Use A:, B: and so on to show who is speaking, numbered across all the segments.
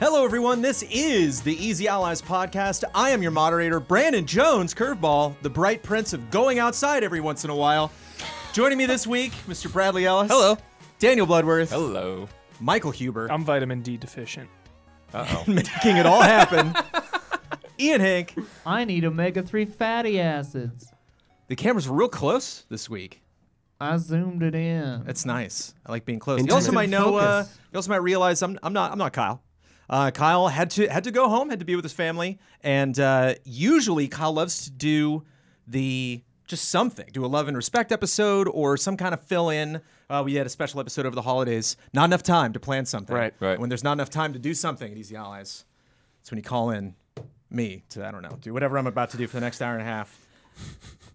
A: Hello, everyone. This is the Easy Allies podcast. I am your moderator, Brandon Jones, Curveball, the bright prince of going outside every once in a while. Joining me this week, Mr. Bradley Ellis.
B: Hello.
A: Daniel Bloodworth.
B: Hello.
A: Michael Huber.
C: I'm vitamin D deficient.
A: making it all happen. Ian Hank.
D: I need omega 3 fatty acids.
A: The cameras were real close this week.
D: I zoomed it in.
A: That's nice. I like being close. You
B: Intimate.
A: also might know. Uh,
D: Focus.
A: you also might realize I'm, I'm not. I'm not Kyle. Uh, Kyle had to had to go home. Had to be with his family. And uh, usually Kyle loves to do the just something, do a love and respect episode or some kind of fill in. Uh, we had a special episode over the holidays. Not enough time to plan something.
C: Right.
B: Right.
A: And when there's not enough time to do something at Easy Allies, it's when you call in me to I don't know do whatever I'm about to do for the next hour and a half.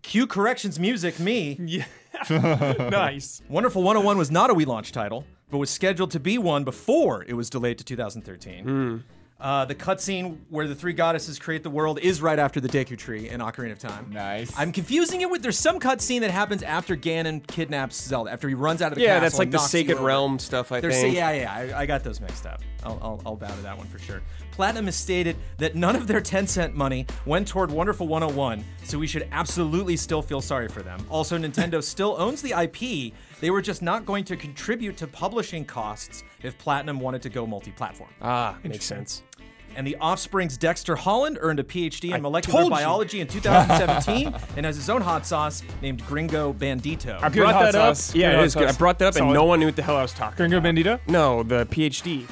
A: Cue corrections music. Me.
C: nice.
A: Wonderful 101 was not a Wii launch title, but was scheduled to be one before it was delayed to 2013.
B: Hmm.
A: Uh, the cutscene where the three goddesses create the world is right after the Deku Tree in Ocarina of Time.
B: Nice.
A: I'm confusing it with there's some cutscene that happens after Ganon kidnaps Zelda, after he runs out of the
B: yeah,
A: castle
B: that's like
A: and
B: the
A: knocks you
B: Sacred
A: over.
B: Realm stuff, I
A: They're
B: think.
A: saying, yeah, yeah, I, I got those mixed up. I'll, I'll, I'll bow to that one for sure. Platinum has stated that none of their 10 cent money went toward Wonderful 101, so we should absolutely still feel sorry for them. Also, Nintendo still owns the IP. They were just not going to contribute to publishing costs if Platinum wanted to go multi platform.
B: Ah, makes sense.
A: And the offspring's Dexter Holland earned a PhD in
C: told
A: molecular
C: you.
A: biology in 2017 and has his own hot sauce named Gringo Bandito.
E: Good
B: brought
E: hot
B: that up.
E: sauce.
B: Yeah,
E: Good
B: it
E: hot
B: is good. I
E: sauce.
B: brought that up, and
E: Solid.
B: no one knew what the hell I was talking.
C: Gringo Bandito?
B: No, the PhD.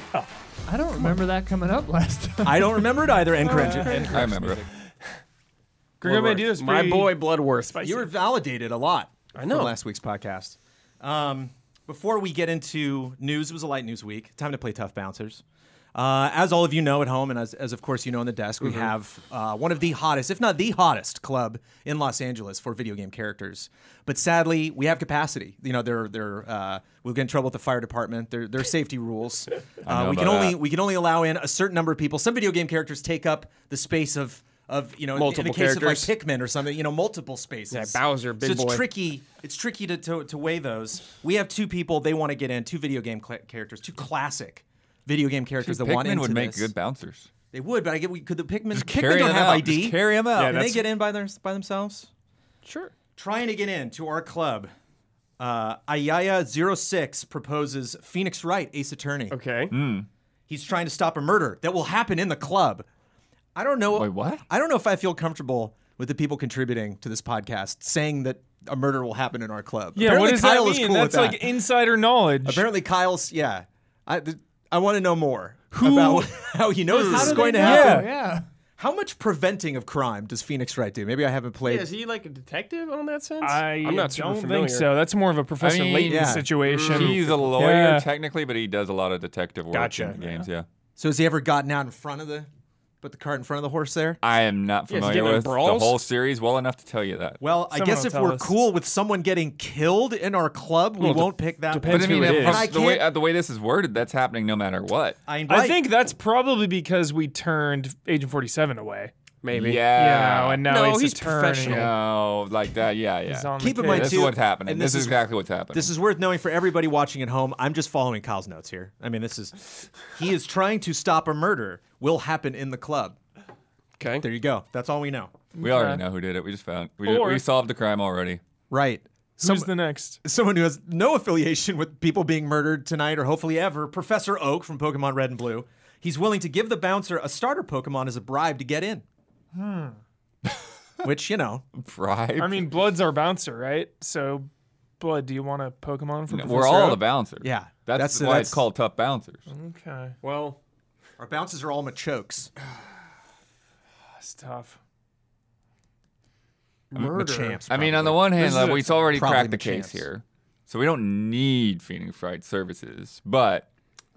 D: I don't remember that coming up last time.
A: I don't remember it either, and cringe. and
F: I remember it.
C: Gringo Bandito's
B: my
C: pretty-
B: boy Bloodworth.
A: You were validated a lot. I
B: know.
A: From last week's podcast. Um, before we get into news, it was a light news week. Time to play tough bouncers. Uh, as all of you know at home, and as, as of course you know on the desk,
B: Mm-hmm.
A: we have uh, one of the hottest, if not the hottest, club in Los Angeles for video game characters. But sadly, we have capacity. You know, they're, they're, uh, we'll get in trouble with the fire department. There there are safety rules. Uh,
F: know
A: we can
F: about
A: only
F: that.
A: we can only allow in a certain number of people. Some video game characters take up the space of of you know in- in
B: Multiple
A: the case
B: characters.
A: of like Pikmin or something. You know, multiple spaces.
B: Yeah, Bowser, big
A: so it's
B: boy.
A: tricky. It's tricky to, to, to weigh those. We have two people. They want to get in two video game cla characters, two classic video game characters that want
F: Pikmin
A: into
F: would make
A: this.
F: good bouncers.
A: They would, but I get we could the Pikmin. Pikmin
F: carry
A: don't
F: them
A: have
F: out.
A: ID.
F: Just carry 'em out. Yeah,
A: Can they
F: that's-
A: get in by their by themselves?
B: Sure.
A: Trying to get into our club. Uh, Ayaya06 proposes Phoenix Wright, Ace Attorney.
B: Okay.
A: He's trying to stop a murder that will happen in the club. I don't know.
F: Wait, what?
A: I don't know if I feel comfortable with the people contributing to this podcast saying that a murder will happen in our club.
C: Yeah,
A: Apparently
C: what does
A: Kyle
C: that
A: is
C: mean?
A: cool
C: That's
A: with
C: like
A: that.
C: insider knowledge.
A: Apparently, Kyle's. Yeah, I th- I want to know more about Hmm. how he knows this
D: How
A: is
D: do
A: going
D: they
A: to
D: know?
A: happen.
D: Yeah.
A: How much preventing of crime does Phoenix Wright do? Maybe I haven't played.
B: Is he like a detective on that sense?
C: I
B: am not super
C: don't
B: familiar.
C: think so. That's more of a Professor
F: mean,
C: Layton
A: yeah.
C: situation.
F: He's a lawyer
C: Yeah.
F: technically, but he does a lot of detective work
C: Gotcha.
F: in games. Yeah.
A: so has he ever gotten out in front of the, put the cart in front of the horse there?
F: I am not
B: Yeah, is he
F: familiar
B: getting in
F: with the
B: brawls?
F: whole series well enough to tell you that.
A: Well, I
C: Someone
A: guess
C: will
A: if
C: tell
A: we're
C: us.
A: cool with someone getting killed in our club, we
C: Well, de-
A: won't pick that.
C: depends
F: I
C: who
F: mean,
C: it
F: if-
C: is.
A: I
F: the way
A: can't-
F: uh, the way this is worded, that's happening no matter what.
A: I, invite,
C: I think that's probably because we turned Agent 47 away.
B: Maybe.
F: Yeah.
C: You know, and now
B: No,
C: Ace
B: he's
C: Attorney
B: professional.
F: No, like that. Yeah, yeah.
C: is on the
A: Keep in
C: case.
A: mind,
F: This
A: too-
F: is what's happening.
A: and
F: This,
A: this
F: is
A: is-
F: exactly what's happening.
A: This is worth knowing for everybody watching at home. I'm just following Kyle's notes here. I mean, this is he is trying to stop a murder will happen in the club.
B: Okay.
A: There you go. That's all we know.
F: we already know who did it. We just found. We, did-
C: Or-
F: we solved the crime already.
A: Right.
C: Who's the next?
A: Someone who has no affiliation with people being murdered tonight or hopefully ever, Professor Oak from Pokemon Red and Blue. He's willing to give the bouncer a starter Pokemon as a bribe to get in. Hmm. Which, you know,
F: Right.
C: I mean, Blood's our bouncer, right? So, Blood, do you want a Pokemon from
F: we're
C: Professor
F: all
C: Oak?
F: the bouncers.
A: Yeah.
F: That's,
A: That's-
F: why
A: that's-
F: it's called tough bouncers.
C: Okay.
B: Well,
A: our bouncers are all machokes.
C: That's tough.
B: murder.
A: Machamps,
F: I mean,
A: probably.
F: on the one hand,
C: This
F: like,
C: is a-
F: we've already
A: probably
F: cracked the
A: the
F: case
A: chance.
F: here, so we don't need Phoenix Wright services. But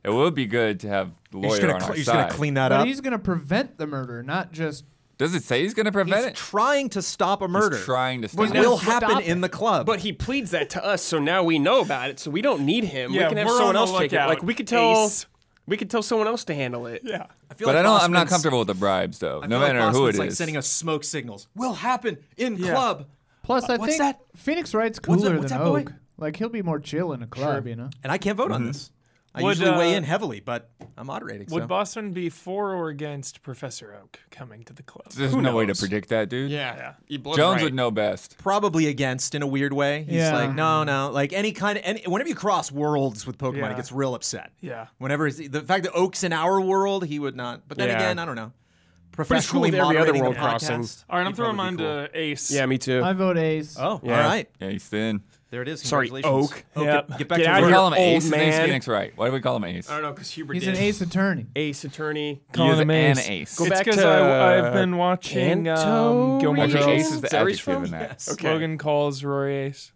F: it would be good to have the
A: You're just
F: lawyer
A: gonna
F: on
A: cl-
F: our
A: you're just going
F: side.
A: to clean that
D: But
A: up.
D: he's going to prevent the murder, not just.
F: Does it say he's going to prevent
A: He's
F: it?
A: trying to stop a murder.
F: He's trying to
A: It
F: stop.
A: will
B: Stop
A: happen
B: it.
A: in the club.
B: But he pleads that to us, so now we know about it. So we don't need him.
C: Yeah,
B: we can have
C: we're
B: someone
C: on
B: else
C: the
B: take it.
C: lookout.
B: Like we could tell,
C: Ace.
B: we could tell someone else to handle it.
C: Yeah.
A: feel
F: But
A: like
F: I don't. I'm not
A: Bossman's-
F: comfortable with the bribes, though. No
A: I feel
F: matter
A: like
F: who it
A: Bossman's,
F: is.
A: like sending us smoke signals. Will happen in club.
D: Plus, I
A: what's
D: think
A: that?
D: Phoenix Wright's
A: What's that-
D: cooler
A: what's
D: than
A: that boy?
D: Oak. Like, he'll be more chill in a club, you know?
F: Mm-hmm.
A: And I can't vote on this. I
C: Would,
A: usually weigh
C: uh,
A: in heavily, but I'm moderating.
C: Would
A: so.
C: Boston be for or against Professor Oak coming to the club?
F: There's
B: Who
F: no way to
B: knows?
F: predict that, dude.
B: Yeah. You blow
F: Jones
B: right.
F: would know best.
A: probably against in a weird way. He's
D: Yeah.
A: like, no, no, like any kind of any, whenever you cross worlds with Pokemon, he
C: Mm-hmm. Yeah.
A: gets real upset.
C: Yeah.
A: Whenever it's, the fact that Oak's in our world, he would not. But then
B: Yeah.
A: again, I don't know.
B: cool
A: Professionally
B: with every other
A: moderating
B: world
A: the
B: crossing.
A: podcast,
C: All right, I'm
A: he'd probably
C: throwing
A: be
C: mine
A: cool.
C: to Ace.
B: Yeah, me too.
D: I vote Ace.
A: Oh,
B: Yeah.
A: all right.
F: Yeah, he's thin.
A: There it is.
B: Sorry,
A: Congratulations.
B: Oak.
A: Oak
C: Yep.
A: get, get back
C: Get
A: to
C: out
F: We
A: work.
C: You're
F: call him
B: old
F: Ace. His name's
B: man.
F: Phoenix Wright. Why do we call him Ace?
B: I don't know because Hubert
D: He's
B: did.
D: an Ace attorney.
B: Ace attorney.
C: Calling
F: is
C: him
F: an
C: Ace.
F: ace.
B: Go
C: it's
B: back
C: 'cause
B: to,
C: I,
B: uh,
C: have been watching um,
B: Canto
C: Gilmore
B: Reese?
F: Actually,
C: Girls.
F: Ace is the
B: Where he's
F: adjective in
B: from?
F: that.
A: Yes.
B: Okay.
C: Logan calls Roy Ace.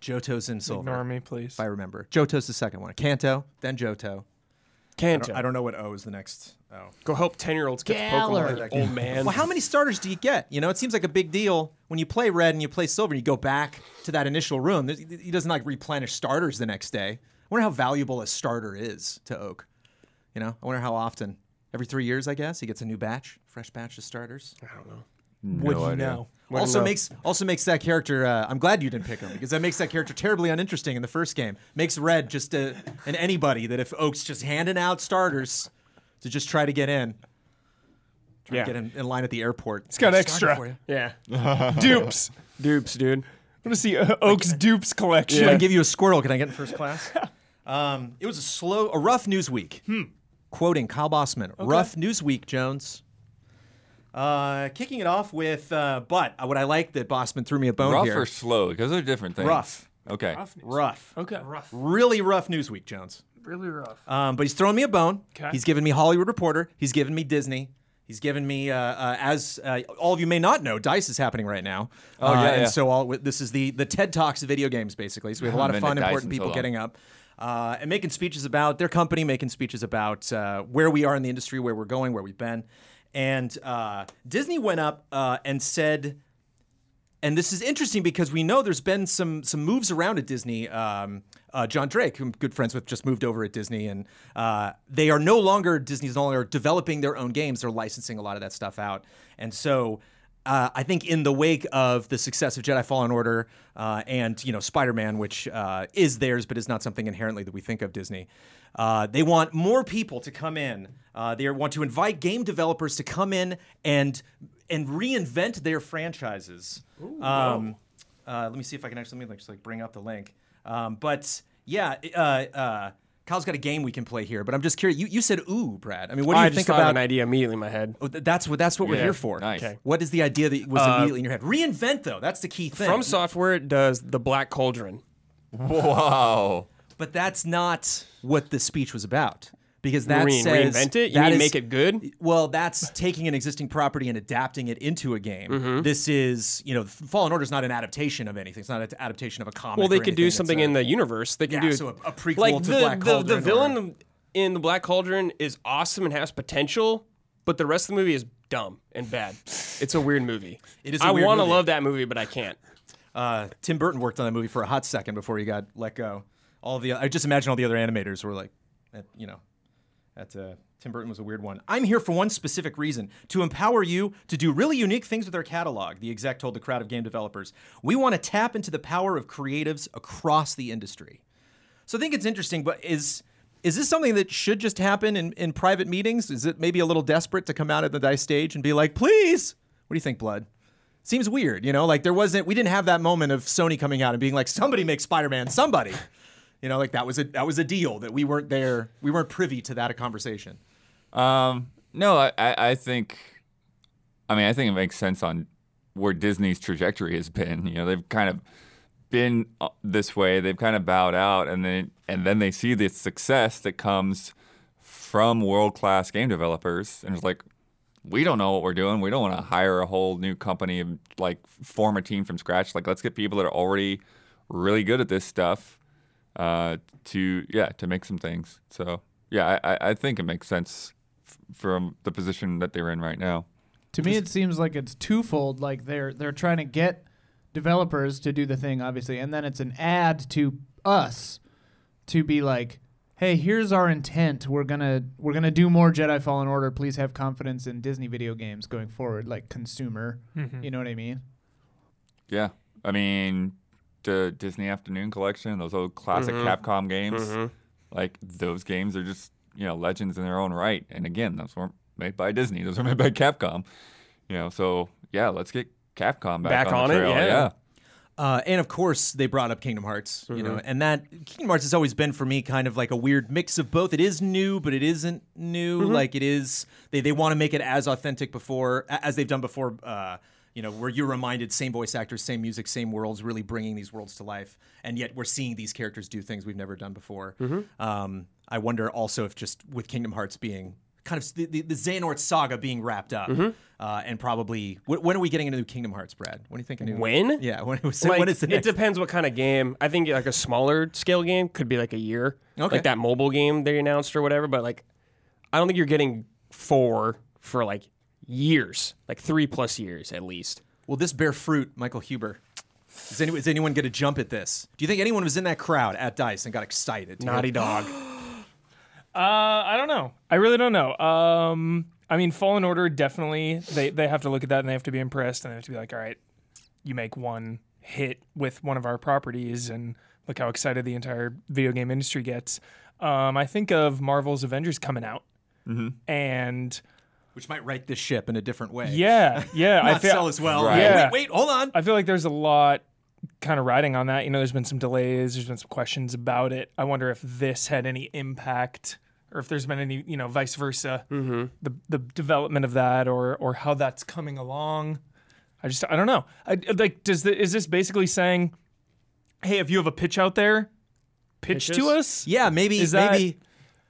A: Johto's in
C: Ignore
A: silver,
C: me, please.
A: if I remember. Johto's the second one. Kanto, then Johto.
B: Kanto.
A: I don't know what O is the next O.
B: Go help 10 year olds catch
D: Galler.
B: Pokemon, you old man.
A: Well, how many starters do you get? You know, it seems like a big deal when you play red and you play silver and you go back to that initial room. There's, he doesn't like replenish starters the next day. I wonder how valuable a starter is to Oak. You know, I wonder how often. Every three years, I guess, he gets a new batch, fresh batch of starters.
B: I don't know.
C: Would
F: No
C: you
F: idea.
C: know?
B: Wouldn't
A: also
B: know.
A: makes also makes that character. Uh, I'm glad you didn't pick him because that makes that character terribly uninteresting in the first game. Makes red just a, an anybody that if Oak's just handing out starters to just try to get in, try
B: Yeah.
A: to get in, in line at the airport. It's
C: got extra.
B: Yeah.
C: Dupes.
B: Dupes, dude.
C: I want to see uh, Oak's dupes collection.
A: Should I give you a squirrel? Can I get in first class? Hmm. um, it was a slow, a rough news week. Quoting Kyle Bossman, rough news week, Jones. Uh, kicking it off with, uh, but uh, what I like that Bossman threw me a bone
F: Rough
A: here.
F: or slow? Because they're different things.
A: Rough.
F: Okay.
A: rough,
C: Okay. Rough.
A: really rough news week, Jones.
C: Really rough.
A: Um, but he's throwing me a bone.
C: 'Kay.
A: He's giving me Hollywood Reporter. He's giving me Disney. He's giving me, uh, uh, as uh, all of you may not know, Dice is happening right now.
F: Oh, yeah,
A: Uh, And
F: yeah.
A: so all this is the the TED Talks of video games, basically. So we have a lot of
F: haven't
A: fun,
F: been to
A: important
F: DICE in so
A: people
F: long.
A: getting up uh, and making speeches about their company, making speeches about uh, where we are in the industry, where we're going, where we've been. And uh, Disney went up uh, and said and this is interesting because we know there's been some some moves around at Disney. Um, uh, John Drake, who I'm good friends with, just moved over at Disney, and uh, they are no longer Disney's no longer developing their own games. They're licensing a lot of that stuff out, and so. Uh, I think in the wake of the success of Jedi Fallen Order uh, and you know Spider-Man, which uh, is theirs but is not something inherently that we think of Disney, uh, they want more people to come in. Uh, they want to invite game developers to come in and and reinvent their franchises. um, uh, let me see if I can actually let me just like bring up the link. Um, but yeah, uh, uh, Kyle's got a game we can play here. But I'm just curious. You, you said ooh, Brad. I mean, what do you
B: I just
A: think
B: thought of
A: about?
B: an idea immediately in my head.
A: Oh, th- that's what that's what we're
F: Yeah.
A: here for.
F: Nice. Okay.
A: What is the idea that was immediately in your head? Reinvent though. That's the key thing.
B: Uh, From Software does the Black Cauldron.
F: Wow.
A: but that's not what the speech was about. Because that
B: Re-
A: says
B: reinvent it? You
A: that
B: mean
A: is-
B: make it good?
A: Well, that's taking an existing property and adapting it into a game.
B: Mm-hmm.
A: This is, you know, Fallen Order is not an adaptation of anything. It's not an adaptation of a comic.
B: Well, they
A: or
B: could
A: anything.
B: do
A: It's
B: something
A: a-
B: in the universe. They can
A: Yeah,
B: do
A: so a- a prequel
B: like
A: to
B: the,
A: Black
B: the,
A: Cauldron
B: the
A: or-
B: villain in the Black Cauldron is awesome and has potential, but the rest of the movie is dumb and bad. It's a weird movie.
A: It is a
B: I
A: weird
B: want to
A: movie.
B: love that movie, but I can't.
A: Uh, Tim Burton worked on that movie for a hot second before he got let go. All the I just imagine all the other animators were like, at, you know, at uh, Tim Burton was a weird one. I'm here for one specific reason to empower you to do really unique things with our catalog. The exec told the crowd of game developers, "We want to tap into the power of creatives across the industry." So I think it's interesting, but is is this something that should just happen in, in private meetings? Is it maybe a little desperate to come out at the dice stage and be like, please? What do you think, Blood? Seems weird, you know? Like there wasn't we didn't have that moment of Sony coming out and being like, somebody make Spider-Man, somebody. You know, like that was a that was a deal that we weren't there, we weren't privy to that conversation.
F: Um, no, I, I, I think, I mean, I think it makes sense on where Disney's trajectory has been. You know, they've kind of been uh, this way. They've kind of bowed out, and then and then they see the success that comes from world class game developers, and it's like, we don't know what we're doing. We don't want to hire a whole new company and like form a team from scratch. Like, let's get people that are already really good at this stuff uh, to yeah to make some things. So yeah, I, I- I think it makes sense f- from the position that they're in right now.
D: To me, it seems like it's twofold. Like they're they're trying to get developers to do the thing, obviously, and then it's an ad to us to be like, "Hey, here's our intent. We're gonna we're gonna do more Jedi Fallen Order. Please have confidence in Disney video games going forward." Like consumer, you know what I mean?
F: Yeah,
B: Mm-hmm.
F: I mean the Disney Afternoon Collection, those old classic Capcom games. like those games are just you know legends in their own right. And again, those weren't made by Disney; those were made by Capcom. You know, so yeah, let's get Capcom back,
B: Back
F: on, the
B: on it,
F: trail.
B: yeah.
A: Uh, and of course, they brought up Kingdom Hearts, you know, and that Kingdom Hearts has always been for me kind of like a weird mix of both. It is new, but it isn't new. Like it is, they they want to make it as authentic before a- as they've done before. Uh, you know, where you're reminded same voice actors, same music, same worlds, really bringing these worlds to life, and yet we're seeing these characters do things we've never done before. Um, I wonder also if just with Kingdom Hearts being kind of s- the, the, the Xehanort saga being wrapped up, uh, and probably wh- when are we getting into Kingdom Hearts, Brad? When do you think? a new-
B: When?
A: Yeah, when it was
B: Like,
A: what is the next?
B: It depends what kind of game. I think like a smaller scale game could be like a year,
A: Okay.
B: like that mobile game they announced or whatever. But like, I don't think you're getting four for like years, like three plus years at least.
A: Will this bear fruit, Michael Huber? Is, any, is anyone going to jump at this? Do you think anyone was in that crowd at Dice and got excited? to
B: Naughty Dog.
C: Uh, I don't know. I really don't know. Um, I mean, Fallen Order definitely they they have to look at that and they have to be impressed and they have to be like, all right, you make one hit with one of our properties and look how excited the entire video game industry gets. Um, I think of Marvel's Avengers coming out, and
A: Which might right this ship in a different way.
C: yeah, yeah, I
A: Not
C: feel
A: sell as well.
F: Right.
C: Yeah.
A: Wait, wait, hold on.
C: I feel like there's a lot kind of riding on that. You know, there's been some delays, there's been some questions about it. I wonder if this had any impact or if there's been any, you know, vice versa,
B: Mm-hmm.
C: the the development of that or or how that's coming along. I just I don't know. I, like does the, is this basically saying hey, if you have a pitch out there, pitch
B: Pitch
C: to
B: us?
C: us?
A: Yeah, maybe
C: Is that-
A: maybe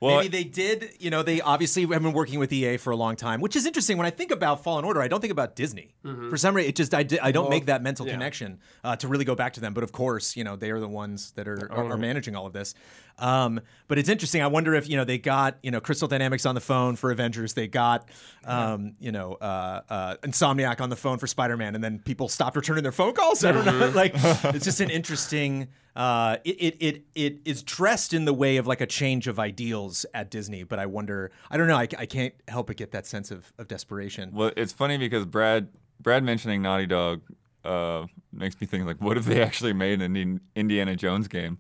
F: Well,
A: maybe they did. You know, they obviously have been working with EA for a long time, which is interesting. When I think about Fallen Order, I don't think about Disney for some reason. It just I, di- I don't make that mental connection uh, to really go back to them. But of course, you know, they are the ones that are are, are managing all of this. Um, but it's interesting. I wonder if you know they got you know Crystal Dynamics on the phone for Avengers. They got um, you know uh, uh, Insomniac on the phone for Spider Man, and then people stopped returning their phone calls. I don't know.
F: Mm-hmm.
A: like it's just an interesting. Uh, it, it it it is dressed in the way of like a change of ideals at Disney, but I wonder. I don't know. I, I can't help but get that sense of, of desperation.
F: Well, it's funny because Brad Brad mentioning Naughty Dog uh, makes me think like, what if they actually made an in- Indiana Jones game?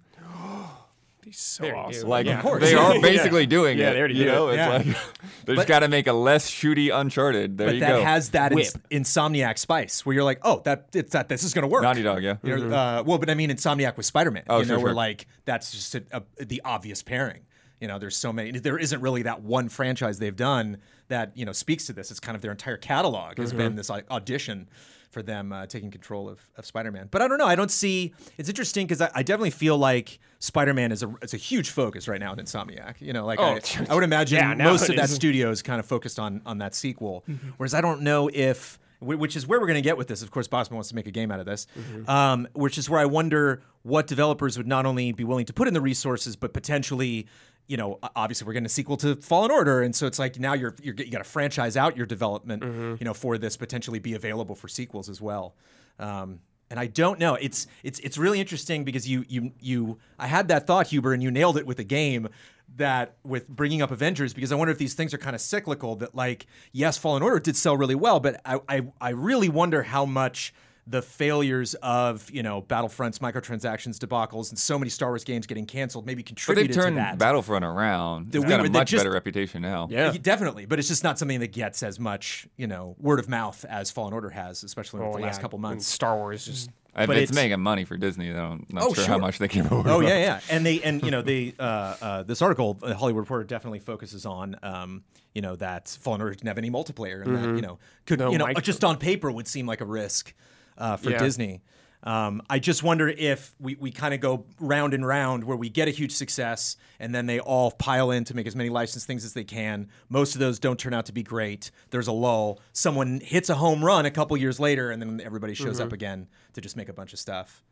C: He's so
B: There you
C: awesome.
B: go.
F: Like
B: Yeah. Of
A: course.
F: they
A: Yeah.
F: are basically doing
B: Yeah,
F: it.
B: they already
F: you
B: did it.
F: know, it's
A: Yeah.
F: like they just got to make a less shooty Uncharted. There
A: But
F: you
A: that
F: go.
A: has that ins-
B: Whip.
A: insomniac spice where you're like, oh, that it's that this is gonna work.
F: Naughty Dog, yeah.
A: You know, uh, well, but I mean, Insomniac with Spider Man.
F: Mm-hmm. Oh,
A: you know,
F: sure,
A: where
F: sure.
A: like that's just a, a, the obvious pairing. You know, there's so many. There isn't really that one franchise they've done that you know speaks to this. It's kind of their entire catalog has
F: Mm-hmm.
A: been this like audition for them uh, taking control of, of Spider Man. But I don't know. I don't see. It's interesting because I, I definitely feel like Spider Man is a is a huge focus right now in Insomniac. You know, like
B: Oh,
A: I, I would imagine
B: yeah, now
A: most
B: it
A: of that
B: is. Mm-hmm.
A: studio is kind of focused on on that sequel. Whereas I don't know if wh- which is where we're going to get with this. Of course, Bossman wants to make a game out of this,
B: Mm-hmm.
A: um, which is where I wonder what developers would not only be willing to put in the resources, but potentially, you know, o- obviously we're getting a sequel to Fallen Order, and so it's like now you're, you're get- you got to franchise out your development,
B: Mm-hmm.
A: you know, for this potentially be available for sequels as well. Um, and I don't know. It's it's it's really interesting because you you you I had that thought, Huber, and you nailed it with a game that with bringing up Avengers because I wonder if these things are kind of cyclical. That like yes, Fallen Order did sell really well, but I I, I really wonder how much the failures of you know Battlefronts, microtransactions, debacles, and so many Star Wars games getting canceled maybe
F: but they've
A: contributed
F: turned
A: to that.
F: Battlefront around. It's
A: we
F: got
A: were-
F: a
A: they
F: much
A: just-
F: better reputation now.
B: Yeah.
A: Definitely, but it's just not something that gets as much, you know, word of mouth as Fallen Order has, especially over
B: Oh,
A: the
B: yeah.
A: last couple months.
B: Star Wars just
F: If
A: But
F: it's,
A: it's-
F: making money for Disney, though, I'm not
A: Oh,
F: sure, how
A: sure.
F: much they can afford.
A: Oh yeah, yeah. And they and you know they uh, uh, this article, the Hollywood Reporter, definitely focuses on um, you know that Fallen Order didn't have any multiplayer, and that you know could you know uh,
B: micro-
A: just on paper would seem like a risk uh, for
B: Yeah.
A: Disney. Um, I just wonder if we, we kind of go round and round where we get a huge success and then they all pile in to make as many licensed things as they can. Most of those don't turn out to be great. There's a lull. Someone hits a home run a couple years later and then everybody shows up again to just make a bunch of stuff.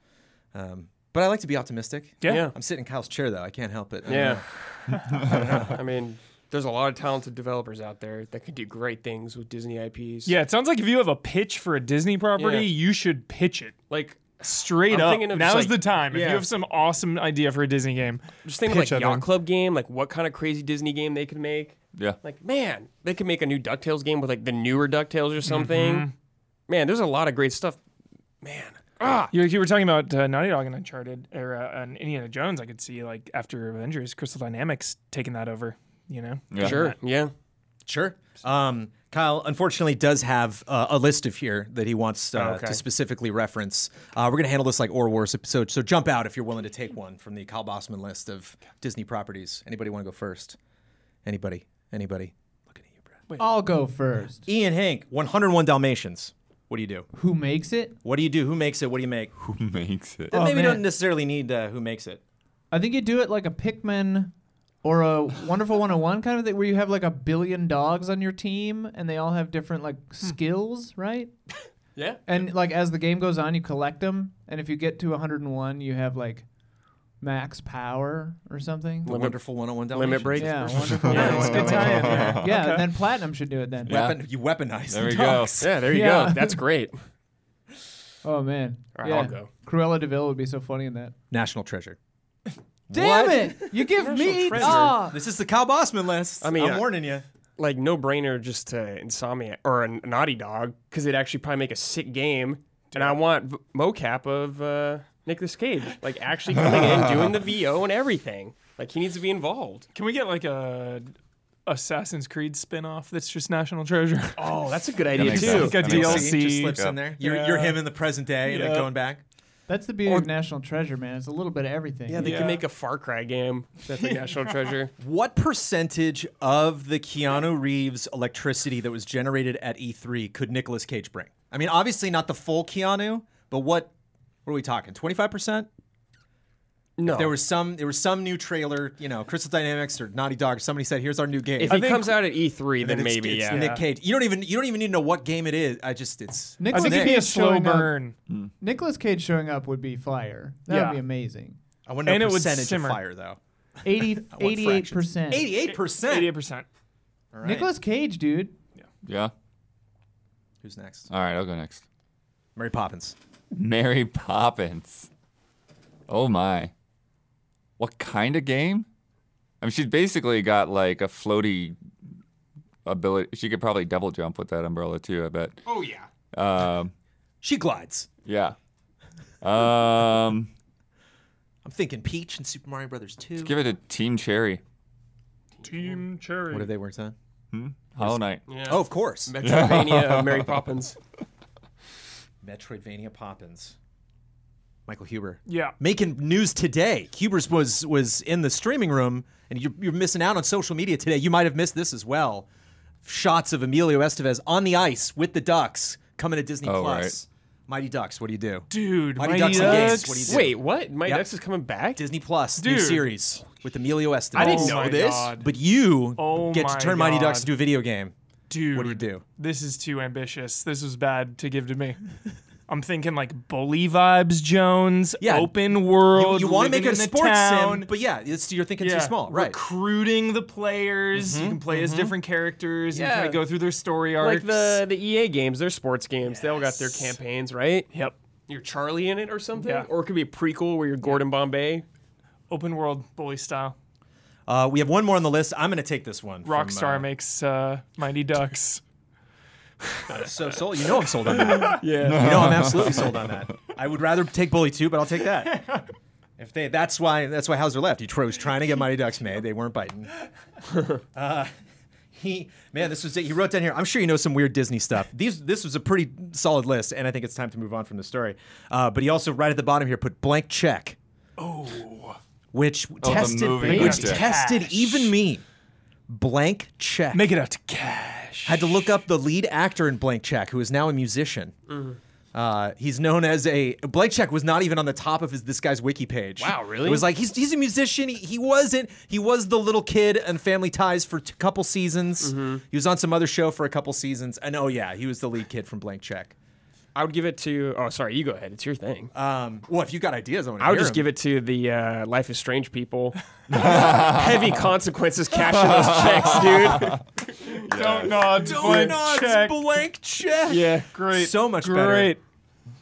A: Um, but I like to be optimistic.
C: Yeah.
B: Yeah.
A: I'm sitting in Kyle's chair though. I can't help it. I don't
B: Yeah.
A: know.
B: I mean, there's a lot of talented developers out there that could do great things with Disney IPs.
C: Yeah, it sounds like if you have a pitch for a Disney property,
B: Yeah.
C: you should pitch it.
B: Like,
C: Straight
B: I'm
C: up.
B: thinking of
C: Now's
B: just,
C: the
B: like-
C: time. If
B: yeah.
C: you have some awesome idea for a Disney game,
B: just think of like
C: pitch at
B: Yacht
C: them.
B: Club game, like what kind of crazy Disney game they could make.
F: yeah.
B: Like, man, they could make a new
A: Mm-hmm.
B: DuckTales game with like the newer DuckTales or something. Man, Ah, there's a lot of great stuff. Man,
C: You, you were talking about uh, Naughty Dog and Uncharted or uh, and Indiana Jones. I could see like after Avengers, Crystal Dynamics taking that over. You know,
F: Yeah.
B: Sure. Yeah.
A: Sure. Um, Kyle, unfortunately, does have uh, a list of here that he wants uh,
C: okay.
A: to specifically reference. Uh, we're going to handle this like Or Wars episode, so jump out if you're willing to take one from the Kyle Bossman list of Disney properties. Anybody want to go first? Anybody? Anybody? Looking at you, Brad.
D: I'll go first.
A: Ian Hank, 101 Dalmatians. What do you do?
D: Who makes it?
A: What do you do? Who makes it? What do you make?
F: Who makes it?
A: That
D: Oh,
A: maybe
D: man.
A: don't necessarily need uh, who makes it.
D: I think you do it like a Pikmin or a Wonderful 101 kind of thing where you have like a billion dogs on your team and they all have different like skills, right?
B: Yeah.
D: And like as the game goes on, you collect them and if you get to 101, you have like max power or something.
A: The
B: Limit-
A: wonderful 101 Dalmatians.
B: Limit break.
D: Yeah, Wonderful
C: Yeah, it's
D: 101.
C: a good tie-in there.
D: Yeah,
C: Okay.
D: and then Platinum should do it then.
F: Yeah.
A: Weapon, you weaponize
F: There
A: the
F: we go.
A: dogs.
B: Yeah. There you
D: Yeah.
B: go. That's great.
D: Oh man.
B: All right,
D: yeah.
B: I'll go.
D: Cruella DeVille would be so funny in that.
A: National treasure.
D: Damn
A: What?
D: it! You give me
B: treasure.
D: ah.
A: This is the Kyle Bossman list.
B: I mean,
A: I'm
B: uh,
A: warning you.
B: Like no brainer, just to insomnia or a Naughty Dog because it'd actually probably make a sick game. And I want v- mocap of uh, Nicolas Cage, like actually coming in, doing the VO and everything. Like he needs to be involved.
C: can we get like a Assassin's Creed spin-off that's just National Treasure?
B: Oh, that's a good idea
F: makes
B: too.
F: sense.
C: like a
F: That makes
C: DLC.
F: sense.
A: Just slips
F: Yeah.
A: in there. You're,
C: Yeah.
A: you're him in the present day and then
C: Yeah.
A: going back.
D: That's the beauty of National Treasure, man. It's a little bit of everything.
B: Yeah, they
C: Yeah.
B: can make a Far Cry game. That's a national treasure.
A: What percentage of the Keanu Reeves electricity that was generated at E3 could Nicolas Cage bring? I mean, obviously not the full Keanu, but what, what are we talking? 25%?
B: No,
A: There was some there was some new trailer, you know, Crystal Dynamics or Naughty Dog. Somebody said, "Here's our new game."
B: if
A: I
B: it
A: think
B: comes out at E3, then,
A: it's-
B: maybe
A: it's
B: yeah.
A: Nick Cage. You don't even you don't even need to know what game it is. I just it's
C: I
D: Nicholas
C: think it'd be a slow burn.
D: Nicholas Cage showing up would be fire. That
C: Yeah.
D: would be amazing.
A: I want to
C: And
A: know
C: it would
A: percentage of
C: simmer.
A: fire though.
D: 80, 88 percent.
A: Eighty eight percent.
C: Eighty-eight percent.
D: Nicholas Cage, dude.
F: Yeah.
A: Who's next?
F: All right, I'll go next.
A: Mary Poppins.
F: Mary Poppins. Oh my. What kind of game? I mean, she's basically got like a floaty ability. She could probably double jump with that umbrella too, I bet.
B: Oh yeah.
F: Um,
A: She glides.
F: yeah. Um,
A: I'm thinking Peach and Super Mario Brothers 2.
F: give it a Team Cherry.
C: Team Cherry.
A: What have they worked on?
F: Hollow Knight.
A: Oh, of course.
B: Metroidvania of Mary Poppins.
A: Metroidvania Poppins. Michael Huber.
C: yeah.
A: Making news today. Huber's was was in the streaming room, and you're, you're missing out on social media today. You might have missed this as well. Shots of Emilio Estevez on the ice with the Ducks coming to Disney
F: Oh,
A: Plus.
F: right.
A: Mighty Ducks, what do you do?
C: Dude,
A: Mighty
C: Mighty
A: Ducks and Gates,
C: Ducks.
A: what do you do?
B: Wait, what? My
A: Yep.
B: Ducks is coming back?
A: Disney Plus, new
C: Dude.
A: series with Emilio Estevez.
B: I didn't
C: Oh
B: know
C: my
B: this.
C: God.
A: But you
C: Oh
A: get to
C: my
A: turn Mighty
C: God.
A: Ducks into a video game.
C: Dude,
A: What do you do?
C: This is too ambitious. This was bad to give to me. I'm thinking like bully vibes, Jones.
A: Yeah.
C: open
A: You,
C: world.
A: want to
C: living
A: make it a
C: in the
A: sports
C: town.
A: sim, but yeah, it's, you're thinking
C: Yeah.
A: too small, right? Mm-hmm,
C: Recruiting the players. You can play as different characters. You
B: Yeah.
C: kind of go through their story arcs.
B: like the, the EA games, they're sports games. They all got their campaigns, right?
C: yep.
B: You're Charlie in it or something?
C: Yeah.
B: Or it could be a prequel where you're Gordon Bombay.
C: Open world bully style.
A: Uh, we have one more on the list. I'm going to take this one. from,
C: Rockstar
A: uh,
C: makes uh, Mighty Ducks.
A: So sold. You know I'm sold on that.
B: Yeah.
A: You know I'm absolutely sold on that. I would rather take Bully Two, but I'll take that. If they, that's why that's why Hauser left. Detroit was trying to get Mighty Ducks made. They weren't biting. Uh, he man, this was it. He wrote down here. I'm sure you know some weird Disney stuff. These this was a pretty solid list, and I think it's time to move on from the story. Uh, but he also right at the bottom here put blank check. Oh. Which
F: Oh, the
A: tested
F: movie
A: which
F: Blank Check.
A: tested even me. Blank check.
C: Make it out to cash.
A: Had to look up the lead actor in Blank Check, who is now a musician.
B: Mm-hmm.
A: Uh, he's known as a Blank Check was not even on the top of his this guy's wiki page.
B: Wow, really?
A: It was like he's he's a musician. He, he wasn't. He was the little kid on Family Ties for a couple seasons.
B: Mm-hmm.
A: He was on some other show for a couple seasons. And oh yeah, he was the lead kid from Blank Check.
B: I would give it to. Oh, sorry, you go ahead. It's your thing.
A: Um, well, if you got ideas, I want to.
B: I would just give it to the uh, Life is Strange people. Heavy consequences cashing those checks, dude.
C: Don't nod.
A: Blank
C: Don't
A: Check. Oh, Blank Check.
B: yeah.
C: Great.
A: So much
C: Great.
A: better.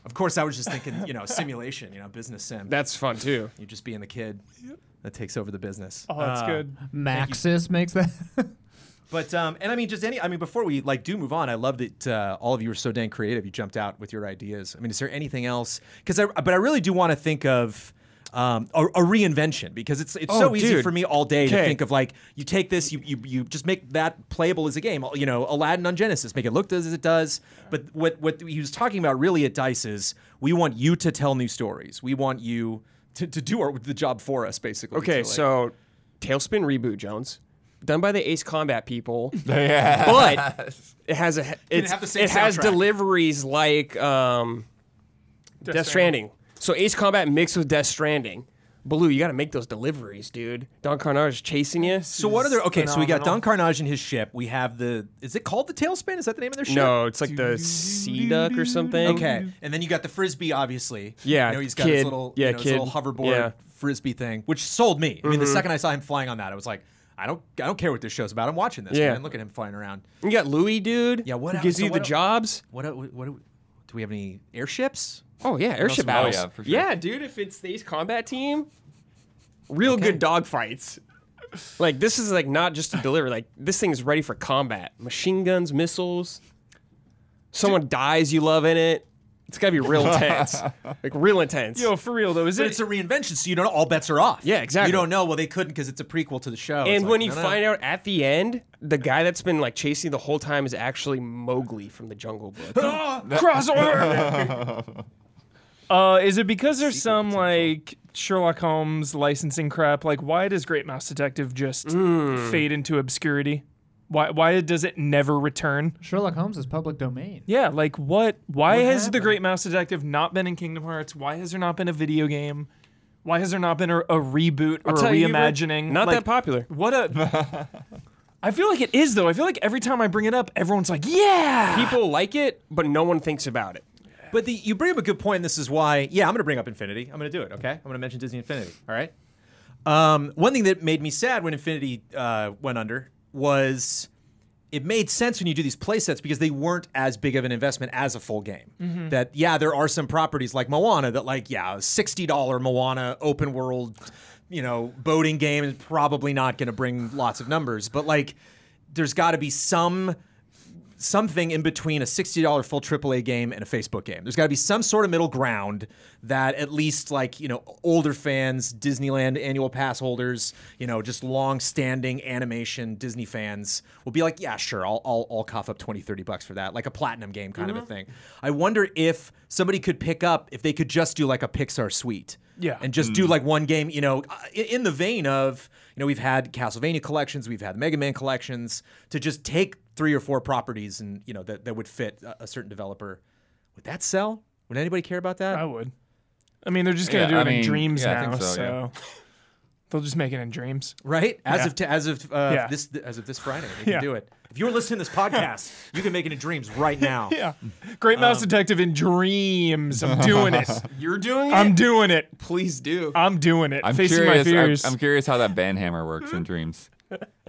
A: Of course, I was just thinking, you know, simulation, you know, business sim.
B: That's fun too.
A: you just
B: Oh,
A: being the kid that takes over the business.
C: Oh, that's
A: Uh,
C: good.
D: Maxis makes that.
A: But um, and I mean, just any. I mean, before we like do move on, I love that uh, all of you were so dang creative. You jumped out with your ideas. I mean, is there anything else? Because I, but I really do want to think of. Um, a, a reinvention because it's it's so
B: Oh,
A: easy
B: dude.
A: for me all day to
B: Okay.
A: think of like you take this you, you you just make that playable as a game you know Aladdin on Genesis make it look as it does but what what he was talking about really at Dice is we want you to tell new stories we want you to, to do our, the job for us basically
B: Okay,
A: to, like-
B: so Tailspin reboot, Jones, done by the Ace Combat people,
F: yeah.
B: but it has a it's,
A: have the same
B: it has
A: soundtrack.
B: deliveries like um, Death, Stranding. So Ace Combat mixed with Death Stranding. Blue, you got to make those deliveries, dude. Don Carnage is chasing you.
A: So what are there? Okay, so we got
C: phenomenal.
A: Don Carnage and his ship. We have the. Is it called the Tailspin? Is that the name of their ship?
B: No, it's like the sea duck or something.
A: Okay, and then you got the frisbee, obviously.
B: Yeah,
A: you know, he's got his
B: kid.
A: little,
B: Yeah,
A: you know, his little
B: kid.
A: hoverboard
B: Yeah. Mm-hmm.
A: frisbee thing, which sold me. I mean, the second I saw him flying on that, I was like, I don't, I don't care what this show's about. I'm watching this.
B: Yeah.
A: man. look at him flying around.
B: You got Louis, dude.
A: Yeah, what
B: who
A: el-
B: gives
A: so
B: you the
A: what el-
B: jobs?
A: What? do- What? do- do we have any airships?
B: Oh yeah, airship
F: else? Oh,
B: battles.
F: yeah, for sure.
B: Yeah, dude, if it's the Ace Combat team, real good dog fights. Like this is like not just to deliver. Like this thing is ready for combat. Machine guns, missiles. Someone dies, you love in it. It's gotta be real intense. like real intense.
C: Yo, Oh, for real though, is
A: But
C: it?
A: it's a reinvention, so you don't. All bets are off.
B: Yeah, exactly.
A: You don't know. Well, they couldn't because it's a prequel to the show. It's
B: and
A: like,
B: when you
A: no, no.
B: find out at the end, the guy that's been like chasing the whole time is actually Mowgli from the Jungle Book.
C: Ah, crossover. uh, is it because there's some like Sherlock Holmes licensing crap? Like, why does Great Mouse Detective just
B: Hmm.
C: fade into obscurity? Why why does it never return?
D: Sherlock Holmes is public domain.
C: Yeah, like what? Why has the Great Mouse Detective not been in Kingdom Hearts? Why has there not been a video game? Why has there not been a, a reboot or a
B: tell you, Hubert,
C: reimagining?
B: Not
C: Like,
B: that popular.
C: What a. I feel like it is though. I feel like every time I bring it up, everyone's like, "Yeah."
B: People like it, but no one thinks about it.
A: But the, you bring up a good point. and This is why, yeah, I'm going to bring up Infinity. I'm going to do it, okay? I'm going to mention Disney Infinity, all right? Um, one thing that made me sad when Infinity uh, went under was it made sense when you do these play sets because they weren't as big of an investment as a full game. That, yeah, there are some properties like Moana that, like, yeah, a $60 Moana open world, you know, boating game is probably not going to bring lots of numbers. But, like, there's got to be some something in between a $60 full AAA game and a Facebook game. There's got to be some sort of middle ground that at least like, you know, older fans, Disneyland annual pass holders, you know, just long-standing animation Disney fans will be like, yeah, sure, I'll, I'll, I'll cough up 20, 30 bucks for that, like a platinum game kind of a thing. I wonder if somebody could pick up, if they could just do like a Pixar suite.
C: Yeah.
A: And just do like one game, you know, i- in the vein of, you know, we've had Castlevania collections, we've had Mega Man collections, to just take three or four properties and, you know, that, that would fit a, a certain developer. Would that sell? Would anybody care about that?
C: I would. I mean, they're just gonna
F: Yeah,
C: do it
F: I
C: in
F: mean,
C: dreams
F: yeah, I
C: now,
F: think
C: so,
F: so, yeah.
C: they'll just make it in dreams.
A: right? As of t- as of uh,
C: Yeah.
A: this as of this Friday, they can
C: Yeah.
A: do it. If you're listening to this podcast, you can make it into dreams right now.
C: Yeah, Great Mouse
F: Um,
C: Detective in dreams. I'm doing it.
B: You're doing it.
C: I'm doing it.
B: Please do.
C: I'm doing it.
F: I'm
C: Facing
F: curious.
C: my fears. Oh,
F: I'm, I'm curious how that banhammer works
B: Mm-hmm.
F: in dreams.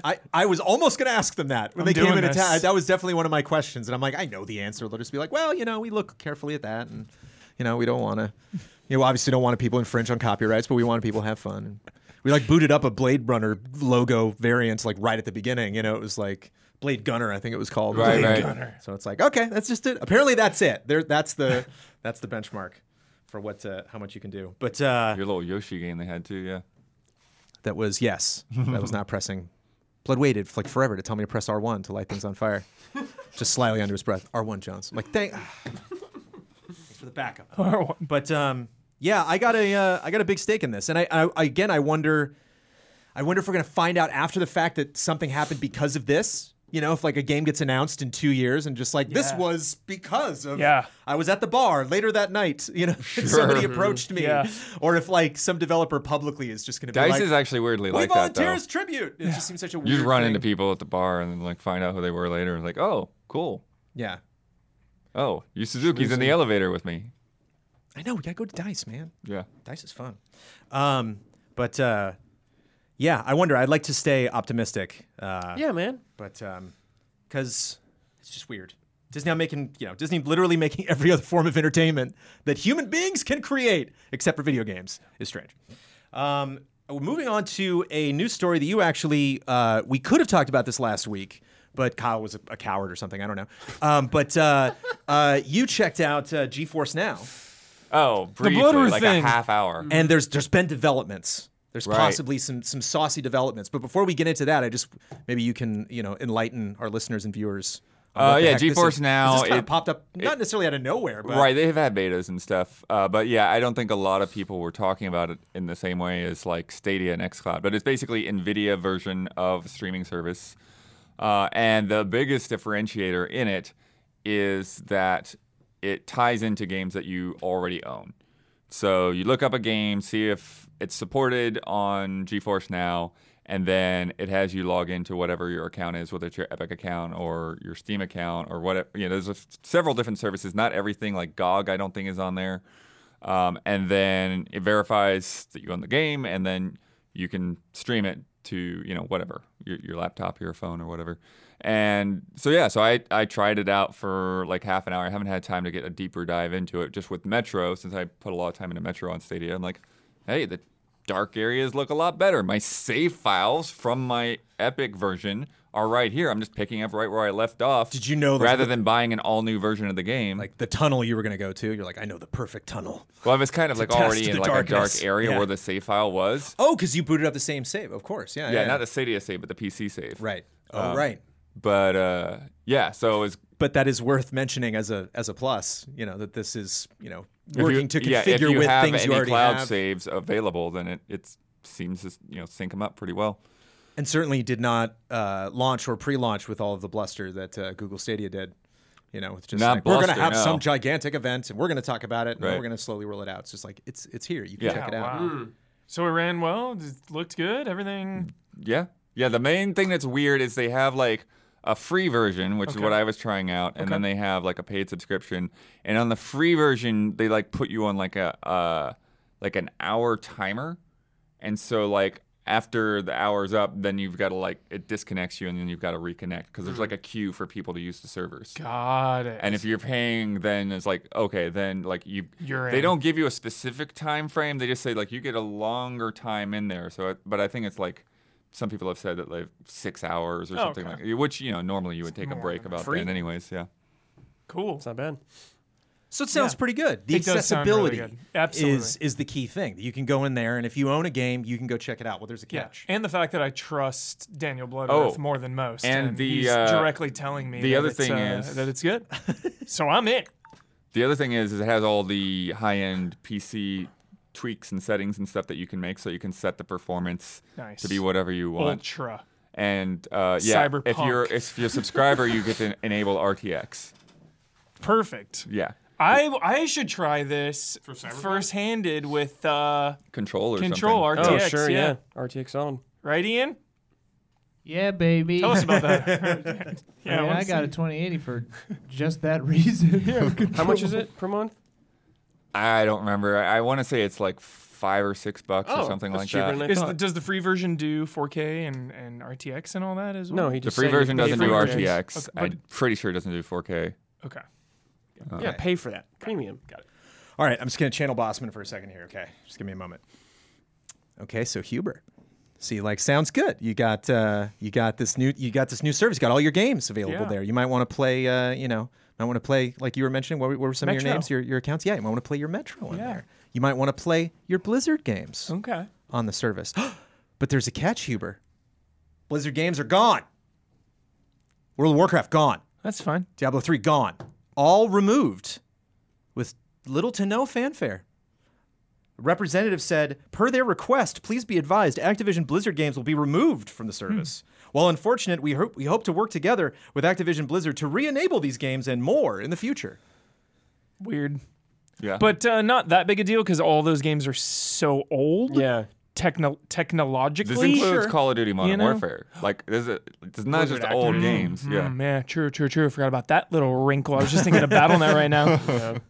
A: I, I was almost gonna ask them that when
C: I'm
A: they came
C: doing
A: in.
C: this.
A: Atta- that was definitely one of my questions, and I'm like, I know the answer. They'll just be like, well, you know, we look carefully at that, and you know, we don't want to, you know, obviously don't want to people infringe on copyrights, but we want people to have fun. We like booted up a Blade Runner logo variant like right at the beginning. You know, it was like Blade Gunner, I think it was called.
F: Right,
A: Blade
F: right.
A: Gunner. So it's like, okay, that's just it. Apparently, that's it. There, that's the that's the benchmark for what uh, how much you can do. But uh,
F: Your little Yoshi game they had too. Yeah.
A: that was yes. That was not pressing. Blood waited for like forever to tell me to press R1 to light things on fire. Just slyly under his breath. R1 Jones. I'm like, thank for the backup. But um, yeah, I got a uh, I got a big stake in this, and I, I again I wonder, I wonder if we're gonna find out after the fact that something happened because of this. You know, if like a game gets announced in two years and just like this
C: Yeah.
A: was because of
C: Yeah.
A: I was at the bar later that night. You know, and somebody approached me,
C: Yeah.
A: or if like some developer publicly is just gonna be
F: Dice
A: like,
F: is actually weirdly
A: we
F: like that
A: volunteer
F: though.
A: as tribute. It just seems such a weird.
F: You just run
A: thing.
F: into people at the bar and then like find out who they were later. And like, oh, cool.
A: Yeah,
F: Oh, you Suzuki's in the elevator with me.
A: I know. We gotta go to Dice, man.
F: Yeah.
A: Dice is fun. Um, but uh, yeah, I wonder. I'd like to stay optimistic. Uh,
B: Yeah, man.
A: but um, because it's just weird. Disney now making you know Disney literally making every other form of entertainment that human beings can create except for video games is strange. Um, Well, Moving on to a news story that you actually, uh, we could have talked about this last week, but Kyle was a, a coward or something. I don't know. Um, but uh, uh, you checked out uh, GeForce Now,
F: Oh, briefly,
C: Bluetooth
F: like
C: thing.
F: a half hour.
A: and there's there's been developments. There's
F: Right.
A: possibly some some saucy developments. But before we get into that, I just maybe you can you know enlighten our listeners and viewers. on
F: Uh,
A: what the
F: yeah,
A: heck this
F: GeForce
A: is. 'Cause
F: Now,
A: This kind of
F: it-
A: popped up not necessarily out of nowhere, but
F: Right, they have had betas and stuff, uh, but yeah, I don't think a lot of people were talking about it in the same way as like Stadia and XCloud. But it's basically Nvidia version of a streaming service, uh, and the biggest differentiator in it is that it ties into games that you already own. So you look up a game, see if it's supported on GeForce Now, and then it has you log into whatever your account is, whether it's your Epic account or your Steam account or whatever. You know, there's a f several different services. Not everything like GOG, I don't think, is on there. Um, and then it verifies that you own the game, and then you can stream it to you know whatever your, your laptop, your phone, or whatever. And so yeah, so I I tried it out for like half an hour. I haven't had time to get a deeper dive into it. Just with Metro, since I put a lot of time into Metro on Stadia, I'm like, hey, the dark areas look a lot better. My save files from my Epic version are right here. I'm just picking up right where I left off.
A: Did you know that-
F: rather than buying an all new version of the game?
A: like the tunnel you were going to go to, you're like, I know the perfect tunnel.
F: Well, I was kind of like
A: test
F: already
A: the
F: in like
A: darkness.
F: a dark area
A: Yeah.
F: where the save file was.
A: Oh, because you booted up the same save, of course. Oh, Yeah,
F: yeah, Uh, not the Stadia save, but the PC save.
A: right. Oh, right.
F: But uh, yeah, so it was.
A: but that is worth mentioning as a as a plus. You know that this is you know
F: if
A: working
F: you,
A: to
F: yeah, if
A: configure
F: you
A: with
F: have
A: things
F: any
A: you already
F: cloud
A: have,
F: saves available, then it it seems to you know sync them up pretty well.
A: and certainly did not uh, launch or pre-launch with all of the bluster that uh, Google Stadia did. You know, it's just
F: Not
A: like we're
F: bluster,
A: going to have some
F: no.
A: gigantic event and we're going to talk about it and then
F: Right.
A: we're going to slowly roll it out. It's just like it's it's here. You can
F: Yeah.
A: check it
C: Yeah,
A: out.
C: wow.
B: Hmm.
C: So it ran well. It looked good. Everything.
F: Yeah, yeah. The main thing that's weird is they have like a free version, which is what I was trying out, and then they have like a paid subscription. And on the free version, they like put you on like a uh, like an hour timer, and so like after the hour's up, then you've got to like it disconnects you, and then you've got to reconnect because there's like a queue for people to use the servers.
C: Got it.
F: And if you're paying, then it's like okay, then like you.
C: You're
F: they
C: in.
F: don't give you a specific time frame. They just say like you get a longer time in there. So, it, but I think it's like some people have said that like six hours or something
C: Oh, okay.
F: like, which you know normally you would take a
C: more
F: break
C: than
F: about
B: free.
F: then anyways. Yeah.
C: cool.
B: It's not bad.
A: So it sounds
C: Yeah.
A: pretty good. The
C: It does sound really
A: accessibility
C: good. Absolutely.
A: is is the key thing. You can go in there and if you own a game, you can go check it out. Well, there's a
C: Yeah,
A: catch.
C: and the fact that I trust Daniel Bloodworth
F: Oh,
C: more than most,
F: and the,
C: he's
F: uh,
C: directly telling me
F: the
C: that
F: other
C: it's,
F: thing
C: uh,
F: is-
C: that it's good. so I'm in.
F: The other thing is, is it has all the high-end PC tweaks and settings and stuff that you can make, so you can set the performance
C: Nice.
F: to be whatever you want.
C: Ultra.
F: And uh, yeah, if you're
C: Cyberpunk.
F: if you're a subscriber, you get to enable RTX.
C: Perfect.
F: Yeah,
C: I I should try this first-handed with uh,
F: control or
C: Control
F: something.
B: Oh,
C: RTX.
B: sure,
C: yeah.
B: yeah. RTX on.
C: Right, Ian?
D: Yeah, baby.
C: Tell us about that.
D: Yeah,
C: yeah,
D: I got a 2080 for just that reason.
B: How much is it per month?
F: I don't remember. I, I want to say it's like five or six bucks or something
B: Oh, that's
F: like
B: cheaper
F: that.
B: Than I
C: Is the,
B: thought.
C: does the free version do 4K and, and RTX and all that as well?
B: no, he
F: the
B: just
F: free
B: said you
F: version
B: pay
F: doesn't
B: for
F: do
B: it.
F: RTX.
C: Okay, but-
F: I'm pretty sure it doesn't do 4K.
C: Okay.
B: Yeah, pay for that premium. Got it.
A: All right, I'm just going to channel Bossman for a second here, okay? Just give me a moment. Okay, so Huber. See, like sounds good. You got uh, you got this new you got this new service. You got all your games available
C: Yeah.
A: there. You might want to play, uh, you know, might want to play like you were mentioning. What were, what were some of
C: Metro.
A: your names, your, your accounts? Yeah, you might want to play your Metro in
C: Yeah. Oh.
A: there. You might want to play your Blizzard games
C: Okay.
A: on the service. but there's a catch, Huber. Blizzard games are gone. World of Warcraft gone.
C: That's fine.
A: Diablo 3 gone. All removed with little to no fanfare. Representative said, per their request, please be advised Activision Blizzard games will be removed from the
B: Hmm.
A: service. While unfortunate, we hope, we hope to work together with Activision Blizzard to re enable these games and more in the future.
C: Weird.
F: Yeah.
C: But uh, not that big a deal because all those games are so old.
B: Yeah.
C: Techno-
F: this
C: technologically.
F: includes Call of Duty Modern
C: You know?
F: Warfare. Like, this is it's not just old games. Yeah.
C: Mm, yeah, true, true, true. I forgot about that little wrinkle. I was just thinking of BattleNet right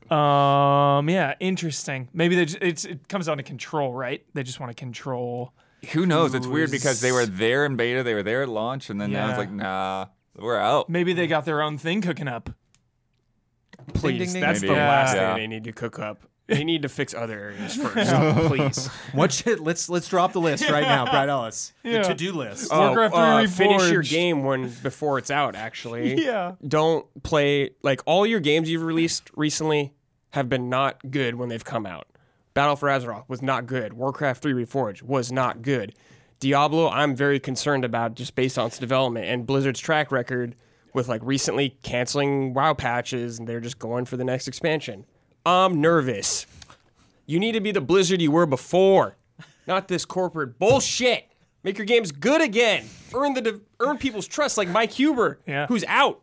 C: now. Um, yeah, interesting. Maybe they just, it's, it comes down to control, right? They just want to control.
F: Who knows? It's weird because they were there in beta, they were there at launch, and then now
C: Yeah.
F: it's like, nah, we're out.
C: Maybe they got their own thing cooking up.
A: Please,
B: That's
F: Maybe.
B: the
C: Yeah.
B: last
F: Yeah.
B: thing they need to cook up They need to fix other areas first, please.
A: What should let's let's drop the list right now, Brad Ellis.
C: Yeah.
A: The to-do
B: Uh,
A: list.
C: Oh. Warcraft three
B: finish your
C: Reforged.
B: game when before it's out. Actually,
C: Yeah.
B: Don't play like all your games you've released recently have been not good when they've come out. Battle for Azeroth was not good. Warcraft 3 Reforged was not good. Diablo, I'm very concerned about just based on its development and Blizzard's track record with like recently canceling WoW patches and they're just going for the next expansion. I'm nervous. You need to be the Blizzard you were before, not this corporate bullshit. Make your games good again. Earn the de- earn people's trust, like Mike Huber,
C: Yeah.
B: who's out.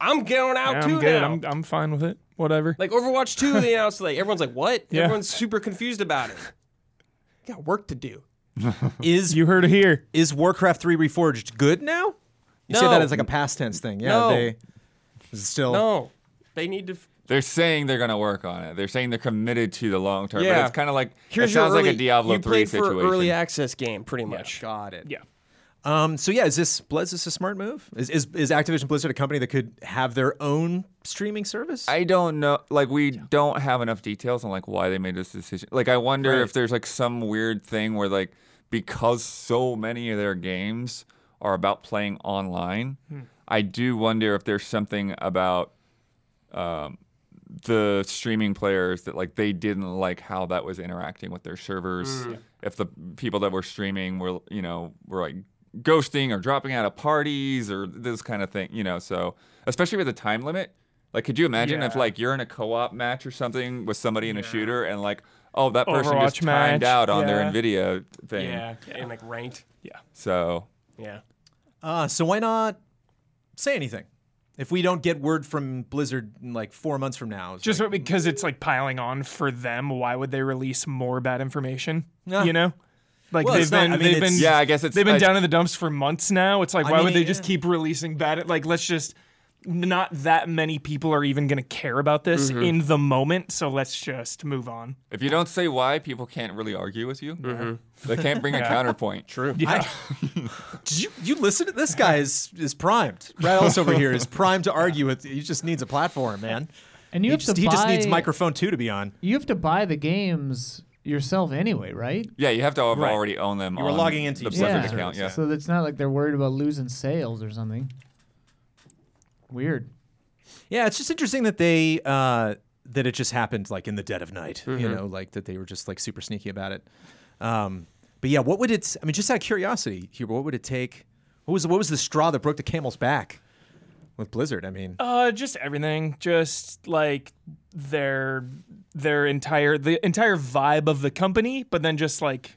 B: I'm going out
C: I'm
B: too
C: good.
B: now.
C: I'm, I'm fine with it. Whatever.
B: Like Overwatch 2, they announced like everyone's like, what?
C: Yeah.
B: Everyone's super confused about it. Got work to do.
A: Is
C: you heard it here.
A: is Warcraft 3 Reforged good now? You say
B: No.
A: that as like a past tense thing. Yeah,
B: No.
A: they is it still
B: No. They need to f-
F: They're saying they're going to work on it. They're saying they're committed to the long term. But
B: Yeah.
F: it's kind of like
B: Here's
F: it
B: your
F: sounds like
B: early-
F: a Diablo
B: you
F: three
B: played
F: situation.
B: For early access game, pretty much.
A: Got it.
C: Yeah.
A: Um, so yeah, is this is this a smart move? Is, is is Activision Blizzard a company that could have their own streaming service?
F: I don't know. Like we don't have enough details on like why they made this decision. Like I wonder if there's like some weird thing where like because so many of their games are about playing online, I do wonder if there's something about um, the streaming players that like they didn't like how that was interacting with their servers.
C: Mm.
F: If the people that were streaming were you know were like ghosting or dropping out of parties or this kind of thing, you know. So especially with the time limit, like could you imagine if
C: Yeah.
F: like you're in a co-op match or something with somebody in a shooter and like oh that person just
C: Overwatch
F: timed
C: match,
F: out on their
C: yeah.
F: Nvidia thing.
B: Yeah. And like ranked.
F: So
B: Yeah.
A: Uh, so why not say anything? If we don't get word from Blizzard in like four months from now, it's
C: Just
A: like,
C: because it's like piling on for them, why would they release more bad information?
A: Yeah.
C: You know? Like
A: Well,
C: they've
A: it's not-
C: been
A: I mean,
C: they've been
A: it's-
F: yeah, I guess it's
C: they've been
F: I-
C: down in the dumps for months now. It's like
A: I
C: why
A: mean,
C: would they
A: yeah.
C: just keep releasing bad like let's just not that many people are even going to care about this
F: Mm-hmm.
C: in the moment, so let's just move on.
F: If you don't say why, people can't really argue with you.
A: Mm-hmm.
F: They can't bring a counterpoint. True.
A: I, did you you listen to this guy is is primed. Brad Ellis over here is primed to argue with. He just needs a platform, man.
D: And
A: He
D: you have
A: just,
D: to
A: he
D: buy,
A: just needs microphone two to be on.
D: You have to buy the games yourself anyway, right?
F: Yeah, you have to have already own them.
A: You were
F: on
A: logging into
F: the
A: each
F: Blizzard
A: service.
F: account. Yeah.
D: So it's not like they're worried about losing sales or something. Weird.
A: Yeah, it's just interesting that they uh, that it just happened like in the dead of night. You know, like that they were just like super sneaky about it. Um, but yeah, what would it? I mean, just out of curiosity, Huber, what would it take? What was what was the straw that broke the camel's back with Blizzard? I mean,
C: Uh, just everything. Just like their their entire the entire vibe of the company, but then just like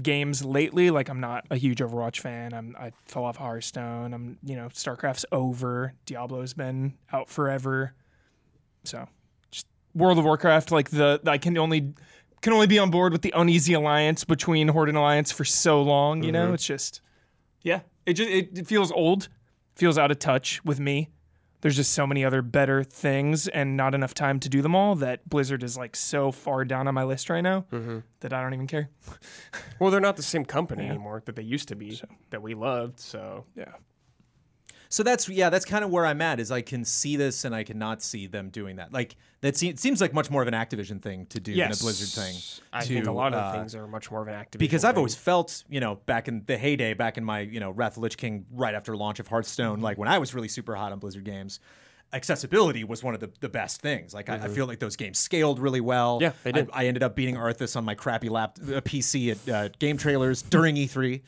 C: games lately. Like I'm not a huge Overwatch fan. I'm I fell off Hearthstone. I'm you know Starcraft's over. Diablo's been out forever. So just World of Warcraft. Like the I can only can only be on board with the uneasy alliance between Horde and Alliance for so long. You know, it's just yeah. It just it, it feels old. Feels out of touch with me there's just so many other better things and not enough time to do them all that Blizzard is like so far down on my list right now that I don't even care.
B: Well, they're not the same company anymore that they used to be that we loved. So
C: Yeah.
A: so that's yeah, that's kind of where I'm at. Is I can see this and I cannot see them doing that. Like that se- it seems like much more of an Activision thing to do than a
C: Yes.
A: Blizzard thing.
B: I
A: to,
B: think a lot of
A: uh,
B: things are much more of an activation.
A: because I've
B: thing.
A: always felt, you know, back in the heyday, back in my, you know, Wrath of Lich King right after launch of
B: Mm-hmm.
A: Hearthstone, like when I was really super hot on Blizzard games, accessibility was one of the, the best things. Like I, I feel like those games scaled really well.
B: Mm-hmm. Yeah, they did.
A: I, I ended up beating Arthas on my crappy lap uh, PC at uh, game trailers during E3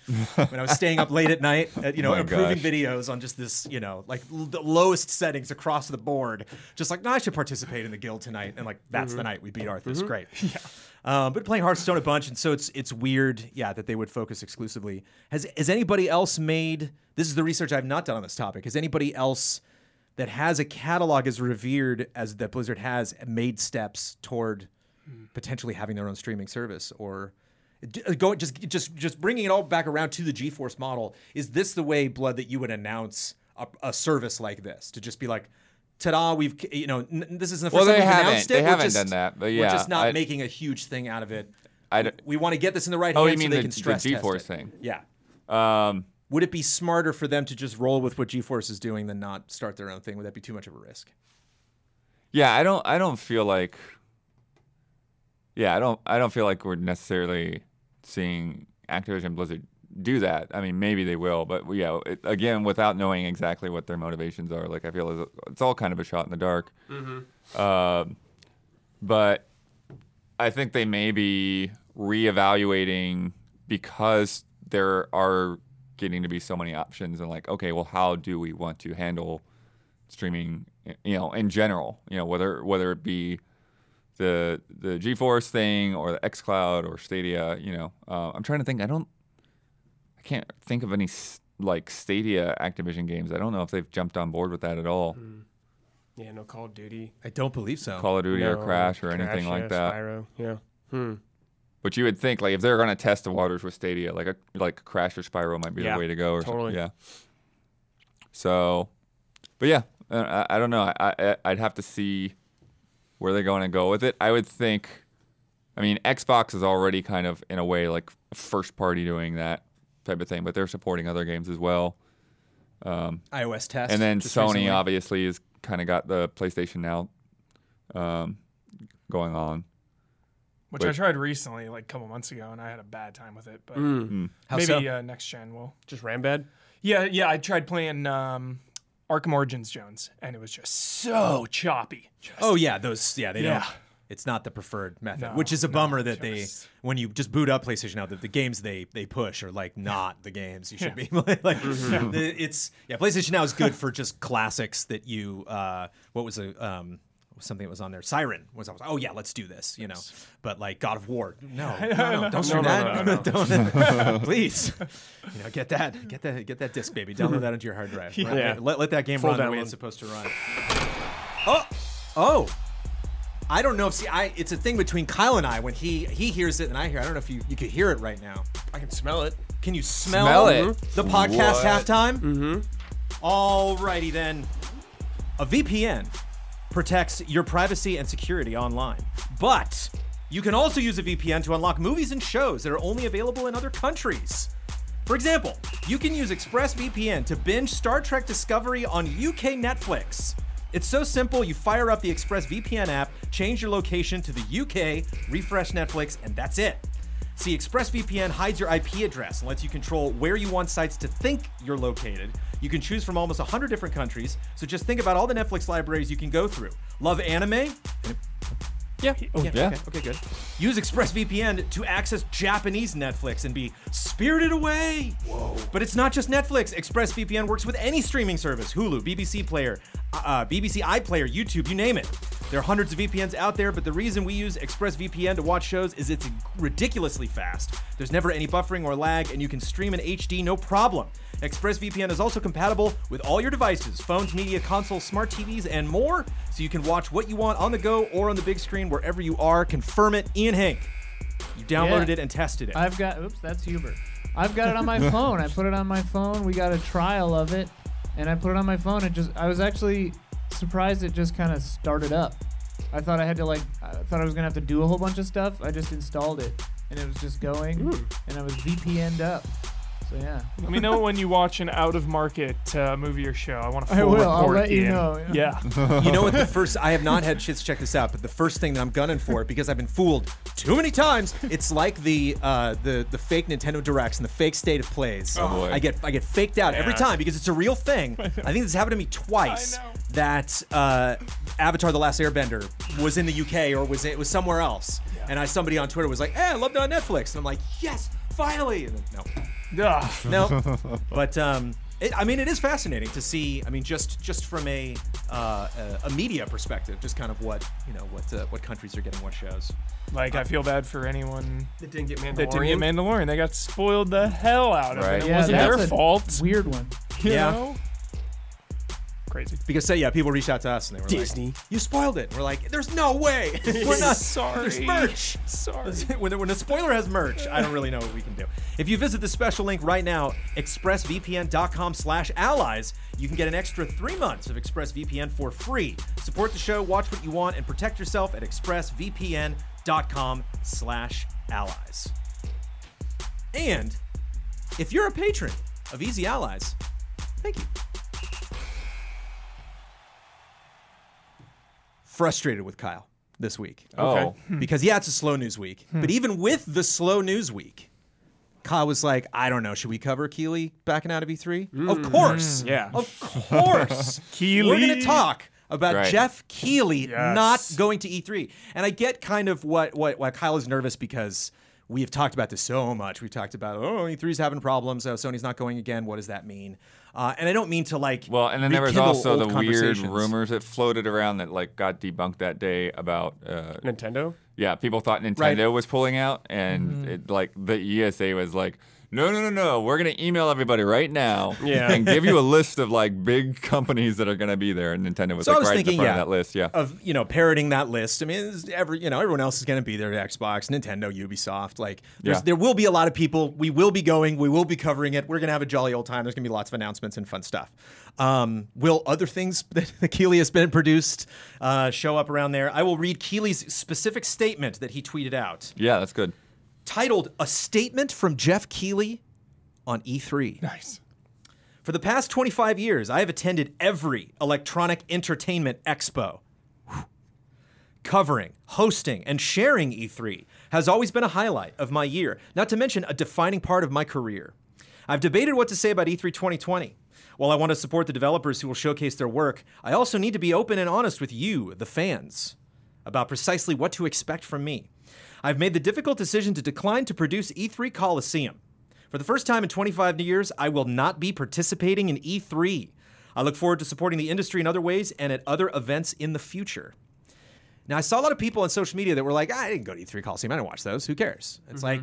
A: when I was staying up late at night, at, you know,
F: my
A: approving
F: gosh.
A: videos on just this, you know, like l- the lowest settings across the board. Just like, no, I should participate in the guild tonight, and like that's
F: Mm-hmm.
A: the night we beat Arthas. Great. Yeah. Um, but playing Hearthstone a bunch, and so it's it's weird, yeah, that they would focus exclusively. Has has anybody else made? This is the research I've not done on this topic. Has anybody else that has a catalog as revered as that Blizzard has made steps toward
F: Hmm.
A: potentially having their own streaming service or? d- uh, Go, just, just, just bringing it all back around to the GeForce model. Is this the way, Blood, that you would announce a, a service like this? To just be like, "Ta-da! We've, c- you know, n- n- this isn't the first
F: Well,
A: time
F: they
A: we've
F: haven't.
A: announced it.
F: They
A: We're
F: haven't
A: just-
F: done that, but
A: we're
F: yeah,
A: just not
F: I-
A: making a huge thing out of it.
F: I d-
A: we want to get this in the right
F: Oh,
A: hands
F: you mean
A: so they
F: the,
A: can
F: the
A: stress test
F: GeForce
A: it.
F: thing?
A: Yeah.
F: Um,
A: Would it be smarter for them to just roll with what GeForce is doing than not start their own thing? Would that be too much of a risk?
F: yeah, I don't. I don't feel like yeah, I don't I don't feel like we're necessarily seeing Activision Blizzard do that. I mean, maybe they will, but yeah, it, again, without knowing exactly what their motivations are, like I feel it's, it's all kind of a shot in the dark. Um, but I think they may be reevaluating because there are getting to be so many options and like, okay, well, how do we want to handle streaming? You know, in general, you know, whether whether it be the the GeForce thing or the XCloud or Stadia. You know, uh, I'm trying to think. I don't, I can't think of any s- like Stadia Activision games. I don't know if they've jumped on board with that at all.
B: Yeah, no Call of Duty.
A: I don't believe so.
F: Call of Duty or
B: no
F: Crash or anything like
B: Crash, yeah,
F: that.
B: Spyro. Yeah. Hmm.
F: But you would think like if they're gonna test the waters with Stadia, like a like Crash or Spyro might be
B: Yeah,
F: the way to go. Or something.
B: totally.
F: Yeah. So, but yeah, I, I I don't know. I, I I'd have to see where they're going to go with it. I would think. I mean, Xbox is already kind of in a way like first party doing that type of thing, but they're supporting other games as well. Um,
A: iOS test.
F: and then
A: just
F: Sony
A: recently.
F: obviously has kind of got the PlayStation Now um, going on.
C: which I
F: Wait.
C: tried recently, like a couple months ago, and I had a bad time with it. But
A: How
C: maybe
A: so?
C: uh, next gen will.
B: Just Rambad.
C: Yeah, yeah. I tried playing um, Arkham Origins Jones, and it was just so choppy. Just-
A: Oh yeah, those yeah they
C: Yeah.
A: don't. It's not the preferred method,
C: No,
A: which is a
C: no,
A: bummer that they
C: just-
A: when you just boot up PlayStation now, the, the games they they push are like not the games you should be like. the- it's yeah, PlayStation now is good for just classics that you uh what was a um something that was on there Siren was I was oh yeah let's do this you know but like God of War no no no don't do
B: no,
A: that
B: no,
A: Don't- please you know get that get that get that disc baby download that into your hard drive Let-
B: Yeah.
A: let, let that game
B: Full
A: run the way
B: download.
A: it's supposed to run. Oh, oh. I don't know if see, I it's a thing between Kyle and I when he he hears it and I hear. I don't know if you you could hear it right now.
B: I can smell it.
A: Can you smell,
F: Smell it?
A: the podcast
F: What?
A: halftime? Mm-hmm. Alrighty then. A VPN protects your privacy and security online, but you can also use a VPN to unlock movies and shows that are only available in other countries. For example, you can use ExpressVPN to binge Star Trek Discovery on UK Netflix. It's so simple, you fire up the ExpressVPN app, change your location to the UK, refresh Netflix, and that's it. See, ExpressVPN hides your IP address and lets you control where you want sites to think you're located. You can choose from almost 100 different countries, so just think about all the Netflix libraries you can go through. Love anime?
F: Yeah.
B: Yeah.
A: Okay, okay, good. Use ExpressVPN to access Japanese Netflix and be spirited away. Whoa. But it's not just Netflix. ExpressVPN works with any streaming service Hulu, BBC Player, uh, BBC iPlayer, YouTube, you name it. There are hundreds of VPNs out there, but the reason we use ExpressVPN to watch shows is it's ridiculously fast. There's never any buffering or lag, and you can stream in HD no problem. ExpressVPN is also compatible with all your devices phones, media consoles, smart TVs, and more, so you can watch what you want on the go or on the big screen wherever you are. Confirm it, Ian Hank. You downloaded
D: Yeah.
A: it and tested it.
D: I've got. Oops, that's Hubert. I've got it on my phone. I put it on my phone. We got a trial of it, and I put it on my phone. It just. I was actually surprised it just kind of started up. I thought I had to like. I thought I was gonna have to do a whole bunch of stuff. I just installed it, and it was just going, and I was VPN'd up. So yeah.
C: Let me know when you watch an out of market uh, movie or show. I want to.
D: I will. I'll
C: Report,
D: let you
C: Ian.
D: know,
C: Yeah.
A: you know what the first I have not had shits check this out, but the first thing that I'm gunning for because I've been fooled too many times, it's like the uh, the the fake Nintendo Directs and the fake state of plays.
F: Oh, boy.
A: I get I get faked out every
B: Yeah.
A: time because it's a real thing. I think this happened to me twice.
C: I know.
A: That uh, Avatar: The Last Airbender was in the UK or was it was somewhere else, and I somebody on Twitter was like, "Hey, I loved it on Netflix," and I'm like, "Yes, finally!" And then, no
C: Ugh.
A: no but um it, i mean it is fascinating to see i mean just just from a uh, a, a media perspective just kind of what you know what uh, what countries are getting what shows
C: Like I feel bad for anyone
B: That didn't get Mandalorian.
C: that didn't get Mandalorian. They got spoiled the hell out of
F: Right.
C: it. It
F: Yeah,
C: wasn't
D: that's
C: their
D: a
C: fault.
D: Weird one.
C: you
A: Yeah.
C: know? Crazy.
A: because say yeah people reached out to us and they were
B: Disney.
A: like you spoiled it we're like there's no way we're not there's
C: sorry.
A: merch
C: Sorry.
A: when, the, when the spoiler has merch, I don't really know what we can do. If you visit the special link right now, expressvpn.com slash allies, you can get an extra three months of ExpressVPN for free. Support the show, watch what you want, and protect yourself at expressvpn.com slash allies. And if you're a patron of Easy Allies, thank you. Frustrated with Kyle. this week
F: Oh,
A: because yeah, it's a slow news week. But even with the slow news week, Kyle was like, I don't know, should we cover Keeley backing out of E3?
F: Mm.
A: Of course.
B: Yeah.
A: Of course.
C: Keeley.
A: We're going to talk about
F: Right.
A: Jeff Keeley not
C: Yes.
A: going to E3. And I get kind of what, what, why Kyle is nervous because we have talked about this so much. We've talked about, oh, E3's having problems. Oh, Sony's not going again. What does that mean? Uh, and I don't mean to like.
F: well, and then there was
A: rekindle
F: also
A: old
F: the weird
A: conversations.
F: rumors that floated around that like got debunked that day about uh,
B: Nintendo.
F: Yeah, people thought Nintendo was pulling out, and
A: Mm-hmm.
F: it, like the ESA was like, "No, no, no, no, we're gonna email everybody right now
B: Yeah.
F: and give you a list of like big companies that are gonna be there." And Nintendo was
A: So I
F: like
A: was
F: right
A: thinking,
F: at the front
A: yeah, Oh.
F: of that list. Yeah,
A: of you know parroting that list. I mean, it's every you know everyone else is going to be there: Xbox, Nintendo, Ubisoft. Like, there's,
F: Yeah.
A: there will be a lot of people. We will be going. We will be covering it. We're going to have a jolly old time. There's going to be lots of announcements and fun stuff. Um, will other things that that Keeley has been produced uh, show up around there? I will read Keeley's specific statement that he tweeted out,
F: yeah, that's good.
A: titled "A Statement from Jeff Keeley on E3."
C: Nice.
A: For the past 25 years, I have attended every electronic entertainment expo. Whew. Covering, hosting, and sharing E3 has always been a highlight of my year, not to mention a defining part of my career. I've debated what to say about E E3 2020. While I want to support the developers who will showcase their work, I also need to be open and honest with you, the fans, about precisely what to expect from me. I've made the difficult decision to decline to produce E3 Coliseum. For the first time in 25 years, I will not be participating in E3. I look forward to supporting the industry in other ways and at other events in the future. Now, I saw a lot of people on social media that were like, I didn't go to E3 Coliseum. I didn't watch those. Who cares? It's like,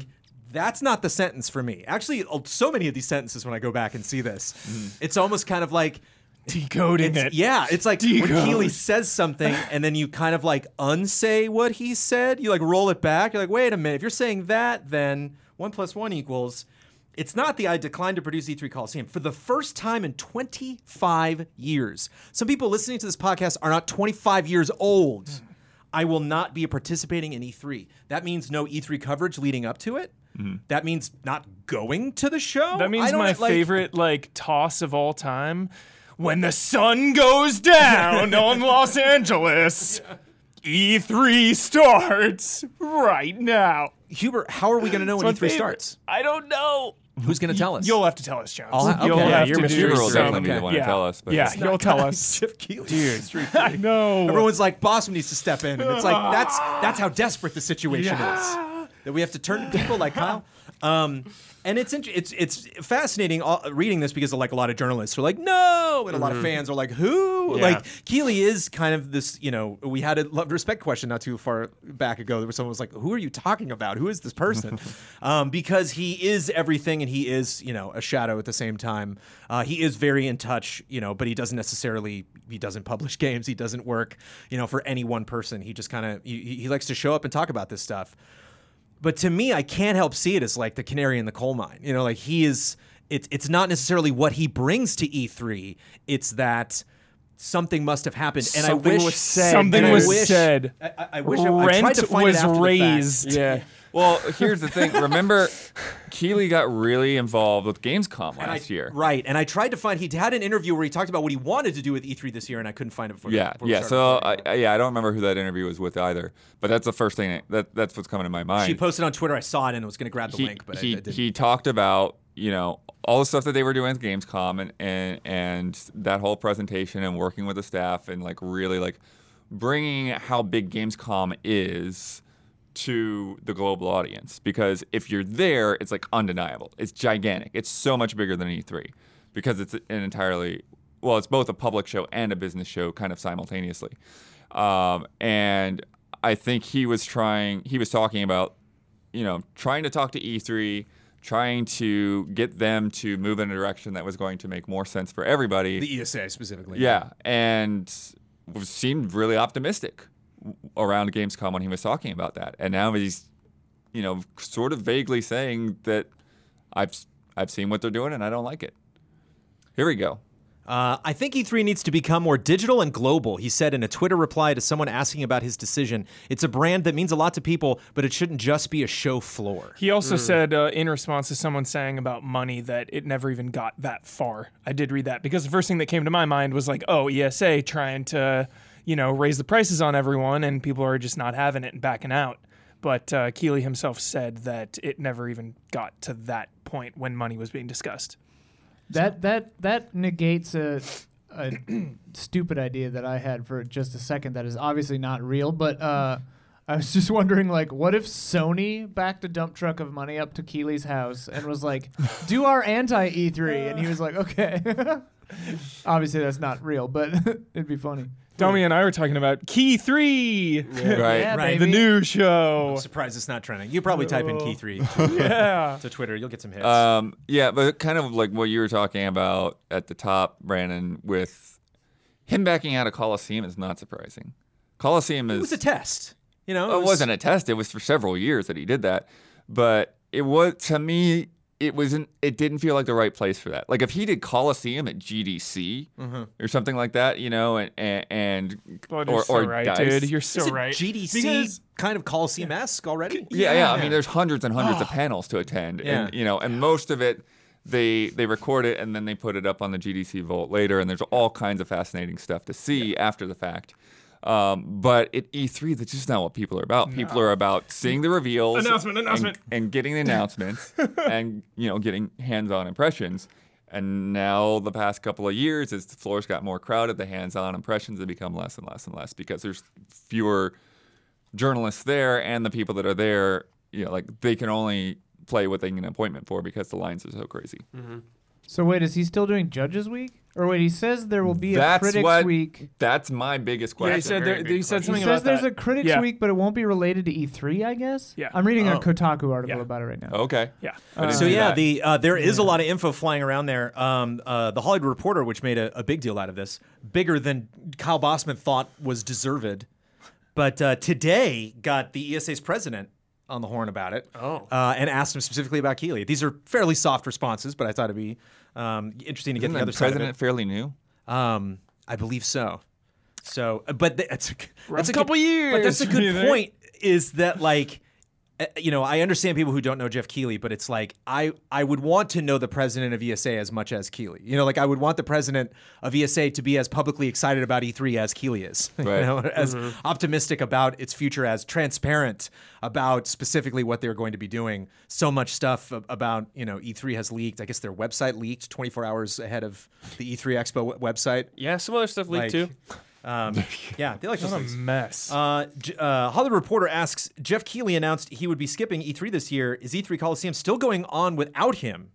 A: that's not the sentence for me. Actually, oh, so many of these sentences when I go back and see this, it's almost kind of like,
C: Decoding
A: it's-
C: it.
A: Yeah, it's like when
C: Decode.
A: Keeley says something and then you kind of like unsay what he said. You like roll it back. You're like, wait a minute. If you're saying that, then one plus one equals. It's not the I declined to produce E3 Coliseum for the first time in 25 years. Some people listening to this podcast are not 25 years old. I will not be participating in E3. That means no E3 coverage leading up to it. That means not going to the show.
C: Mm-hmm. That
A: I
C: means
A: don't,
C: my
A: like-
C: favorite like toss of all time. When the sun goes down on Los Angeles, E3 starts right now.
A: Huber, how are we going to know when
C: My
A: E3
C: favorite.
A: starts?
C: I don't know.
A: Who's going to tell us?
C: You'll have to tell us, Jones.
A: I'll ha-
C: You'll
A: okay. Yeah,
C: have
B: you're
C: to
B: Mr.
C: do
F: Huber will
C: some-
F: definitely be the one to
C: yeah.
F: tell us, but
C: yeah,
F: it's
C: he'll tell us.
A: Jeff Keighley. Dude,
C: I know.
A: Everyone's like, Boston needs to step in. And it's like, that's that's how desperate the situation is. That we have to turn to people like Kyle. Um, and it's int- it's it's fascinating all, reading this because like a lot of journalists are like, no, and a lot of fans are like, who?
B: Yeah.
A: Like Keeley is kind of this, you know, we had a love respect question not too far back ago. There was someone was like, who are you talking about? Who is this person? um, because he is everything and he is, you know, a shadow at the same time. Uh, he is very in touch, you know, but he doesn't necessarily, he doesn't publish games. He doesn't work, you know, for any one person. He just kind of, he, he- he likes to show up and talk about this stuff but to me, I can't help see it as like the canary in the coal mine. You know, like he is. It's it's not necessarily what he brings to E3. It's that something must have happened, and I
B: Something
A: wish
B: was said,
C: Something
A: and I
C: was
A: wish-
C: said.
A: I, I- I wish I, I tried
C: Rent
A: to find
C: was
A: it after the fact.
C: raised.
B: Yeah.
F: Well, here's the thing. Remember, Keeley got really involved with Gamescom
A: And I-
F: last year.
A: right? And I tried to find. He had an interview where he talked about what he wanted to do with E3 this year, and I couldn't find it. Before
F: Yeah,
A: before we
F: yeah.
A: started
F: So, uh, I,
A: recording.
F: I- yeah, I don't remember who that interview was with either. But that's the first thing that, that that's what's coming to my mind.
A: she posted on Twitter. I saw it and was going to grab the
F: he,
A: link, but I-
F: he,
A: I, didn't.
F: he talked about you know all the stuff that they were doing at Gamescom and, and and that whole presentation and working with the staff and like really like bringing how big Gamescom is to the global audience because if you're there it's like undeniable it's gigantic it's so much bigger than E3 because it's an entirely well it's both a public show and a business show kind of simultaneously um, and I think he was trying he was talking about you know, trying to talk to E3, trying to get them to move in a direction that was going to make more sense for everybody.
B: E
A: the ESA specifically.
F: yeah, and seemed really optimistic w- around Gamescom when he was talking about that. And now he's, you know, sort of vaguely saying that I've s- I've seen what they're doing and I don't like it. Here we go.
A: Uh, I think E3 needs to become more digital and global, he said in a Twitter reply to someone asking about his decision. It's a brand that means a lot to people, but it shouldn't just be a show floor.
C: He also said, uh, in response to someone saying about money, that it never even got that far. I did read that because the first thing that came to my mind was like, oh, ESA E trying to, you know, raise the prices on everyone, and people are just not having it and backing out. But uh, Keeley himself said that it never even got to that point when money was being discussed.
D: That that that negates a, a stupid idea that I had for just a second. That is obviously not real, but uh, I was just wondering, like, what if Sony backed a dump truck of money up to Keeley's house and was like, "Do our anti E3," and he was like, "Okay." obviously, that's not real, but it'd be funny.
C: Domi and I were talking about Key Three,
F: Right.
D: Yeah,
A: Right.
C: the
D: baby.
C: new show.
A: Surprised it's not trending. You probably type in key three
C: yeah.
A: to Twitter. You'll get some hits.
F: Um, yeah, but kind of like what you were talking about at the top, Brandon, with him backing out of Coliseum is not surprising. Coliseum
A: it
F: is
A: was a test. You know,
F: Oh, it wasn't a test. It was for several years that he did that. But it was to me, it wasn't. It didn't feel like the right place for that. Like if he did Coliseum at GDC
A: Mm-hmm.
F: or something like that, you know, and and, and
C: But
F: or
C: you're so
F: or
C: right,
F: Dice.
C: dude. You're so
A: It's a
C: right.
A: GDC
C: Because-
A: kind of Coliseum esque already.
F: yeah, yeah. I mean, there's hundreds and hundreds of panels to attend, and
A: Ah. Yeah.
F: you know, and most of it, they they record it and then they put it up on the GDC Vault later, and there's all kinds of fascinating stuff to see after the fact. Um, but at E3, that's just not what people are about. People are about seeing the reveals,
C: Announcement,
F: and-
C: announcement.
F: and, getting the announcements, and you know, getting hands-on impressions. And now, the past couple of years, as the floor's got more crowded, the hands-on impressions have become less and less and less because there's fewer journalists there and the people that are there, you know, like they can only play what they get an appointment for because the lines are so crazy.
C: Mm-hmm.
D: So wait, is he still doing Judges Week? Or wait, he says there will be a
F: That's
D: Critics
F: what-
D: Week.
F: That's my biggest
C: Yeah,
F: question.
C: he said,
B: very
C: there,
B: big
C: he said
B: question.
D: He
C: something
D: says
C: about
D: there's
C: that.
D: a Critics
C: Yeah.
D: Week, but it won't be related to E3, I guess.
C: Yeah.
D: I'm reading
F: Oh.
D: a Kotaku article
C: Yeah.
D: about it right now.
F: okay.
C: yeah.
F: I didn't
A: So
F: see
A: yeah,
F: that.
A: the uh, there is a lot of info flying around there. Um, uh, the Hollywood Reporter, which made a, a big deal out of this, bigger than Kyle Bossman thought was deserved, but uh, today got the ESA's president on the horn about it.
B: Oh.
A: uh, and asked him specifically about Keeley. These are fairly soft responses, but I thought it'd be um, interesting to get
F: Isn't
A: the
F: Mm, the
A: other
F: president
A: side
F: fairly new?
A: of it. Um, I believe so. So, uh, but th- that's a, g- that's a
C: couple
A: good, But that's
C: years,
A: a
C: you
A: good
C: think?
A: point. Is that like, uh, you know, I understand people who don't know Jeff Keeley, but it's like I I would want to know the president of ESA as much as Keeley. You know, like I would want the president of ESA to be as publicly excited about E3 as Keeley is.
F: Right.
A: You know, as
B: Mm-hmm.
A: optimistic about its future, as transparent about specifically what they're going to be doing. So much stuff ab- about you know E3 has leaked. I guess their website leaked 24 hours ahead of the E3 Expo w- website.
B: Yeah, some other stuff leaked
A: Like-
B: too.
A: Um, yeah, they like those
C: What a
A: things.
C: mess.
A: Uh, J- uh, Hollywood Reporter asks Jeff Keighley announced he would be skipping E3 this year. Is E3 Coliseum still going on without him?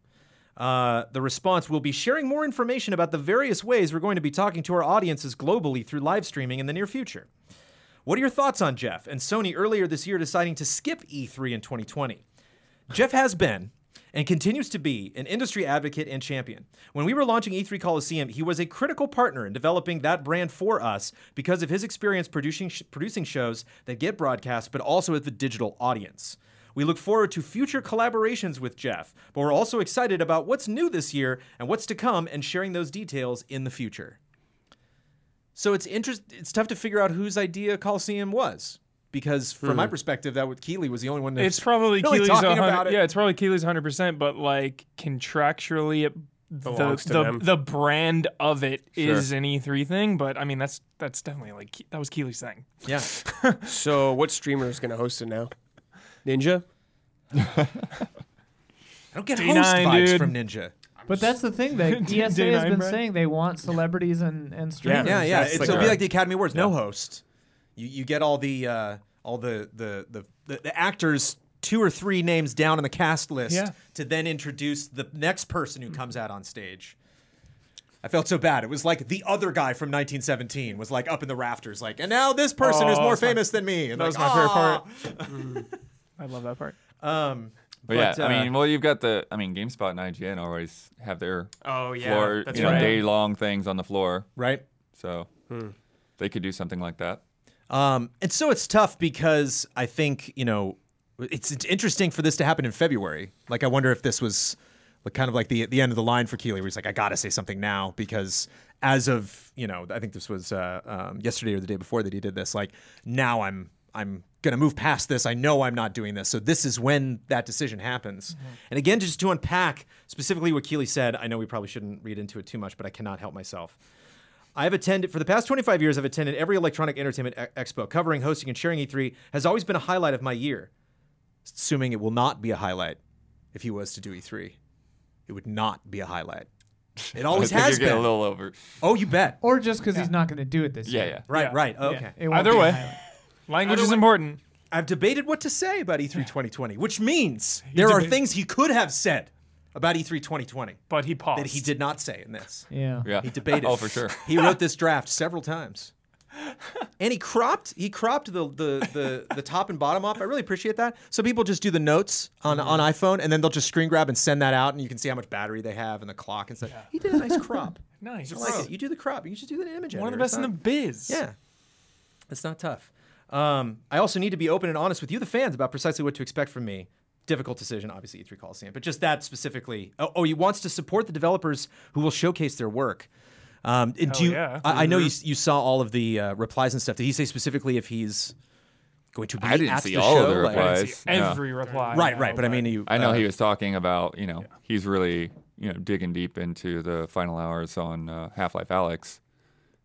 A: Uh, the response will be sharing more information about the various ways we're going to be talking to our audiences globally through live streaming in the near future. What are your thoughts on Jeff and Sony earlier this year deciding to skip E3 in 2020? Jeff has been and continues to be an industry advocate and champion. When we were launching E3 Coliseum, he was a critical partner in developing that brand for us because of his experience producing producing shows that get broadcast but also with the digital audience. We look forward to future collaborations with Jeff, but we're also excited about what's new this year and what's to come and sharing those details in the future. So it's interest. It's tough to figure out whose idea Coliseum was because, from my perspective, that with Keeley was the only one. that
C: it's probably
A: really
C: Keely's
A: talking
C: 100
A: about it.
C: Yeah, it's probably Keely's 100, percent but like contractually, it, the
B: Belongs to
C: the,
B: them.
C: the brand of it is an E3 thing. But I mean, that's that's definitely like Ke- that was Keely's thing.
A: yeah.
B: So, what streamer is going to host it now? Ninja?
A: I don't get
C: D9,
A: host vibes
C: dude.
A: from Ninja.
D: But that's the thing that
C: Day
D: ESA has
C: nine,
D: been
C: Brett.
D: saying they want celebrities and and streamers.
A: Yeah, yeah.
B: That's
A: It's,
B: like
A: it'll
B: a-
A: be like the Academy Awards. No host. You you get all the uh, all the the, the the the actors two or three names down on the cast list
C: Yeah.
A: to then introduce the next person who comes out on stage. I felt so bad. It was like the other guy from 1917 was like up in the rafters, like, and now this person is
C: Oh,
A: more
C: that's my-
A: famous than me. And
C: That
A: like,
C: was my favorite
A: "Ah."
C: part. I love that part.
A: Um,
F: But,
A: But,
F: yeah,
A: uh,
F: I mean, well, you've got the, I mean, GameSpot and IGN always have their
B: Oh, yeah.
F: floor,
B: that's
F: you know,
C: right.
F: day long things on the floor,
A: right.
F: so
A: Hmm.
F: they could do something like that.
A: Um, and so it's tough because I think you know it's, it's interesting for this to happen in February. Like I wonder if this was like kind of like the the end of the line for Keeley, where he's like, I gotta say something now because as of you know, I think this was uh, um, yesterday or the day before that he did this. Like now I'm I'm gonna move past this. I know I'm not doing this. So this is when that decision happens. And again, just to unpack specifically what Keeley said, I know we probably shouldn't read into it too much, but I cannot help myself. I've attended for the past 25 years. I've attended every electronic entertainment e- expo, covering, hosting, and sharing E3 has always been a highlight of my year. Assuming it will not be a highlight, if he was to do E3, it would not be a highlight. It always
F: I think
A: has
F: you're getting
A: been.
F: a little over.
A: oh, you bet.
D: Or just because he's not going to do it this
F: Yeah,
D: year.
F: yeah.
A: Right,
C: Yeah.
A: right. Okay.
D: It won't
C: Either
D: be a
C: way,
D: highlight.
C: language is important.
A: I've debated what to say about E E3 2020, which means there are
C: debated-
A: things he could have said about E E3 2020
C: But he paused.
A: that he did not say in this.
D: Yeah.
F: Yeah.
A: He debated.
F: Oh, for sure.
A: He wrote this draft several times. And he cropped he cropped the the, the the top and bottom off. I really appreciate that. So people just do the notes on, on
C: Mm-hmm.
A: iPhone and then they'll just screen grab and send that out and you can see how much battery they have and the clock and stuff. He did a nice crop.
C: Nice.
A: I like it. You do the crop. You just do the image.
C: One of the
A: editor.
C: best in the
A: It's not-
C: biz.
A: yeah. It's not tough. Um, I also need to be open and honest with you, the fans, about precisely what to expect from me. Difficult decision, obviously, E3 Coliseum, but just that specifically. Oh, oh, he wants to support the developers who will showcase their work. Um, and do
C: Hell
A: you,
C: yeah. Mm-hmm.
A: I, I know you, you saw all of the uh, replies and stuff. Did he say specifically if he's going to be
F: I didn't
A: at
F: see
A: the
F: all
A: show?
F: of the
A: Like-
F: replies.
C: I see every reply.
A: right,
C: now,
A: right. But I mean, you,
F: I know
A: uh,
F: he was talking about, you know, he's really, you know, digging deep into the final hours on uh, Half Life Alex.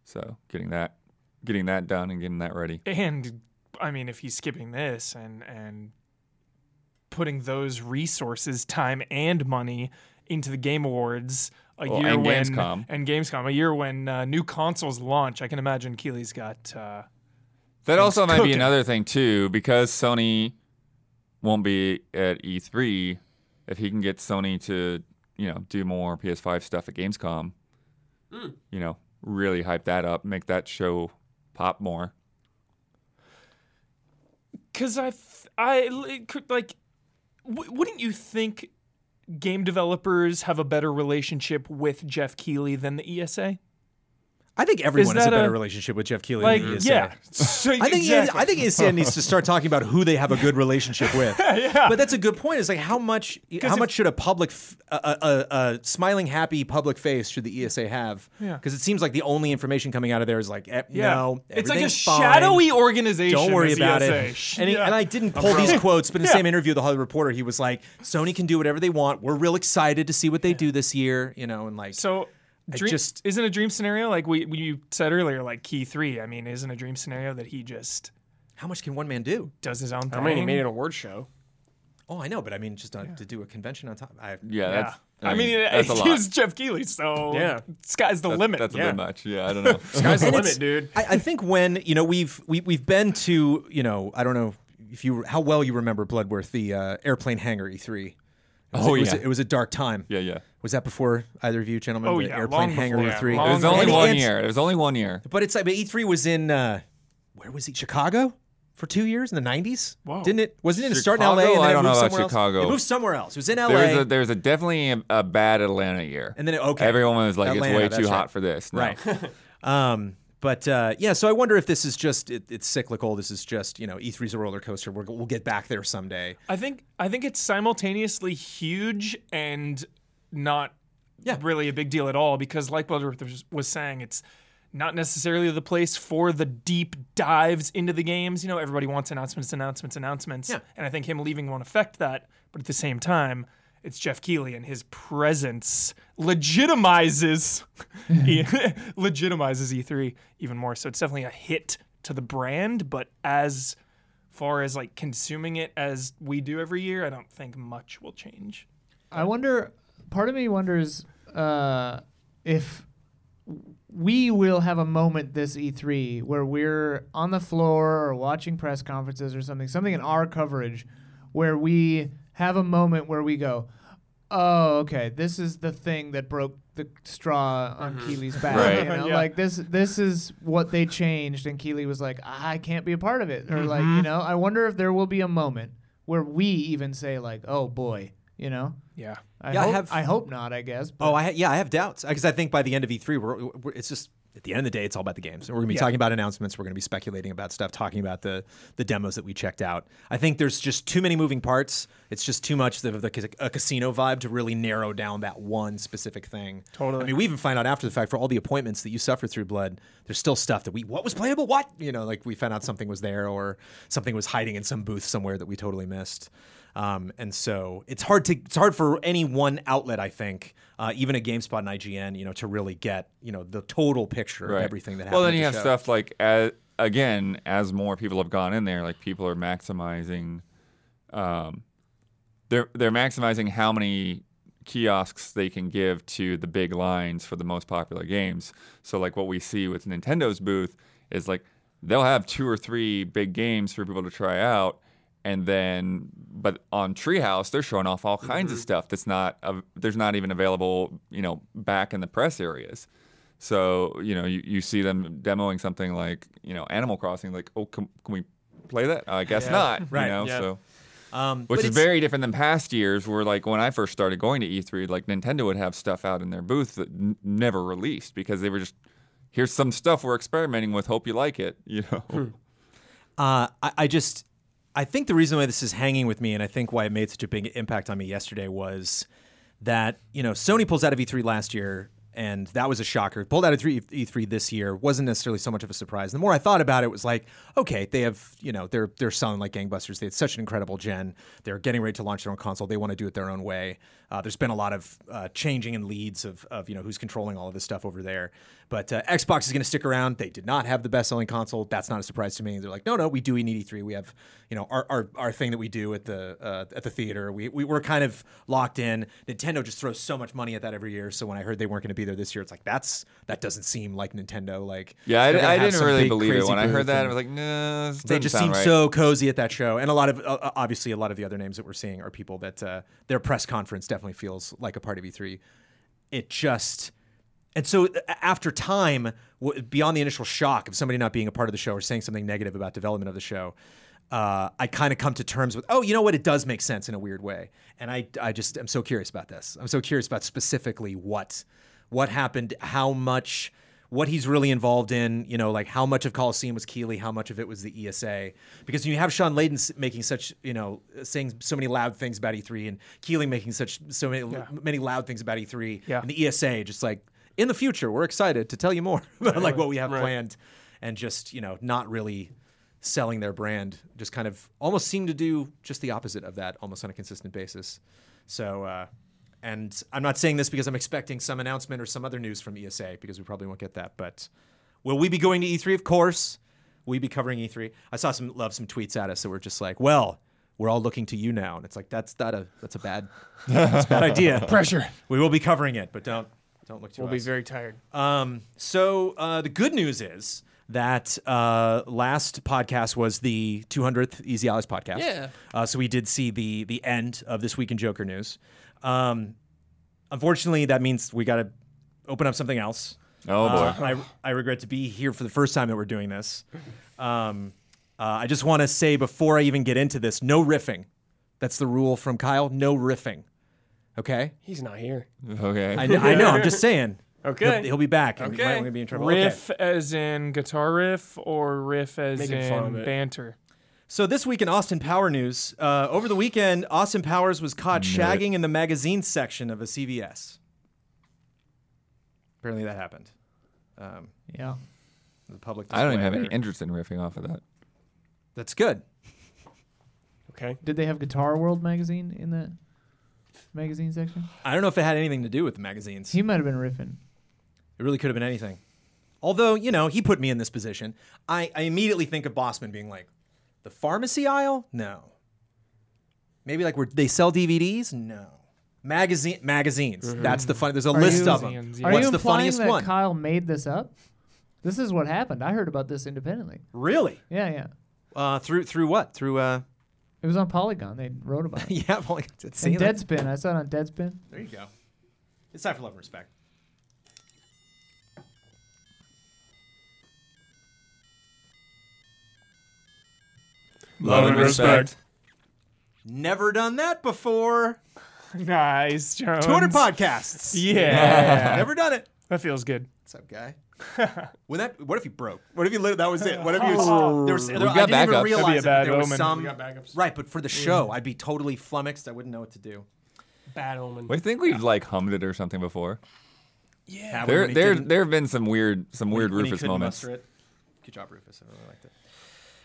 F: So getting that, getting that done and getting that ready.
C: and I mean, if he's skipping this and and putting those resources, time and money into the Game Awards a
F: Well,
C: year
F: and
C: when
F: Gamescom.
C: and Gamescom a year when uh, new consoles launch, I can imagine Keely's got uh,
F: That also might be
C: cooking.
F: another thing too, because Sony won't be at E3. If he can get Sony to, you know, do more PS5 stuff at Gamescom, you know, really hype that up, make that show pop more.
C: Because I, th- I li- could, like, w- wouldn't you think game developers have a better relationship with Jeff Keighley than the E ESA?
A: I think everyone has a
C: that
A: better
C: a-
A: relationship with Jeff Keighley
C: Like,
F: E
A: than the ESA.
C: yeah. So,
A: I think
C: exactly.
A: I think ESN needs to start talking about who they have a good relationship with. But that's a good point. It's like how much how much should a public f- a, a, a, a smiling happy public face should the ESA have?
C: Yeah.
A: Because it seems like the only information coming out of there is like eh,
C: Yeah.
A: no,
C: it's like a
A: everything's fine.
C: shadowy organization.
A: Don't worry
C: is
A: about
C: ESA.
A: it.
C: Sh-
A: And, he-
C: yeah.
A: and I didn't pull these quotes, but in the same interview, with the Hollywood Reporter, he was like, "Sony can do whatever they want. We're real excited to see what they do this year." You know, and like,
C: So, dream,
A: just-
C: isn't a dream scenario like we, we you said earlier, like Key Three? I mean, isn't a dream scenario that he just
A: how much can one man do?
C: does his own thing?
B: I mean, he made an award show.
A: Oh, I know, but I mean, just to, to do a convention on top. I,
F: Yeah,
C: Yeah.
F: that's.
C: I mean, it,
F: that's a
C: it
F: lot.
C: is Jeff Keighley, so
B: Yeah.
C: sky's the limit.
F: That's a
B: yeah.
F: bit much. Yeah, I don't know.
B: Sky's the
A: And
B: limit,
A: it's-
B: dude.
A: I, I think when you know we've we, we've been to you know I don't know if you how well you remember Bloodworth the uh, airplane hangar E3. It was-
F: Oh,
A: it was,
F: yeah.
A: it was a dark time.
F: yeah, yeah.
A: Was that before either of you gentlemen?
C: Oh,
A: the
C: yeah,
A: airplane
C: long
A: hangar
C: before, yeah,
A: E3.
C: long
F: It was
C: Um,
F: only
A: And-
F: one
A: and-
F: year. It was only one year.
A: But it's like but E3 was in uh, where was he? Chicago for two years in the nineties.
C: Whoa.
A: Didn't it? Wasn't it start in L.A.
F: Chicago?
A: and then
F: I
A: it moved
F: don't know about
A: somewhere else?
F: Chicago.
A: It moved somewhere else. It was in L.A.
F: There was a, there was a definitely a, a bad Atlanta year.
A: And then it- okay.
F: Everyone was like,
A: Atlanta,
F: it's way
A: that's
F: too
A: right.
F: hot for this. No.
A: Right. um, but uh, yeah, so I wonder if this is just it, it's cyclical. This is just you know E3's a roller coaster. We're, we'll get back there someday.
C: I think I think it's simultaneously huge and not really a big deal at all because, like Bloodworth was- was saying, it's not necessarily the place for the deep dives into the games. You know, everybody wants announcements, announcements, announcements,
A: Yeah.
C: and I think him leaving won't affect that. But at the same time, it's Jeff Keighley and his presence legitimizes E- legitimizes E3 even more. So it's definitely a hit to the brand, but as far as like consuming it as we do every year, I don't think much will change.
D: I wonder. Part of me wonders uh, if we will have a moment this E3 where we're on the floor or watching press conferences or something, something in our coverage, where we have a moment where we go, "Oh, okay, this is the thing that broke the straw on Keeley's back."
F: Right.
D: You know,
C: Yeah.
D: like this, this is what they changed, and Keeley was like, "I can't be a part of it," or like, you know, I wonder if there will be a moment where we even say like, "Oh boy," you know.
C: Yeah.
D: I,
A: Yeah, I
D: hope, I,
A: have-
D: hope not, I guess. But
A: Oh, I ha- yeah, I have doubts because I think by the end of E3, we're, we're, it's just at the end of the day, it's all about the games. We're going to be talking about announcements. We're going to be speculating about stuff, talking about the the demos that we checked out. I think there's just too many moving parts. It's just too much of the, ca- a casino vibe to really narrow down that one specific thing. Totally. I mean, we even find out after the fact for all the appointments that you suffered through blood. There's still stuff that we what was playable, what you know, like we found out something was there or something was hiding in some booth somewhere that we totally missed. Um, and so it's hard to it's hard for any one outlet, I think, uh, even a GameSpot and IGN, you know, to really get you know the total picture of
F: Right.
A: everything that happened.
F: Well, then
A: at
F: you
A: the
F: have
A: show.
F: stuff like as, again, as more people have gone in there, like people are maximizing, um, they're they're maximizing how many kiosks they can give to the big lines for the most popular games. So like what we see with Nintendo's booth is like they'll have two or three big games for people to try out. And then, but on Treehouse, they're showing off all kinds of stuff that's not, av- there's not even available, you know, back in the press areas. So you know, you, you see them demoing something like you know Animal Crossing, like oh, can, can we play that? I guess not.
A: Right,
F: You know,
B: yeah.
F: so
A: um, but
F: which is
A: it's-
F: very different than past years, where like when I first started going to E3, like Nintendo would have stuff out in their booth that n- never released because they were just here's some stuff we're experimenting with. Hope you like it. You
A: Hmm.
F: know.
A: Uh, I, I just, I think the reason why this is hanging with me, and I think why it made such a big impact on me yesterday was that you know Sony pulls out of E3 last year, and that was a shocker. Pulled out of three- E3 this year wasn't necessarily so much of a surprise. The more I thought about it, it was like, okay, they have you know they're they're selling like gangbusters. They had such an incredible gen. They're getting ready to launch their own console. They want to do it their own way. Uh, there's been a lot of uh, changing in leads of of you know who's controlling all of this stuff over there. But uh, Xbox is going to stick around. They did not have the best selling console. That's not a surprise to me. They're like, no, no, we do need E3. We have, you know, our, our, our thing that we do at the uh, at the theater. We, we we're kind of locked in. Nintendo just throws so much money at that every year. So when I heard they weren't going to be there this year, it's like that's that doesn't seem like Nintendo. Like
F: yeah,
A: they're gonna
F: I, I
A: have
F: didn't
A: some
F: really
A: big,
F: believe it
A: crazy
F: when I
A: booth
F: heard that. I
A: and-
F: was like, no, this
A: they
F: doesn't
A: just
F: sound
A: seem
F: right.
A: so cozy at that show, and a lot of uh, obviously a lot of the other names that we're seeing are people that uh, their press conference definitely feels like a part of E3. It just and so uh, after time, w- beyond the initial shock of somebody not being a part of the show or saying something negative about development of the show, uh, I kind of come to terms with, oh, you know what? It does make sense in a weird way, and I I just am so curious about this. I'm so curious about specifically what what happened, how much what he's really involved in, you know, like how much of Coliseum was Keeley, how much of it was the ESA. Because you have Sean Layden s- making such, you know, saying so many loud things about E3 and Keeley making such so many many loud things about E3
C: Yeah.
A: and the ESA just like in the future we're excited to tell you more about like what we have planned and just, you know, not really selling their brand just kind of almost seem to do just the opposite of that almost on a consistent basis. So uh and I'm not saying this because I'm expecting some announcement or some other news from ESA because we probably won't get that. But will we be going to E3? Of course, we be covering E3. I saw some love some tweets at us that were just like, "Well, we're all looking to you now," and it's like that's not a that's a bad that's a bad idea.
C: Pressure.
A: We will be covering it, but don't don't look to
B: We'll
A: us.
B: be very tired.
A: Um, so uh, the good news is that uh, last podcast was the 200th Easy Allies podcast.
B: Yeah.
A: Uh, so we did see the the end of this week in Joker news. Um, unfortunately, that means we got to open up something else.
F: Oh boy.
A: Uh, I, I regret to be here for the first time that we're doing this. Um, uh, I just want to say before I even get into this, no riffing. That's the rule from Kyle. No riffing. Okay.
B: He's not here.
F: okay.
A: uh, I, kn- I know. I'm just saying.
B: Okay.
A: He'll, he'll be back. And okay.
B: Okay.
A: Might wanna be in trouble. Okay.
C: Riff as in guitar riff or riff as
B: Making fun of
C: in
B: it.
C: banter.
A: So this week in Austin Power news, uh, over the weekend, Austin Powers was caught shagging in the magazine section of a CVS. Apparently, that happened. Um,
D: Yeah.
A: the public.
F: I don't even have
A: display.
F: any interest in riffing off of that.
A: That's good.
B: Okay.
D: Did they have Guitar World magazine in that magazine section?
A: I don't know if it had anything to do with the magazines.
D: He might have been riffing.
A: It really could have been anything. Although, you know, he put me in this position. I, I immediately think of Bossman being like, the pharmacy aisle? No. Maybe like where they sell DVDs? No. Magazine magazines. That's the funny. There's a
D: Are
A: list
D: you-
A: of them.
C: Magazines, yeah.
D: Are
A: What's
D: you
A: the
D: implying
A: funniest
D: that
A: one?
D: Kyle made this up? This is what happened. I heard about this independently.
A: really?
D: Yeah, yeah.
A: Uh, through through what? Through uh,
D: It was on Polygon. They wrote about it.
A: yeah. I've only got to see
D: and
A: that.
D: Deadspin. I saw it on Deadspin.
A: There you go. It's time for love and respect.
F: Love and respect.
A: Never done that before.
C: Nice, Jones.
A: 200 podcasts.
C: Yeah.
A: Never done it.
C: that feels good.
A: What's up, guy? when that, what if he broke? What if he lit? That was it. What if he was? There was there, I
F: got
A: didn't even
F: backups.
A: realize
C: Oh. That'd be a
A: it, but
C: bad
A: there was
C: omen.
A: some
C: We got backups.
A: right, but for the show, I'd be totally flummoxed. I wouldn't know what to do.
B: Bad omen.
F: I think we've like hummed it or something before.
A: Yeah,
F: There, there, there have been some weird, some weird Rufus moments.
A: It. Good job, Rufus. I really liked it.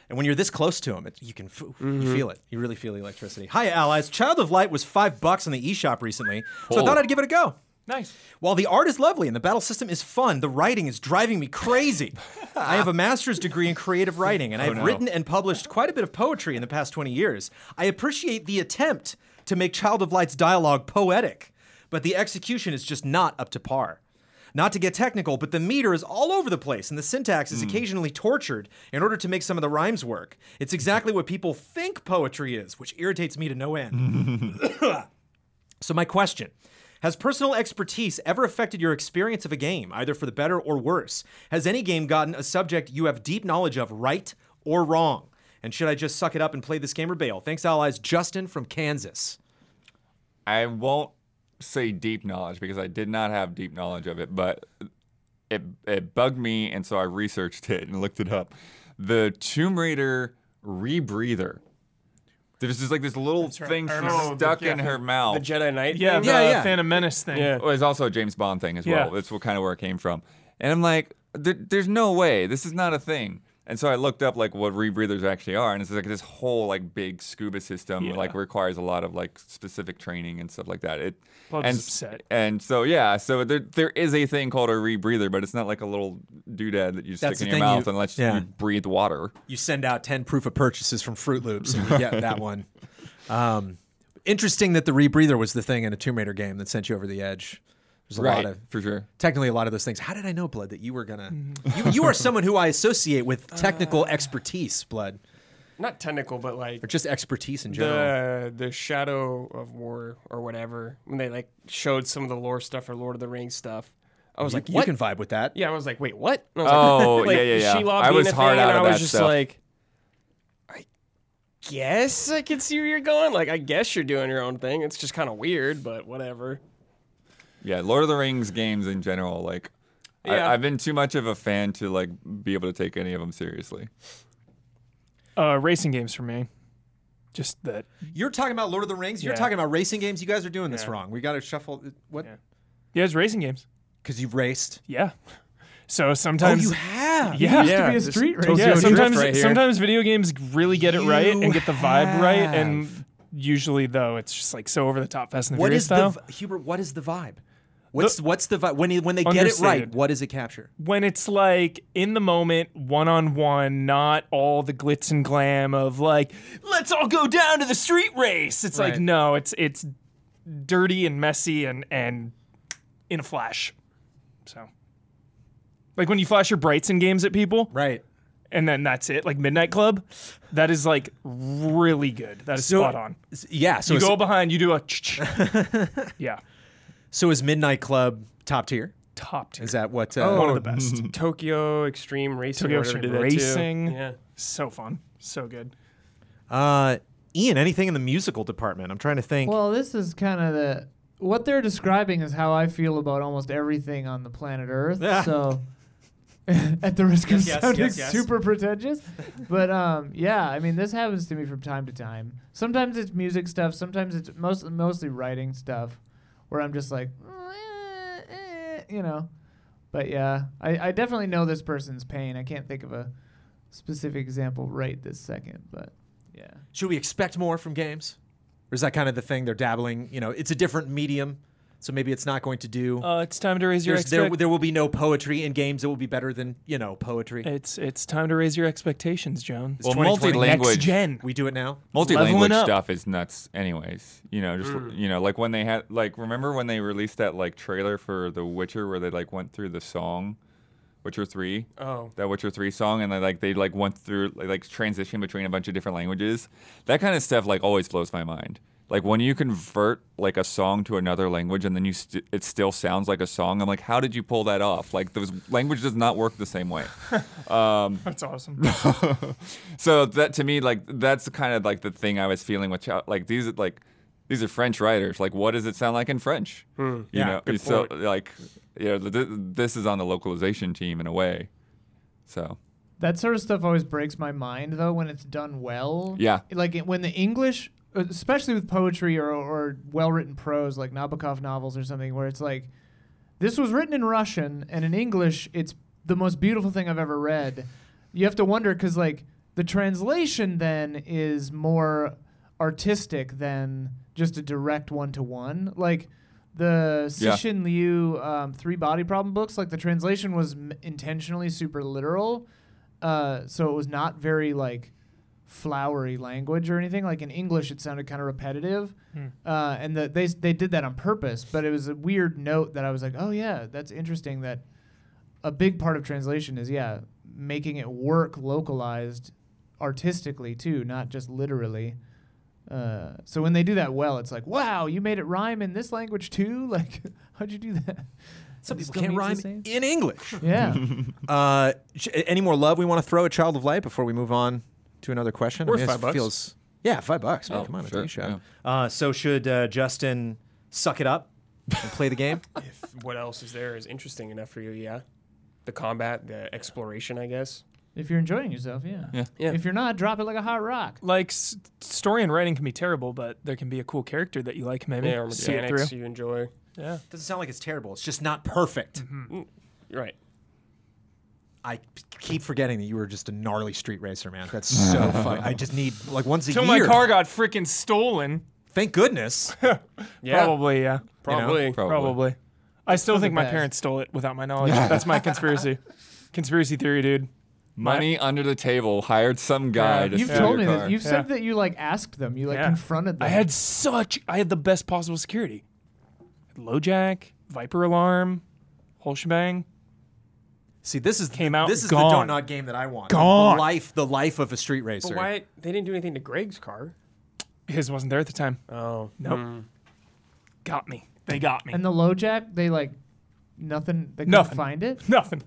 A: And when you're this close to him, it, you can f-
F: Mm-hmm.
A: you feel it. You really feel the electricity. Hi, allies. Child of Light was five bucks on the eShop recently, so I
F: Oh.
A: thought I'd give it a go.
C: Nice.
A: While the art is lovely and the battle system is fun, the writing is driving me crazy. I have a master's degree in creative writing, and I've
F: no.
A: written and published quite a bit of poetry in the past 20 years. I appreciate the attempt to make Child of Light's dialogue poetic, but the execution is just not up to par. Not to get technical, but the meter is all over the place and the syntax is occasionally tortured in order to make some of the rhymes work. It's exactly what people think poetry is, which irritates me to no end. So, my question Has personal expertise ever affected your experience of a game, either for the better or worse? Has any game gotten a subject you have deep knowledge of right or wrong? And should I just suck it up and play this game or bail? Thanks, allies. Justin from Kansas.
F: I won't say deep knowledge because I did not have deep knowledge of it, but it it bugged me, and so I researched it and looked it up. The Tomb Raider rebreather. There's just like this little thing
C: I
F: she's
C: remember the-
F: stuck in her mouth.
B: The Jedi Knight.
C: Yeah,
B: thing?
C: the
A: Yeah, yeah.
C: uh, Phantom Menace thing.
B: Yeah.
F: Well, it's also a James Bond thing as
C: Yeah.
F: well. That's what kind of where it came from. And I'm like, there, there's no way. This is not a thing. And so I looked up like what rebreathers actually are, and it's like this whole like big scuba system
C: Yeah.
F: like requires a lot of like specific training and stuff like that. It
C: Bob's
F: and,
C: upset.
F: And so yeah, so there there is a thing called a rebreather, but it's not like a little doodad that you
A: That's the
F: stick in your
A: thing
F: mouth
A: you-
F: and lets
A: yeah.
F: you breathe water.
A: You send out 10 proof of purchases from Fruit Loops, and you get that one. Um, interesting that the rebreather was the thing in a Tomb Raider game that sent you over the edge. There's a
F: Right,
A: lot of.
F: for sure.
A: Technically, a lot of those things. How did I know, Blood, that you were gonna? You, you are someone who I associate with technical expertise, Blood,
B: Not technical, but like
A: or just expertise in general.
B: the the Shadow of War or whatever. When they like showed some of the lore stuff or Lord of the Rings stuff, I was like,
A: you
B: what?
A: can vibe with that.
B: Yeah, I was like, wait, what? And I was
F: Oh,
B: like,
F: yeah, yeah, yeah.
B: She
F: I was hard out
B: and
F: of
B: I was
F: that
B: just
F: stuff.
B: like, I guess I can see where you're going. Like, I guess you're doing your own thing. It's just kind of weird, but whatever.
F: Yeah, Lord of the Rings games in general, like
B: Yeah.
F: I, I've been too much of a fan to like be able to take any of them seriously.
C: Uh, racing games for me. Just that.
A: You're talking about Lord of the Rings. You're
C: Yeah.
A: talking about racing games. You guys are doing this
C: Yeah.
A: wrong. We got to shuffle. uh, What?
C: Yeah. Yeah, it's racing games.
A: Because you've raced.
C: Yeah. So sometimes.
A: oh, you have.
C: yeah.
D: Used to
B: Yeah,
D: be a
B: this
D: street race.
B: Tokyo
C: Yeah,
B: Drift
C: sometimes
B: right here.
C: sometimes video games really get it right
A: You
C: and get the vibe right, and usually though it's just like so over the top Fast and the
A: What
C: Furious
A: is
C: style.
A: the v- Hubert? What is the vibe? What's what's the vibe when he- when they get it right?
C: Understated.
A: What does it capture?
C: when it's like in the moment, one on one, not all the glitz and glam of like let's all go down to the street race. It's like
A: Right.
C: no, it's it's dirty and messy and and in a flash. So. Like when you flash your brights in games at people,
A: Right.
C: and then that's it. Like Midnight Club, that is like really good. That is spot on.
A: Yeah. So
C: You
A: is,
C: go behind, you do a ch-ch. yeah,
A: so is Midnight Club top tier?
C: top tier.
A: Is that what? Uh,
C: One of the best.
B: Tokyo Extreme Racing.
C: Tokyo
B: or whatever
C: Extreme
B: did that too.
C: Racing.
B: Yeah.
C: So fun, so good.
A: Uh, Ian, anything in the musical department? I'm trying to think.
D: Well, this is kind of the what they're describing is how I feel about almost everything on the planet Earth.
A: Yeah.
D: So, at the risk
A: Yes,
D: of
A: yes,
D: sounding
A: yes, yes.
D: super pretentious, but um, yeah, I mean, this happens to me from time to time. Sometimes it's music stuff. Sometimes it's most, mostly writing stuff, where I'm just like, "Eh, eh," you know. But yeah, I, I definitely know this person's pain. I can't think of a specific example right this second, but yeah.
A: Should we expect more from games? Or is that kind of the thing they're dabbling? You know, it's a different medium, so maybe it's not going to do.
C: Uh, it's time to raise your
A: There's- there,
C: expectations.
A: there will be no poetry in games that will be better than you know poetry.
C: It's it's time to raise your expectations, Joan.
A: It's
F: Well,
A: 2020.
C: Next
F: multi-language
C: gen.
A: We do it now.
C: Leveling
F: multi-language
C: up.
F: stuff is nuts anyways you know just you know like when they had like remember when they released that like trailer for the witcher where they like went through the song witcher 3
B: Oh.
F: that witcher 3 song and they like they like went through like, like transition between a bunch of different languages that kind of stuff like always blows my mind like when you convert like a song to another language and then you st- it still sounds like a song i'm like how did you pull that off like those language does not work the same way
C: That's awesome.
F: so that to me like that's kind of like the thing i was feeling with Chow- like these are like these are french writers like what does it sound like in french you
A: Hmm. Yeah,
F: know
A: good
F: so like you know th- this is on the localization team in a way so
D: That sort of stuff always breaks my mind, though, when it's done well.
F: Yeah.
D: Like it- when the English, uh, especially with poetry or, or well written prose, like Nabokov novels or something, where it's like, this was written in Russian, and in English, it's the most beautiful thing I've ever read. You have to wonder, because, like, the translation then is more artistic than just a direct one to one. Like, the
F: Yeah.
D: Sishin Liu um, three body problem books, like the translation was m- intentionally super literal, uh, so it was not very like flowery language or anything. Like in English, it sounded kind of repetitive, uh, and the, they s- they did that on purpose. But it was a weird note that I was like, oh yeah, that's interesting. That a big part of translation is yeah, making it work localized artistically too, not just literally. Uh, so when they do that well, it's like, wow, you made it rhyme in this language too. Like, how'd you do that?
A: Some
D: It
A: people
D: still
A: can't
D: means
A: rhyme
D: the
A: in English.
D: Yeah,
A: Uh, sh- any more love we want to throw at Child of Light before we move on to another question?
B: Or
A: it
B: five bucks.
A: Feels, yeah, five bucks. man,
F: Oh,
A: come on,
F: sure,
A: take a shot. Uh, so should uh, Justin suck it up and play the game?
B: what else is there is interesting enough for you? Yeah, the combat, the exploration, I guess.
D: if you're enjoying yourself, yeah.
F: Yeah.
B: Yeah.
D: If you're not, drop it like a hot rock.
C: Like s- story and writing can be terrible, but there can be a cool character that you like. Maybe
B: Yeah, or
C: see it through.
B: mechanics you enjoy.
C: Yeah.
A: Doesn't sound like it's terrible. It's just not perfect.
B: You're right.
A: I keep forgetting that you were just a gnarly street racer, man. That's so funny. I just need like once a
C: Till my
A: year.
C: car got freaking stolen.
A: Thank goodness.
B: Yeah,
C: Probably. Yeah.
F: Probably.
B: probably.
C: Probably. I still
D: for the
C: think my
D: best.
C: parents stole it without my knowledge. That's my conspiracy. Conspiracy theory, dude.
F: Money under the table hired some guy
C: Yeah.
F: to
D: You've
F: steal
D: told me
F: your
D: that.
F: car.
D: You've
C: Yeah.
D: said that you like asked them. You like
C: Yeah.
D: confronted them.
C: I had such I had the best possible security. Low jack, Viper alarm, whole shebang.
A: See, this is
C: Came out
A: This is the
C: Oh, gone.
A: don't not game that I want.
C: Gone.
A: The life, the life of a street racer.
B: But why they didn't do anything to Greg's car?
C: His wasn't there at the time.
B: Oh,
C: Nope. Got me. They got me.
D: and the low jack, they like nothing. They
C: Nothing.
D: couldn't find it.
C: Nothing.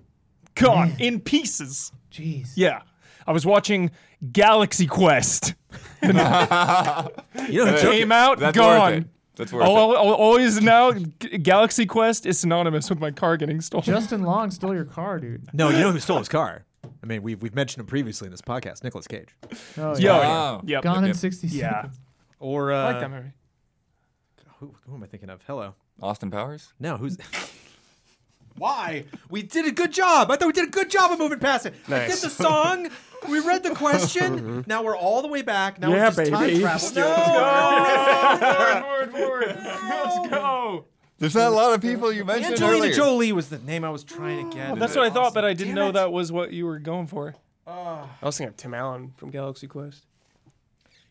C: Gone in pieces.
D: Jeez.
C: Yeah. I was watching Galaxy Quest.
A: You know who took
C: Came
A: it?
C: out,
F: That's
C: gone.
F: worth it. That's worth
C: Al-
F: it.
C: al- al- Oh, always now, G- Galaxy Quest is synonymous with my car getting stolen.
D: Justin Long stole your car, dude.
A: No, you know who stole his car? I mean, we've we've mentioned him previously in this podcast. Nicolas Cage.
D: Oh,
C: Yo,
D: yeah.
F: Wow.
C: Yep.
D: Gone in
F: Yep.
D: sixty
C: Yeah.
D: seconds.
A: Or
C: I
A: uh,
C: like that movie.
A: Who, who am I thinking of? Hello.
F: Austin Powers.
A: No, who's? Why? We did a good job. I thought we did a good job of moving past it. We did
B: Nice.
A: the song. We read the
C: Mm-hmm.
A: question. now we're all the way back. Now
B: Yeah,
A: we're just time
B: baby.
A: travel.
B: Still-
A: No,
C: forward, forward, forward. Let's
B: Oh!
C: go.
F: There's not a lot of people you mentioned
A: Angelina
F: earlier.
A: Jolie was the name I was trying to get.
C: That's what I thought, but I didn't know that was what you were going for.
B: I was thinking of Tim Allen from Galaxy Quest.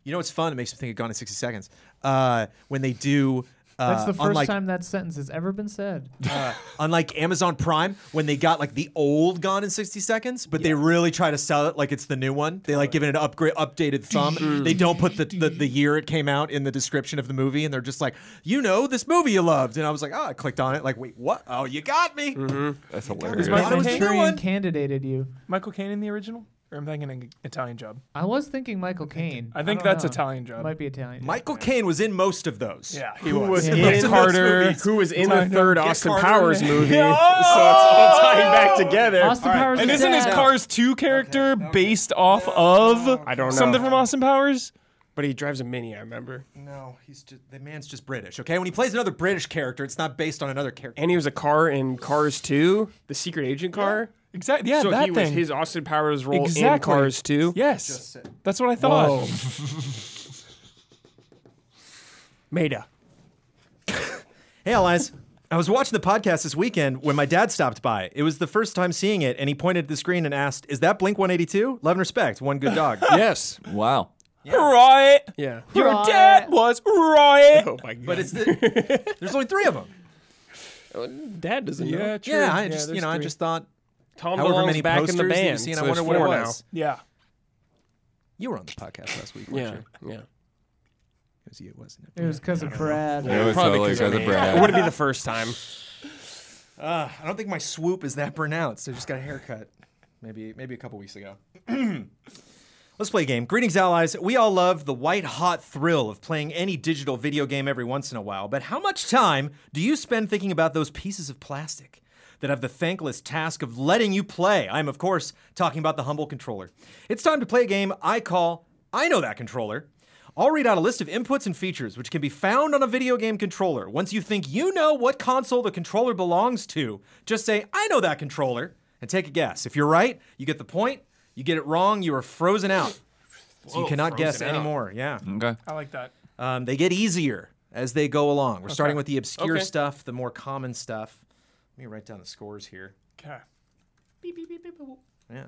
A: You know what's fun? It makes me think of Gone in 60 Seconds. Uh, when they do. Uh,
D: That's the first
A: unlike,
D: time that sentence has ever been said.
A: uh, unlike Amazon Prime, when they got like the old Gone in 60 Seconds, but they really try to sell it like it's the new one. They like give it an upgrade, updated thumb. they don't put the, the the year it came out in the description of the movie, and they're just like, you know, this movie you loved, and I was like, oh, I clicked on it, like, wait, what? Oh, you got me.
F: That's
A: was
F: hilarious.
A: my-
D: My
A: Thought it was a new
D: Manchurian
A: one.
D: candidated you.
C: Michael Caine in the original? Or I'm thinking an Italian job.
D: I was thinking Michael Caine.
C: I think
D: don't
C: that's
D: know.
C: Italian job.
D: Might be Italian.
A: Michael Caine was in most of those.
C: Yeah, he was.
D: was
C: He
D: in
C: was
D: those
C: Carter.
B: Who was in the
C: Time to
B: third
A: get
B: Austin
A: Carter
B: Powers
A: in.
B: movie?
C: Yeah.
B: So it's all tying back
A: Oh,
B: together.
D: Austin Powers
C: And
D: is
C: isn't his
D: dead.
C: Cars 2 character based off of
B: I don't know.
C: something from Austin Powers?
B: But he drives a mini, I remember.
A: No, he's just the man's just British. Okay, when he plays another British character, it's not based on another character.
B: And he was a car in Cars 2, the secret agent car.
C: Exactly. Yeah,
B: so
C: that
B: he
C: thing.
B: was his Austin Powers role in
C: Exactly.
B: Cars 2.
C: yes. That's what I thought.
B: Maida.
A: Hey, allies. I was watching the podcast this weekend when my dad stopped by. It was the first time seeing it, and he pointed at the screen and asked, "Is that Blink 182? Love and respect. One good dog."
B: Yes.
F: Wow.
C: Right.
B: Yeah.
C: Your
D: Right.
C: dad was right.
B: Oh my god.
A: but it's the, there's only three of them.
B: dad doesn't know.
C: true.
A: Yeah, I just you
C: there's
A: know I
C: three.
A: just thought
B: Tom
A: however
B: belongs
A: many
B: back
A: posters
B: in the
A: that
B: band.
A: you've seen,
B: so
A: I
B: there's
A: wonder what it
B: four
A: was.
C: Yeah.
A: You were on the podcast last week,
B: Now.
A: weren't
B: Yeah.
A: you?
B: Yeah.
A: It was you, wasn't it?
D: It was because of
F: It
D: Brad.
F: was
B: Probably
F: totally
B: 'cause
F: because
B: I
F: of
B: mean, It
F: Brad.
B: wouldn't be the first time.
A: Uh, I don't think my swoop is that pronounced. I just got a haircut, maybe maybe a couple weeks ago. Let's play a game. Greetings, allies. We all love the white hot thrill of playing any digital video game every once in a while, but how much time do you spend thinking about those pieces of plastic that have the thankless task of letting you play? I'm, of course, talking about the humble controller. It's time to play a game I call I Know That Controller. I'll read out a list of inputs and features which can be found on a video game controller. Once you think you know what console the controller belongs to, just say, I know that controller, and take a guess. If you're right, you get the point. You get it wrong, you are frozen out. So you
B: Whoa,
A: cannot guess
B: frozen out. Hmm.
A: anymore. Yeah.
F: Okay.
C: I like that.
A: Um, they get easier as they go along. We're starting with the obscure
B: Okay.
A: stuff, the more common stuff. Let me write down the scores here.
C: Okay.
A: Yeah.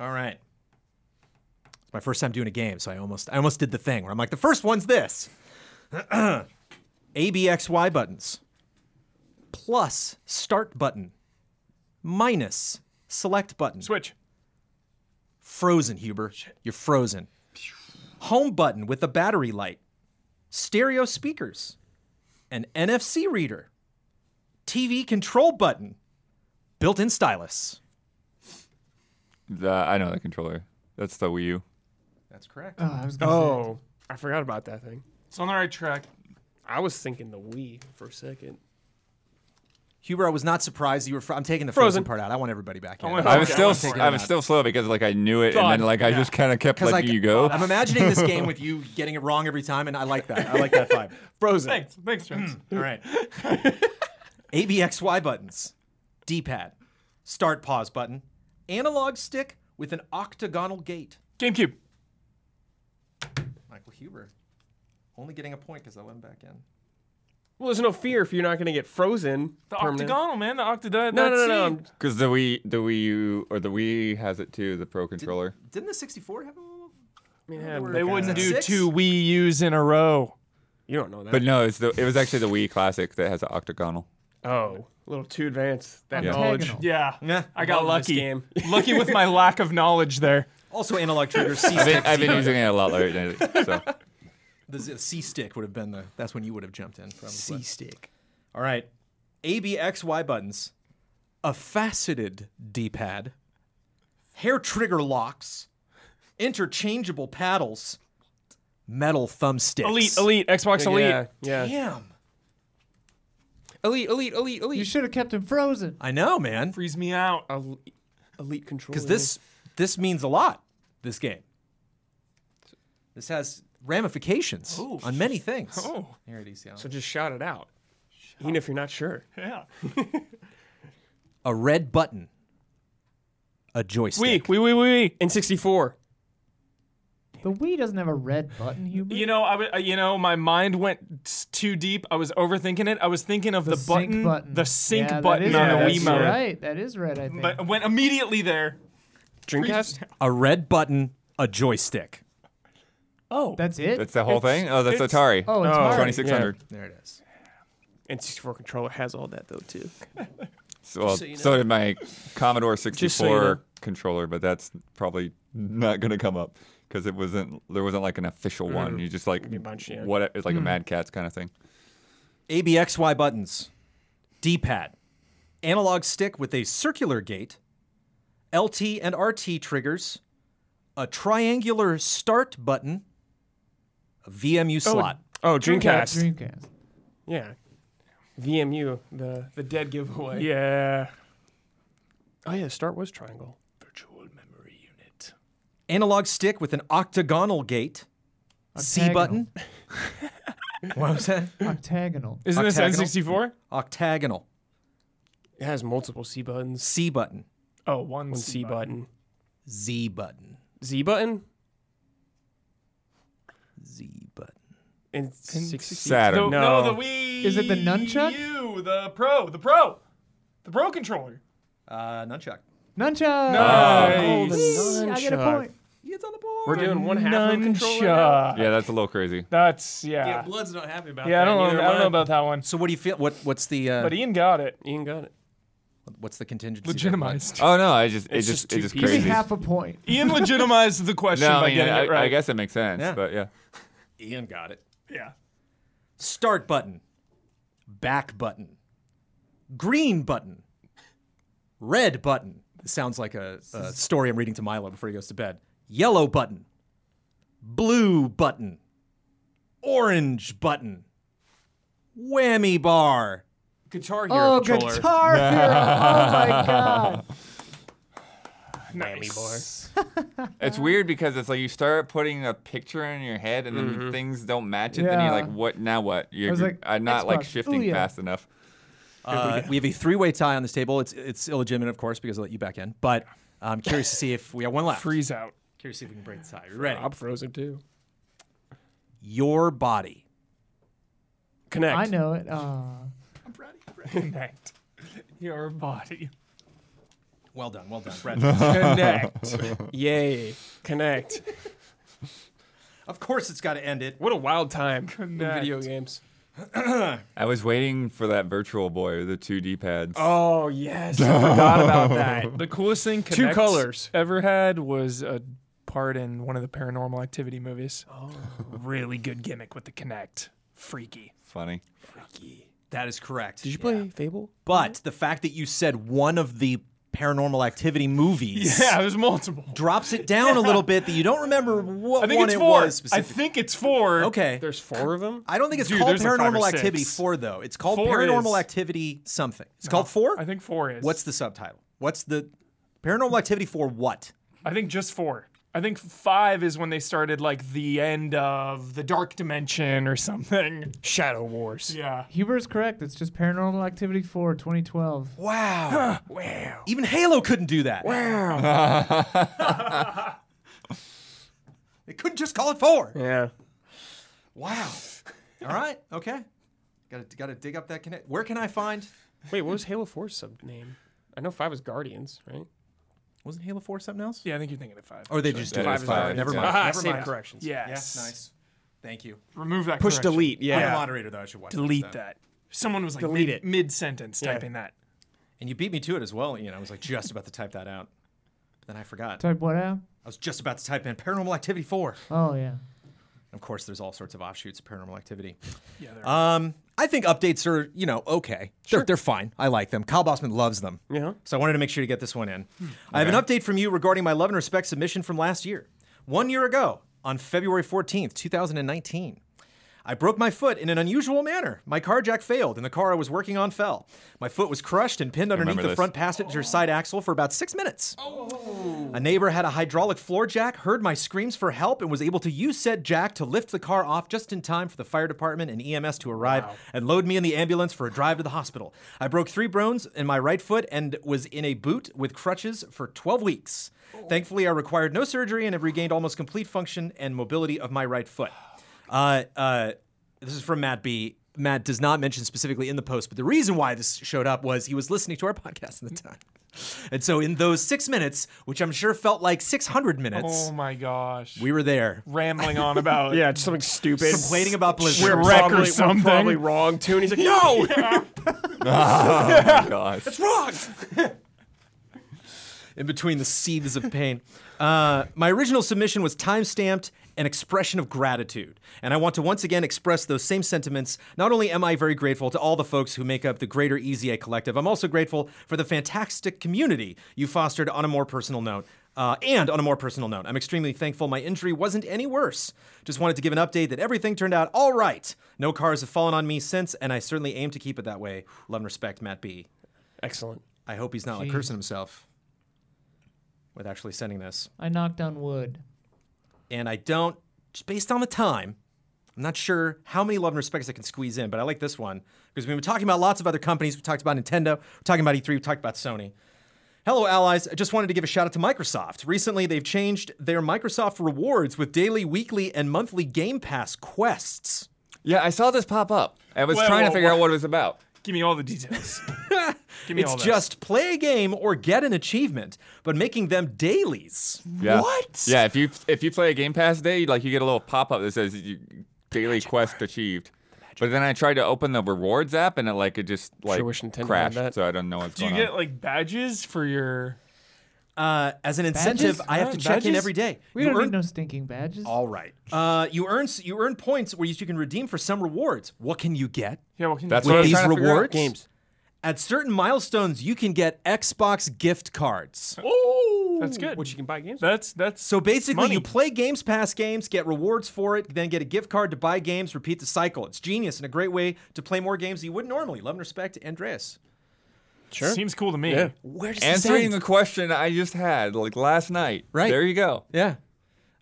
A: All right. It's my first time doing a game, so I almost I almost did the thing where I'm like, the first one's this. A B X Y buttons. Plus start button. Minus select button.
C: Switch.
A: Frozen, Huber. You're frozen. Home button with a battery light, stereo speakers, an NFC reader, TV control button, built in stylus.
F: The, I know that controller. That's the Wii U.
A: That's correct.
D: Oh, I was gonna say.
B: Oh, I forgot about that thing.
C: It's on the right track.
B: I was thinking the Wii for a second.
A: Huber, I was not surprised you were. Fro- I'm taking the frozen,
B: Frozen.
A: part out. I want everybody back in.
C: want-
F: I was
C: Okay,
F: still
C: I'm taking
F: I
C: it
F: was
C: out.
F: still slow because like I knew it
B: Done.
F: and then like I
C: Yeah.
F: just kind of kept letting
A: I-
F: you go.
A: I'm imagining this game with you getting it wrong every time, and I like that. I like that vibe.
B: Frozen.
C: Thanks. Thanks, Jones.
A: All right. ABXY buttons, D pad, start pause button, analog stick with an octagonal gate.
C: GameCube.
A: Michael Huber. Only getting a point because I let him back in.
B: Well, there's no fear if you're not going to get frozen.
C: The
B: permanent.
C: octagonal, man. The octagon.
B: No, no,
C: that
B: no, no.
C: seed.
B: I'm-
F: Because the Wii, the Wii U, or the Wii has it too. The Pro controller.
A: Didn't the 64 have a little?
B: I mean, yeah,
A: were-
C: They
A: Okay.
C: wouldn't
A: Is
C: do
A: that six?
C: two Wii U's in a row.
B: You don't know that.
F: But no, it's the, it was actually the Wii Classic that has an octagonal.
B: oh, a little too advanced. That
F: Yeah.
B: knowledge.
D: Octagonal.
C: Yeah.
A: Yeah.
C: I got
B: Love this
C: lucky.
B: game.
C: lucky with my lack of knowledge there.
A: Also, analog triggers. C
F: I've
A: stick.
F: been, I've been using it a lot lately. So
A: The Z- C stick would have been the. That's when you would have jumped in. Probably.
B: stick.
A: All right. A B X Y buttons, a faceted D pad, hair trigger locks, interchangeable paddles, metal thumbsticks.
C: Elite, elite, Xbox Elite.
B: Yeah, yeah.
A: Damn.
B: Elite, elite, elite,
C: Oh.
B: elite.
D: You should have kept him frozen.
A: I know, man.
C: Freeze me out.
B: El- elite control.
A: Because this this means a lot. This game. This has ramifications
C: Oh.
A: on many things.
C: Oh,
A: Here it is, yeah.
B: So just shout it out, even if you're not sure.
C: yeah.
A: A red button. A
C: Wii,
A: joystick.
C: Wii, Wii,
B: N64.
D: The Wii doesn't have a red button, Huber.
C: Wii. You know, I, w- uh, you know, my mind went s- too deep. I was overthinking it. I was thinking of the,
D: sync
C: button, the sync
D: Yeah, that
C: button
D: is
C: on
D: red.
C: the
D: That's
C: Wii mode.
D: Right, that is red. I think.
C: But oh. I went immediately there.
B: Dreamcast.
A: A red button. A joystick.
C: Oh,
D: that's it.
F: that's the whole
C: It's-
F: thing. Oh, that's
C: it's-
F: Atari.
D: oh, it's
B: Oh,
D: hard.
F: 2600.
A: There it is.
B: N64 controller has all that though too.
F: So, well,
A: so you
F: so did my Commodore 64
B: so you know.
F: controller, but that's probably not gonna come up because it wasn't. There wasn't like an official one. You just like
B: a Mm-hmm. bunch, yeah. Hmm.
F: what it's like a Mad Cats kind of thing.
A: ABXY buttons, D pad, analog stick with a circular gate, LT and RT triggers, a triangular start button, a VMU slot.
B: Oh,
D: Dreamcast.
B: Dreamcast.
D: Dreamcast.
B: Yeah. VMU, the the dead giveaway.
C: yeah.
B: Oh yeah, start was triangle.
C: Virtual memory unit.
A: Analog stick with an octagonal gate, C
D: Octagonal.
A: button. what was that?
D: Octagonal.
C: Isn't this
A: Octagonal?
C: N64?
A: Octagonal,
B: It has multiple C buttons.
A: C button,
C: Oh, one,
B: One C button.
A: Z button,
B: Z button.
A: Z button.
B: And
F: Saturn. No.
C: The, no.
B: No.
C: the Wii.
D: Is it the nunchuck?
C: U, the Pro, the Pro, the Pro controller.
A: Uh, nunchuck.
D: Nunchuck.
B: Oh, the
D: I get a
B: nunchuck.
D: point.
A: It's on the board.
B: We're doing one half of the controller. now?
C: Nunchuck.
F: Yeah, that's a little crazy.
C: That's yeah. Yeah,
A: Blood's not happy about
C: I don't know. I don't know about that one.
A: So what do you feel? What what's the uh,
C: But Ian got it.
B: Ian got it.
A: what's the contingency? there?
C: Legitimized.
F: Oh no, I just it
B: It's
F: just,
B: just
F: it
B: too
F: just
B: peasy.
D: Give me
F: crazy.
D: half a point.
C: Ian legitimized the question
F: No,
C: by
F: I mean,
C: getting
F: I,
C: it right.
F: I guess it makes sense,
A: Yeah.
F: but yeah.
A: Ian got it.
C: Yeah.
A: Start button. Back button. Green button. Red button. This sounds like a, a story I'm reading to Milo before he goes to bed. Yellow button. Blue button. Orange button. Whammy bar.
B: Guitar Hero
D: Oh,
B: controller.
D: Guitar Hero. oh my God.
C: Nice.
F: It's weird because it's like you start putting a picture in your head and then things don't match it. Then you're like,
D: Yeah.
F: what? Now what? You're
D: was like,
F: I'm not like
D: Xbox,
F: shifting
D: Ouya.
F: fast enough.
A: Uh, we have a three-way tie on this table. It's it's illegitimate, of course, because I let you back in. But I'm curious to see if we have one left.
C: Freeze out.
A: Curious to see if we can break the tie. Are you ready?
B: I'm frozen too.
A: your body.
B: Connect.
D: I know it. Uh,
C: Connect your body.
A: Well done, well done, Brett.
B: Connect. Yay. Connect.
A: of course, it's got to end it.
B: What a wild time
C: Connect.
B: in video games.
F: I was waiting for that virtual boy with the two D pads.
B: Oh yes, I forgot about that.
C: The coolest thing
B: Two
C: Connect
B: colors.
C: ever had was a part in one of the Paranormal Activity movies. Oh, really good gimmick with the Connect. Freaky.
F: Funny.
A: That is correct.
B: Did you play Fable?
A: But
C: Mm-hmm.
A: the fact that you said one of the Paranormal Activity movies
C: there's multiple.
A: drops it down a little bit that you don't remember what
C: I think
A: one
C: it's
A: it
C: four.
A: was
C: I
A: specifically.
C: think it's four.
A: okay.
B: There's four of them.
A: I don't think it's
C: Dude,
A: called
C: there's like five or
A: Paranormal Activity
C: six.
A: 4, though. It's called
C: Four
A: Paranormal
C: is- Uh-huh.
A: Activity something. It's called 4?
C: I think Mm. four is.
A: What's the subtitle? What's the Paranormal Activity 4 what?
C: I think just four. I think five is when they started like the end of the Dark Dimension or something.
B: Shadow Wars.
C: Yeah.
D: Huber's correct. It's just Paranormal Activity 4, 2012.
A: Wow.
B: Wow.
A: Even Halo couldn't do that.
B: Wow.
A: They couldn't just call it 4.
B: Yeah.
A: Wow. All right. Okay. Got to got to dig up that connect. Where can I find
B: Wait, what was Halo 4's sub name? I know five was Guardians, right?
A: Wasn't Halo 4 something else?
C: Yeah, I think you're thinking of five.
A: Or they just
F: Yeah,
A: did
F: it was five.
A: Never
F: Yeah.
A: mind.
B: Ah,
A: Never
B: save
A: mind.
B: corrections.
C: Yes.
A: Yes, nice. Thank you.
C: Remove that.
B: Push
C: correction.
B: delete.
A: I'm a
B: Yeah.
A: moderator though. I should watch.
C: Delete that. Someone was like
B: Delete
C: mid,
B: it.
C: mid-sentence
B: Yeah.
C: typing that.
A: And you beat me to it as well. You know, I was like just about to type that out, but then I forgot. I
D: Type what out?
A: was just about to type in Paranormal Activity 4.
D: Oh, yeah.
A: Of course, there's all sorts of offshoots of Paranormal Activity.
C: Yeah, there
A: Um, I think updates are, you know, okay. They're, they're fine. I like them. Kyle Bossman loves them.
B: Yeah.
A: So I wanted to make sure to get this one in.
F: Hmm.
A: I have an update from you regarding my love and respect submission from last year. One year ago, on February 14th, 2019, I broke my foot in an unusual manner. My car jack failed and the car I was working on fell. My foot was crushed and pinned underneath
F: remember
A: the
F: this.
A: front passenger side axle for about six minutes. A neighbor had a hydraulic floor jack, heard my screams for help, and was able to use said jack to lift the car off just in time for the fire department and EMS to arrive and load me in the ambulance for a drive to the hospital. I broke three bones in my right foot and was in a boot with crutches for 12 weeks. Thankfully, I required no surgery and have regained almost complete function and mobility of my right foot. Uh, uh, this is from Matt B. Matt does not mention specifically in the post, but the reason why this showed up was he was listening to our podcast at the time. And so, in those six minutes, which I'm sure felt like 600 minutes,
C: Oh my gosh.
A: we were there
C: Rambling on about
B: Yeah, just something stupid.
A: complaining about Blizzard.
B: we're
C: Shrek or
B: probably, we're
C: something.
B: probably wrong too. And he's like, no.
F: Oh my gosh.
A: wrong. in between the seethes of pain. Uh, my original submission was time stamped an expression of gratitude. And I want to once again express those same sentiments. Not only am I very grateful to all the folks who make up the greater EZA collective, I'm also grateful for the fantastic community you fostered on a more personal note. Uh, and on a more personal note, I'm extremely thankful my injury wasn't any worse. Just wanted to give an update that everything turned out all right. No cars have fallen on me since, and I certainly aim to keep it that way. Love and respect, Matt B.
B: Excellent.
A: I hope he's not like cursing himself with actually sending this.
D: I knocked on wood.
A: And I don't, just based on the time, I'm not sure how many love and respects I can squeeze in, but I like this one because we've been talking about lots of other companies. We talked about Nintendo, we're talking about E3, we talked about Sony. Hello, allies. I just wanted to give a shout out to Microsoft. Recently, they've changed their Microsoft rewards with daily, weekly, and monthly Game Pass quests.
F: Yeah, I saw this pop up. I was
C: Whoa,
F: trying
C: whoa,
F: to figure
C: whoa.
F: out what it was about.
C: Give me all the details. Give me
A: It's
C: all this.
A: just play a game or get an achievement, but making them dailies.
F: Yeah.
A: What?
F: Yeah, if you if you play a Game Pass day, like you get a little pop up that says you, daily quest achieved. But then I tried to open the rewards app and it like it just like
B: wish Nintendo had that.
F: crashed. So I don't know what's
C: Do you
F: going
C: get
F: on.
C: like badges for your?
A: Uh, as an incentive,
D: Badges?
A: I have
C: Huh?
A: to check in
C: Badges?
A: every day.
D: We
A: You
D: don't
A: earn-
D: need no stinking badges.
A: All right. Uh, you earn s- you earn points where you can redeem for some rewards. What can you get?
C: Yeah, well, can
F: That's
C: you,
F: what I
A: With
F: was
A: these
F: trying to figure out.
A: rewards?
B: Games.
A: At certain milestones, you can get Xbox gift cards.
B: Oh,
C: That's good.
B: Which you can buy games.
C: That's that's
A: So basically,
C: Money.
A: you play Games Pass games, get rewards for it, then get a gift card to buy games. Repeat the cycle. It's genius and a great way to play more games you wouldn't normally. Love and respect, Andreas.
B: Sure.
C: seems cool to me.
B: Yeah.
A: Where does this
F: Answering
A: end?
F: the question I just had like last night.
A: Right.
F: There you go.
A: Yeah.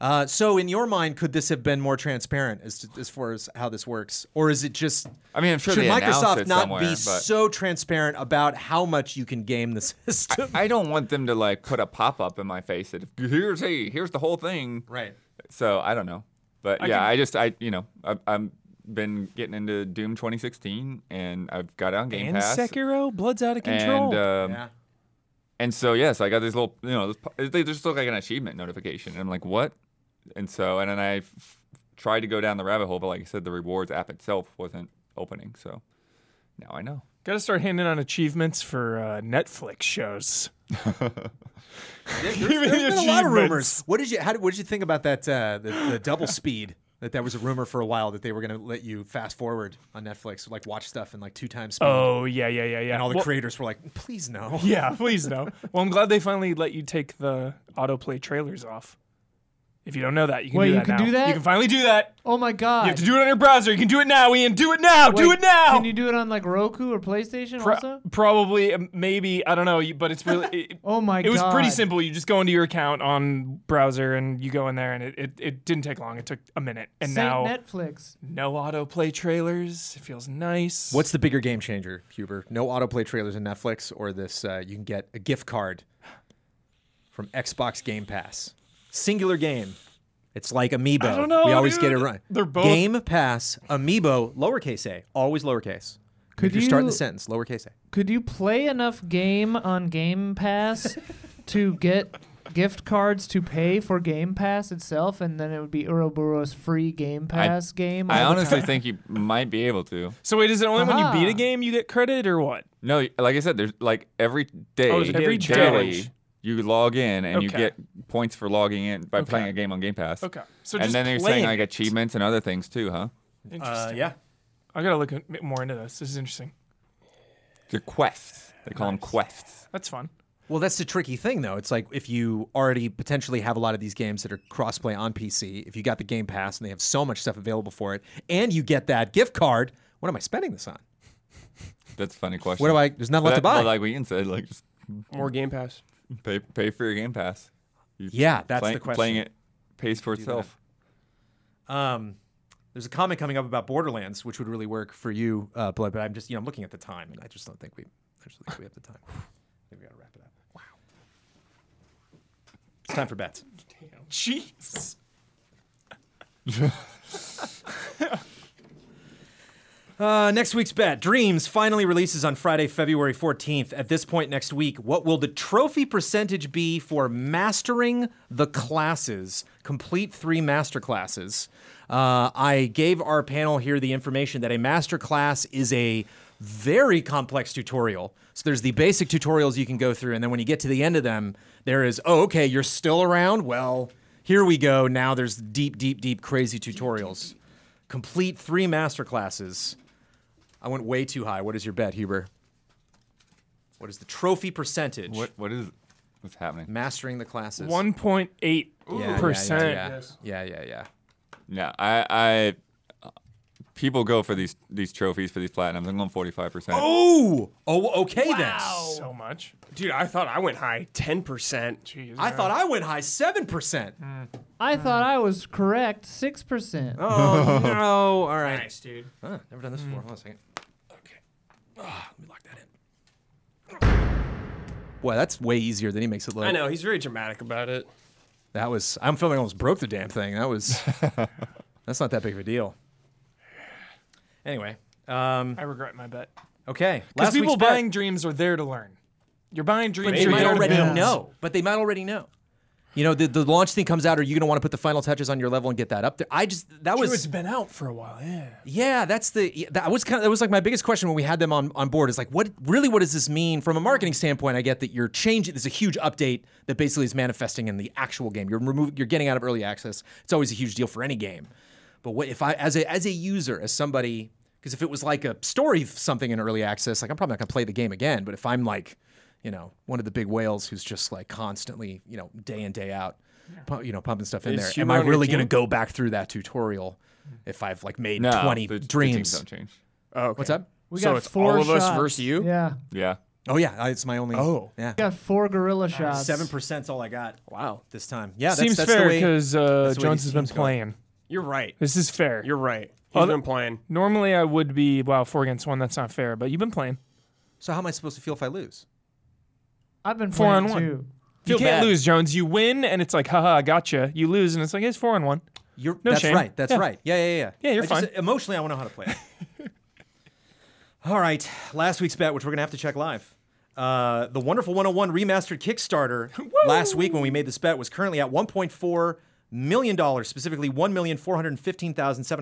A: Uh, so, in your mind, could this have been more transparent as to, as far as how this works, or is it just?
F: I mean, I'm sure
A: should
F: they announced
A: Microsoft
F: it
A: not
F: somewhere,
A: be
F: but-
A: so transparent about how much you can game the system?
F: I don't want them to like put a pop up in my face that here's hey, here's the whole thing.
A: right.
F: So I don't know. But
C: I
F: yeah,
C: can-
F: I just I you know I've, I've been getting into Doom 2016, and I've got it on Game
C: and
F: Pass.
C: Sekiro, blood's out of control.
F: and um,
A: yeah.
F: and so yes, I got this little you know this, po- they just look like an achievement notification, and I'm like what? And so and then I f- tried to go down the rabbit hole, but like I said, the rewards app itself wasn't opening, so now I know.
C: Got to start handing out achievements for uh, Netflix shows.
A: There's been a lot of rumors. What did you how did, what did you think about that uh, the, the double speed? That that was a rumor for a while that they were going to let you fast forward on Netflix, like watch stuff in like two times speed.
C: Oh yeah, yeah, yeah, yeah.
A: and all the
C: Well-
A: creators were like, "Please no."
C: Yeah, please no. well, I'm glad they finally let you take the autoplay trailers off. If you don't know that, you can
D: Wait,
C: do
D: you
C: that
D: can
C: now.
D: do that?
C: You can finally do that.
D: Oh my god!
C: You have to do it on your browser. You can do it now, Ian. Do it now. do
D: Wait,
C: it now.
D: Can you do it on like Roku or PlayStation
C: Pro-
D: also?
C: probably, um, maybe I don't know, you- but it's really. It,
D: Oh my
C: It was
D: god!
C: pretty simple. You just go into your account on browser and you go in there, and it, it, it didn't take long. It took a minute, and
D: Saint
C: now
D: Netflix.
C: no autoplay trailers. It feels nice.
A: What's the bigger game changer, Huber? No autoplay trailers in Netflix, or this? Uh, you can get a gift card from Xbox Game Pass. Singular game. It's like Amiibo.
C: I don't know,
A: We always
C: dude.
A: get it right.
C: They're both-
A: Game Pass Amiibo. Lowercase a. Always lowercase.
D: Could
A: if you're starting
D: you-
A: the sentence, lowercase a.
D: Could you play enough game on Game Pass to get gift cards to pay for Game Pass itself, and then it would be Ouroboros free Game Pass game?
F: I
D: all the
F: honestly
D: time?
F: think you might be able to.
C: So wait, is it only
D: Aha.
C: when you beat a game you get credit, or what?
F: No, like I said, there's like every day,
C: Oh, it's a daily
F: every
C: challenge.
F: day you log in and you
C: Okay.
F: get points for logging in by playing a game on Game Pass.
C: Okay. So
F: and
C: just
F: then they're
C: playing
F: saying like
C: it.
F: achievements and other things too, huh?
D: Uh,
C: Interesting.
A: yeah.
C: I gotta look a bit more into this. This is interesting.
F: They're quests. They call them quests.
C: That's fun.
A: Well, that's the tricky thing, though. It's like if you already potentially have a lot of these games that are crossplay on PC, if you got the Game Pass and they have so much stuff available for it, and you get that gift card, what am I spending this on?
F: That's a funny question.
A: What do I? There's not
F: But
A: left to
F: that- but
A: buy.
F: Like we said, like just
B: More Game Pass.
F: pay pay for your Game Pass.
A: yeah, that's
F: Play-
A: the question.
F: Playing it pays for itself.
A: Um, there's a comment coming up about Borderlands, which would really work for you, uh, Blood. But I'm just, you know, I'm looking at the time, and I just don't think we, I just don't think we have the time. I think we gotta wrap it up. Wow. It's time for bets.
C: Jeez.
A: Uh, next week's bet Dreams finally releases on Friday, February 14th. At this point next week, what will the trophy percentage be for mastering the classes? Complete three master classes. Uh, I gave our panel here the information that a master class is a very complex tutorial. So there's the basic tutorials you can go through, and then when you get to the end of them, there is, oh, okay, you're still around? Well, here we go. Now there's deep, deep, deep, crazy tutorials. Complete three master classes. I went way too high. What is your bet, Huber? What is the trophy percentage?
F: What what is what's happening?
A: Mastering the classes.
C: One point eight percent.
A: Yeah, yeah, yeah. yeah, yeah.
F: Yeah, I I uh, people go for these these trophies for these platinums. I'm going 45 percent.
A: Oh, oh, okay
C: So much.
B: Dude, I thought I went high. Ten percent.
C: Jeez.
A: then. I thought I went high seven percent.
D: I thought I was correct. Six percent.
A: Oh no! All right.
B: dude.
A: Huh, never done this before. Hold on a second. Okay. Ah, let me lock that in. Boy, that's way easier than he makes it look.
B: I know he's very dramatic about it.
A: That was. I'm feeling I almost broke the damn thing. That was. that's not that big of a deal. Anyway. Um,
C: I regret my bet.
A: okay.
C: Because
A: Last week's
C: people
A: bet-
C: buying dreams are there to learn. You're buying dreams.
A: they
C: you're
A: might
C: there to
A: already
C: build.
A: know. But they might already know. You know, the, the launch thing comes out. Are you going to want to put the final touches on your level and get that up there? I just that
C: True,
A: was
C: it's been out for a while. Yeah.
A: yeah. That's the yeah, that was kind of that was like my biggest question when we had them on on board. Is like what really what does this mean from a marketing standpoint? I get that you're changing. There's a huge update that basically is manifesting in the actual game. You're removing. You're getting out of early access. It's always a huge deal for any game. But what if I as a as a user as somebody because if it was like a story of something in early access, like I'm probably not gonna play the game again. But if I'm like you know, one of the big whales who's just like constantly, you know, day in day out, pu- you know, pumping stuff in
B: Is
A: there. Am
B: Humor
A: I
B: on your
A: really going to
B: team?
A: go back through that tutorial if I've like made
F: No,
A: 20
F: the, the teams
A: dreams?
F: don't change.
B: Oh, okay.
A: What's up?
D: We
B: so
D: got
B: it's
D: four
B: all of us
D: shots.
B: versus you?
D: Yeah.
F: Yeah.
A: Oh yeah, I- it's my only.
B: Oh.
A: yeah.
D: We got four gorilla shots.
A: Seven percent's all I got
B: Wow.
A: this time. Yeah, that's,
C: Seems
A: that's
C: fair
A: the way.
C: because uh,
A: that's the way
C: Jones
A: these
C: has been
A: teams go.
C: playing.
B: You're right.
C: This is fair.
B: You're right. He's
C: Other-
B: been playing.
C: Normally I would be wow four against one. That's not fair. But you've been playing.
A: So how am I supposed to feel if I lose?
D: I've been
C: Four
D: playing
C: on one.
D: too.
C: You
B: Feel
C: can't
B: bad.
C: lose, Jones. You win, and it's like, haha, I gotcha. You lose, and it's like, it's four on one.
A: You're,
C: No
A: that's
C: shame.
A: right. That's
C: Yeah.
A: right. Yeah, yeah, yeah.
C: Yeah, you're
A: I just-
C: fine.
A: emotionally, I want to know how to play it. All right. Last week's bet, which we're going to have to check live. Uh, the Wonderful 101 remastered Kickstarter last week when we made this bet was currently at $1.4 million, specifically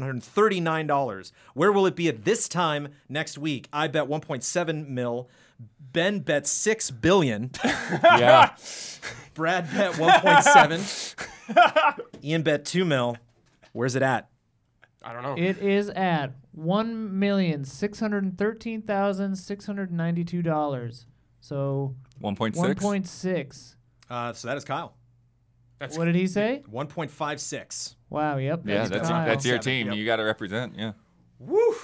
A: $1,415,739. Where will it be at this time next week? I bet 1.7 mil. Ben bet 6 billion.
F: yeah.
A: Brad bet 1.7. Ian bet 2 mil. Where's it at?
B: I don't know.
D: It is at one million six hundred thirteen thousand six hundred ninety-two dollars. So
F: 1.6.
D: one point six.
A: Uh, so that is Kyle.
B: That's
D: What did he say?
A: 1.56.
D: Wow. Yep.
F: yeah, that's,
D: Kyle.
F: that's your
A: Seven,
F: team.
A: yep.
F: You got to represent. Yeah.
A: Woo!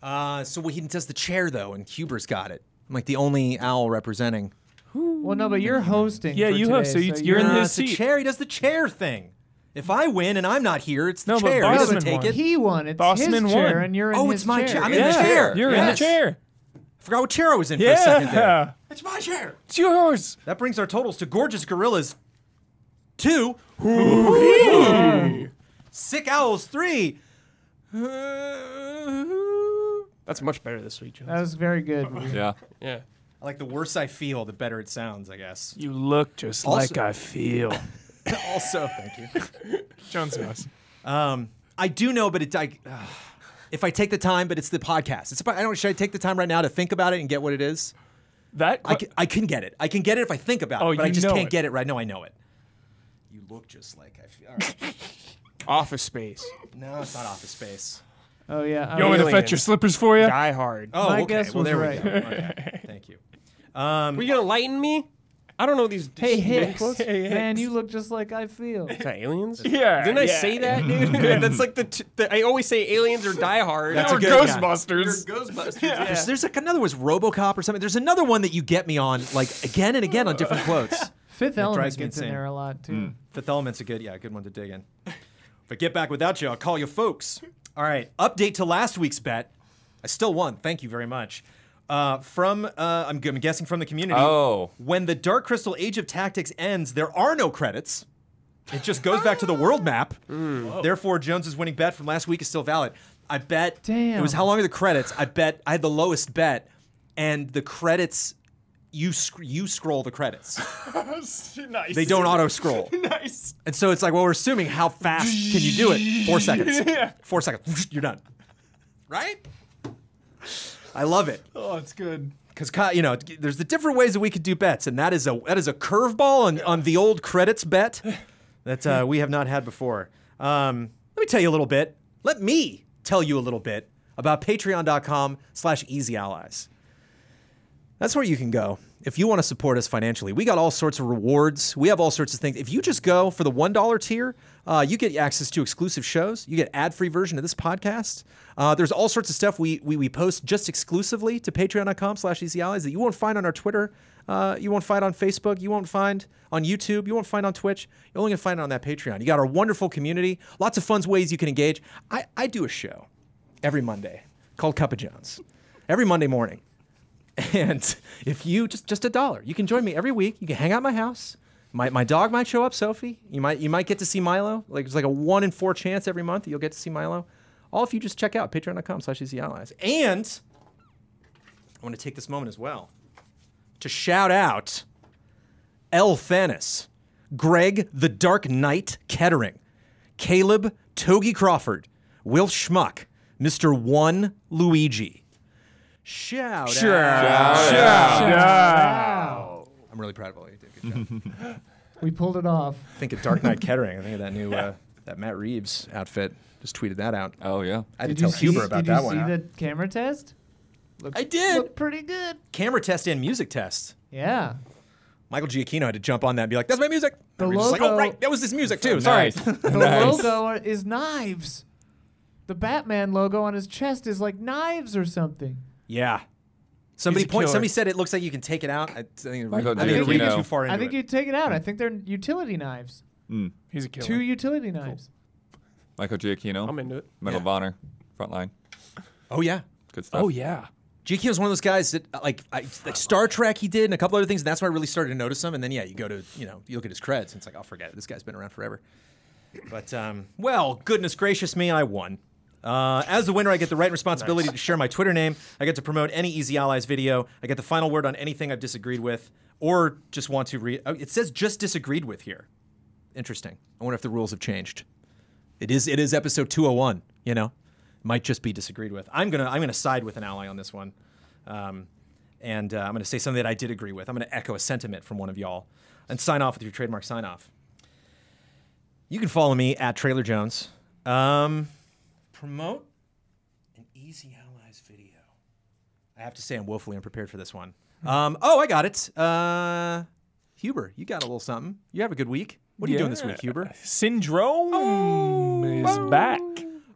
A: Uh, so he does the chair, though, and Cuber's got it. I'm like the only owl representing.
D: Well, no, but you're hosting.
C: Yeah,
D: for
C: you
D: today,
C: host, so you- you're in
A: Uh,
C: his
A: it's the
C: seat.
A: chair. He does the chair thing. If I win and I'm not here, it's the
C: No, but
A: chair. He doesn't
C: Bosman
A: take
C: won.
A: it.
D: He won. It's
C: Bossman
D: his chair,
C: won.
D: and you're in
A: Oh,
D: his
A: it's my chair. I'm in
D: Yeah.
A: the chair.
C: You're in the
A: Yes.
C: chair.
A: forgot what chair I was in for a second there.
C: Yeah.
A: It's my chair.
C: It's yours.
A: That brings our totals to Gorgeous Gorillas, two. Sick Owls, three. I
B: That's much better this week, John.
D: That was very good.
F: Yeah.
B: yeah.
A: like the worse I feel, the better it sounds, I guess.
C: You look just
A: Also- like
C: I feel.
A: also, thank you.
C: Jones knows.
A: Um, I do know, but it, I, ugh. if I take the time, but it's the podcast. It's about, I don't. Should I take the time right now to think about it and get what it is?
C: That
A: I can, I can get it. I can get it if I think about
C: Oh,
A: it, but
C: you
A: I just
C: know
A: can't
C: it.
A: get it right now. I know it. You look just like I feel. All right.
B: Office Space.
A: no, it's not Office Space.
D: Oh yeah.
C: you want me to
B: Aliens.
C: fetch your slippers for you?
B: Die Hard.
A: Oh,
D: My
A: okay.
D: guess
A: well,
D: was
A: there
D: right.
A: we go. Okay. Thank you.
B: Were you gonna lighten me? I don't know these.
D: Hey
B: these
D: Hicks,
B: books. Is
D: man, you look just like I feel.
B: that aliens?
C: Yeah,
B: Didn't I
C: yeah.
B: say that, dude? That's like the, t- the. I always say aliens or Die Hard.
A: That's
C: Or
A: a good-
C: Ghostbusters.
B: Ghostbusters.
A: There's, there's like another was RoboCop or something. There's another one that you get me on like again and again on different quotes.
D: Fifth Element
A: drives me
D: gets in
A: insane.
D: there a lot too.
C: Mm.
A: Fifth Element's a good, yeah, good one to dig in. If I get back without you, I'll call you folks. All right, update to last week's bet. I still won. Thank you very much. Uh, from uh, I'm, gu- I'm guessing from the community.
F: Oh.
A: When the Dark Crystal Age of Tactics ends, there are no credits. It just goes back to the world map. Therefore, Jones's winning bet from last week is still valid. I bet. It
D: Damn.
A: was how long are the credits? I bet I had the lowest bet, and the credits. You sc- you scroll the credits.
C: nice.
A: They don't auto scroll.
C: Nice.
A: And so it's like, well, we're assuming how fast can you do it? Four seconds. Four seconds. You're done. Right? I love it
C: Oh, it's good.
A: because you know there's the different ways that we could do bets, and that is a that is a curveball on, on the old credits bet that uh, we have not had before. Um, let me tell you a little bit. Let me tell you a little bit about Patreon.com/slash Easy Allies. That's where you can go if you want to support us financially. We got all sorts of rewards. We have all sorts of things. If you just go for the one dollar tier, uh, you get access to exclusive shows. You get ad-free version of this podcast. Uh, there's all sorts of stuff we we, we post just exclusively to Patreon.com/slash/EasyAllies that you won't find on our Twitter. Uh, you won't find on Facebook. You won't find on YouTube. You won't find on Twitch. You're only gonna find it on that Patreon. You got our wonderful community. Lots of fun ways you can engage. I I do a show every Monday called Cup of Jones. Every Monday morning. And if you just just a dollar, you can join me every week. You can hang out at my house. My, my dog might show up, Sophie. You might you might get to see Milo. Like it's like a one in four chance every month that you'll get to see Milo. All if you just check out patreon.com slash easy allies. And I want to take this moment as well to shout out El Fanis, Greg the Dark Knight Kettering, Caleb Togi Crawford, Will Schmuck, Mr. One Luigi. Shout out. I'm really proud of all you did. Good job.
D: We pulled it off.
A: I think of Dark Knight Kettering. I think of that new uh, that Matt Reeves outfit. Just tweeted that out.
F: Oh, yeah.
A: I had
D: Did
A: to
D: you
A: tell
D: see?
A: Huber about
D: did
A: that
D: you
A: one.
D: see the camera test? Looked,
A: I did.
D: Looked pretty good.
A: Camera test and music test.
D: Yeah.
A: Michael Giacchino had to jump on that and be like, "That's my music."
D: The
A: And we're just like, "Oh
D: logo-
A: right, that was this music too." Sorry.
F: Nice. Sorry.
D: The logo are- is knives. The Batman logo on his chest is like knives or something.
A: Yeah. Somebody
C: He's a
A: point.
C: killer.
A: Somebody said it looks like you can take it out. I think
F: Michael
A: I think you're reading
F: Giacchino.
A: too far into
D: I
A: it.
D: think
A: Hmm.
D: you take it out. I think they're utility knives.
C: He's a killer.
D: Two utility knives.
F: Michael Giacchino.
B: I'm into it.
F: Medal of Honor. Frontline.
A: oh yeah.
F: Good stuff.
C: oh yeah.
A: Giacchino's one of those guys that uh, like I, like Star Trek he did and a couple other things, and that's when I really started to notice him. And then yeah, you go to you know you look at his creds, and it's like, oh, forget it. This guy's been around forever. But um, well, goodness gracious me, I won. Uh, as the winner, I get the right and responsibility to share my Twitter name. I get to promote any Easy Allies video. I get the final word on anything I've disagreed with or just want to read. Oh, it says just disagreed with here. Interesting. I wonder if the rules have changed. It is it is episode 201, you know. Might just be disagreed with. I'm going to I'm going to side with an ally on this one. Um, and uh, I'm going to say something that I did agree with. I'm going to echo a sentiment from one of y'all and sign off with your trademark sign off. You can follow me at Trailer Jones. Um, promote an Easy Allies video. I have to say I'm woefully unprepared for this one. Um, oh, I got it. Uh, Huber, you got a little something. You have a good week. What are you doing this week, Huber? Oh.
C: Syndrome is back.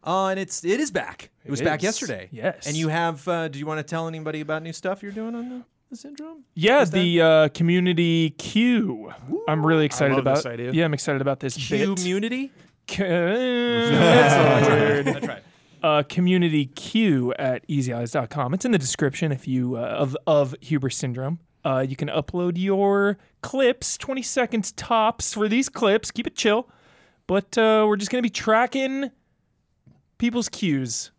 A: Uh, and it's it is back. It, was back
C: is.
A: yesterday.
C: Yes.
A: And you have. Uh, do you want to tell anybody about new stuff you're doing on the, the syndrome?
C: Yeah, the uh, community Q. am really excited
B: love
C: about.
B: this idea.
C: Yeah, I'm excited about this bit.
A: Community.
C: Cu- That's a word.
A: That's right.
C: uh, community Q at easyeyes.com. It's in the description if you uh, of of Huber syndrome. Uh, you can upload your clips, 20 seconds tops for these clips. Keep it chill, but uh, we're just gonna be tracking people's cues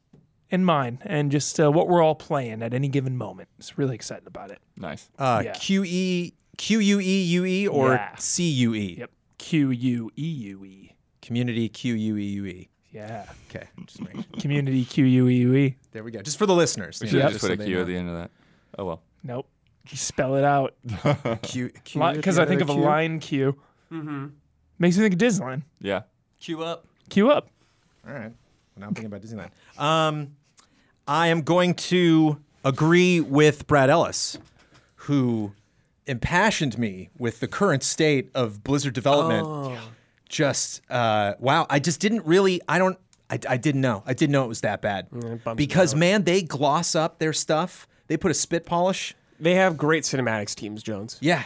C: and mine, and just uh, what we're all playing at any given moment. It's really excited about it.
F: Nice.
A: Uh,
C: Yeah.
A: Q E Q U E U E or
C: Yeah.
A: C U E.
C: Yep, Q U E U E.
A: Community Q U E U E.
C: Yeah,
A: Okay. Just make-
C: community Q U E U E.
A: there we go. Just for the listeners.
F: We
A: you
F: should
A: know,
F: have just put
A: so
F: a
A: they
F: Q
A: know.
F: at the end of that. Oh well.
C: Nope, you spell it out.
A: Q Q at the
C: because I
A: end
C: think of
A: the
C: a
A: Q.
C: line queue. Mm-hmm. Makes me think of Disneyland.
F: Yeah.
A: Q up.
C: Queue up.
A: All right. Well, now I'm thinking about Disneyland. Um, I am going to agree with Brad Ellis, who impassioned me with the current state of Blizzard development.
B: Oh.
A: Just uh, wow! I just didn't really. I don't. I, I didn't know. I didn't know it was that bad.
B: bums me
A: because man, they gloss up their stuff. They put a spit polish.
B: They have great cinematics teams, Jones.
A: Yeah.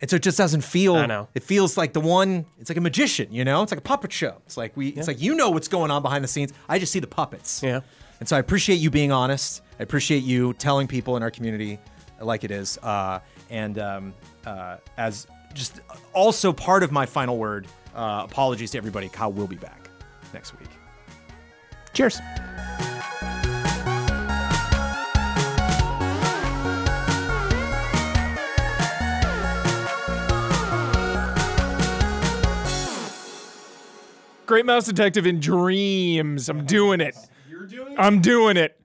A: And so it just doesn't feel.
B: I know.
A: It feels like the one. It's like a magician, you know. It's like a puppet show. It's like we. It's like you know what's going on behind the scenes. I just see the puppets.
B: Yeah.
A: And so I appreciate you being honest. I appreciate you telling people in our community like it is. Uh, and um, uh, as just also part of my final word, uh, apologies to everybody. Kyle will be back next week. Cheers.
C: Great Mouse Detective in Dreams. I'm doing it. You're doing it? I'm doing it.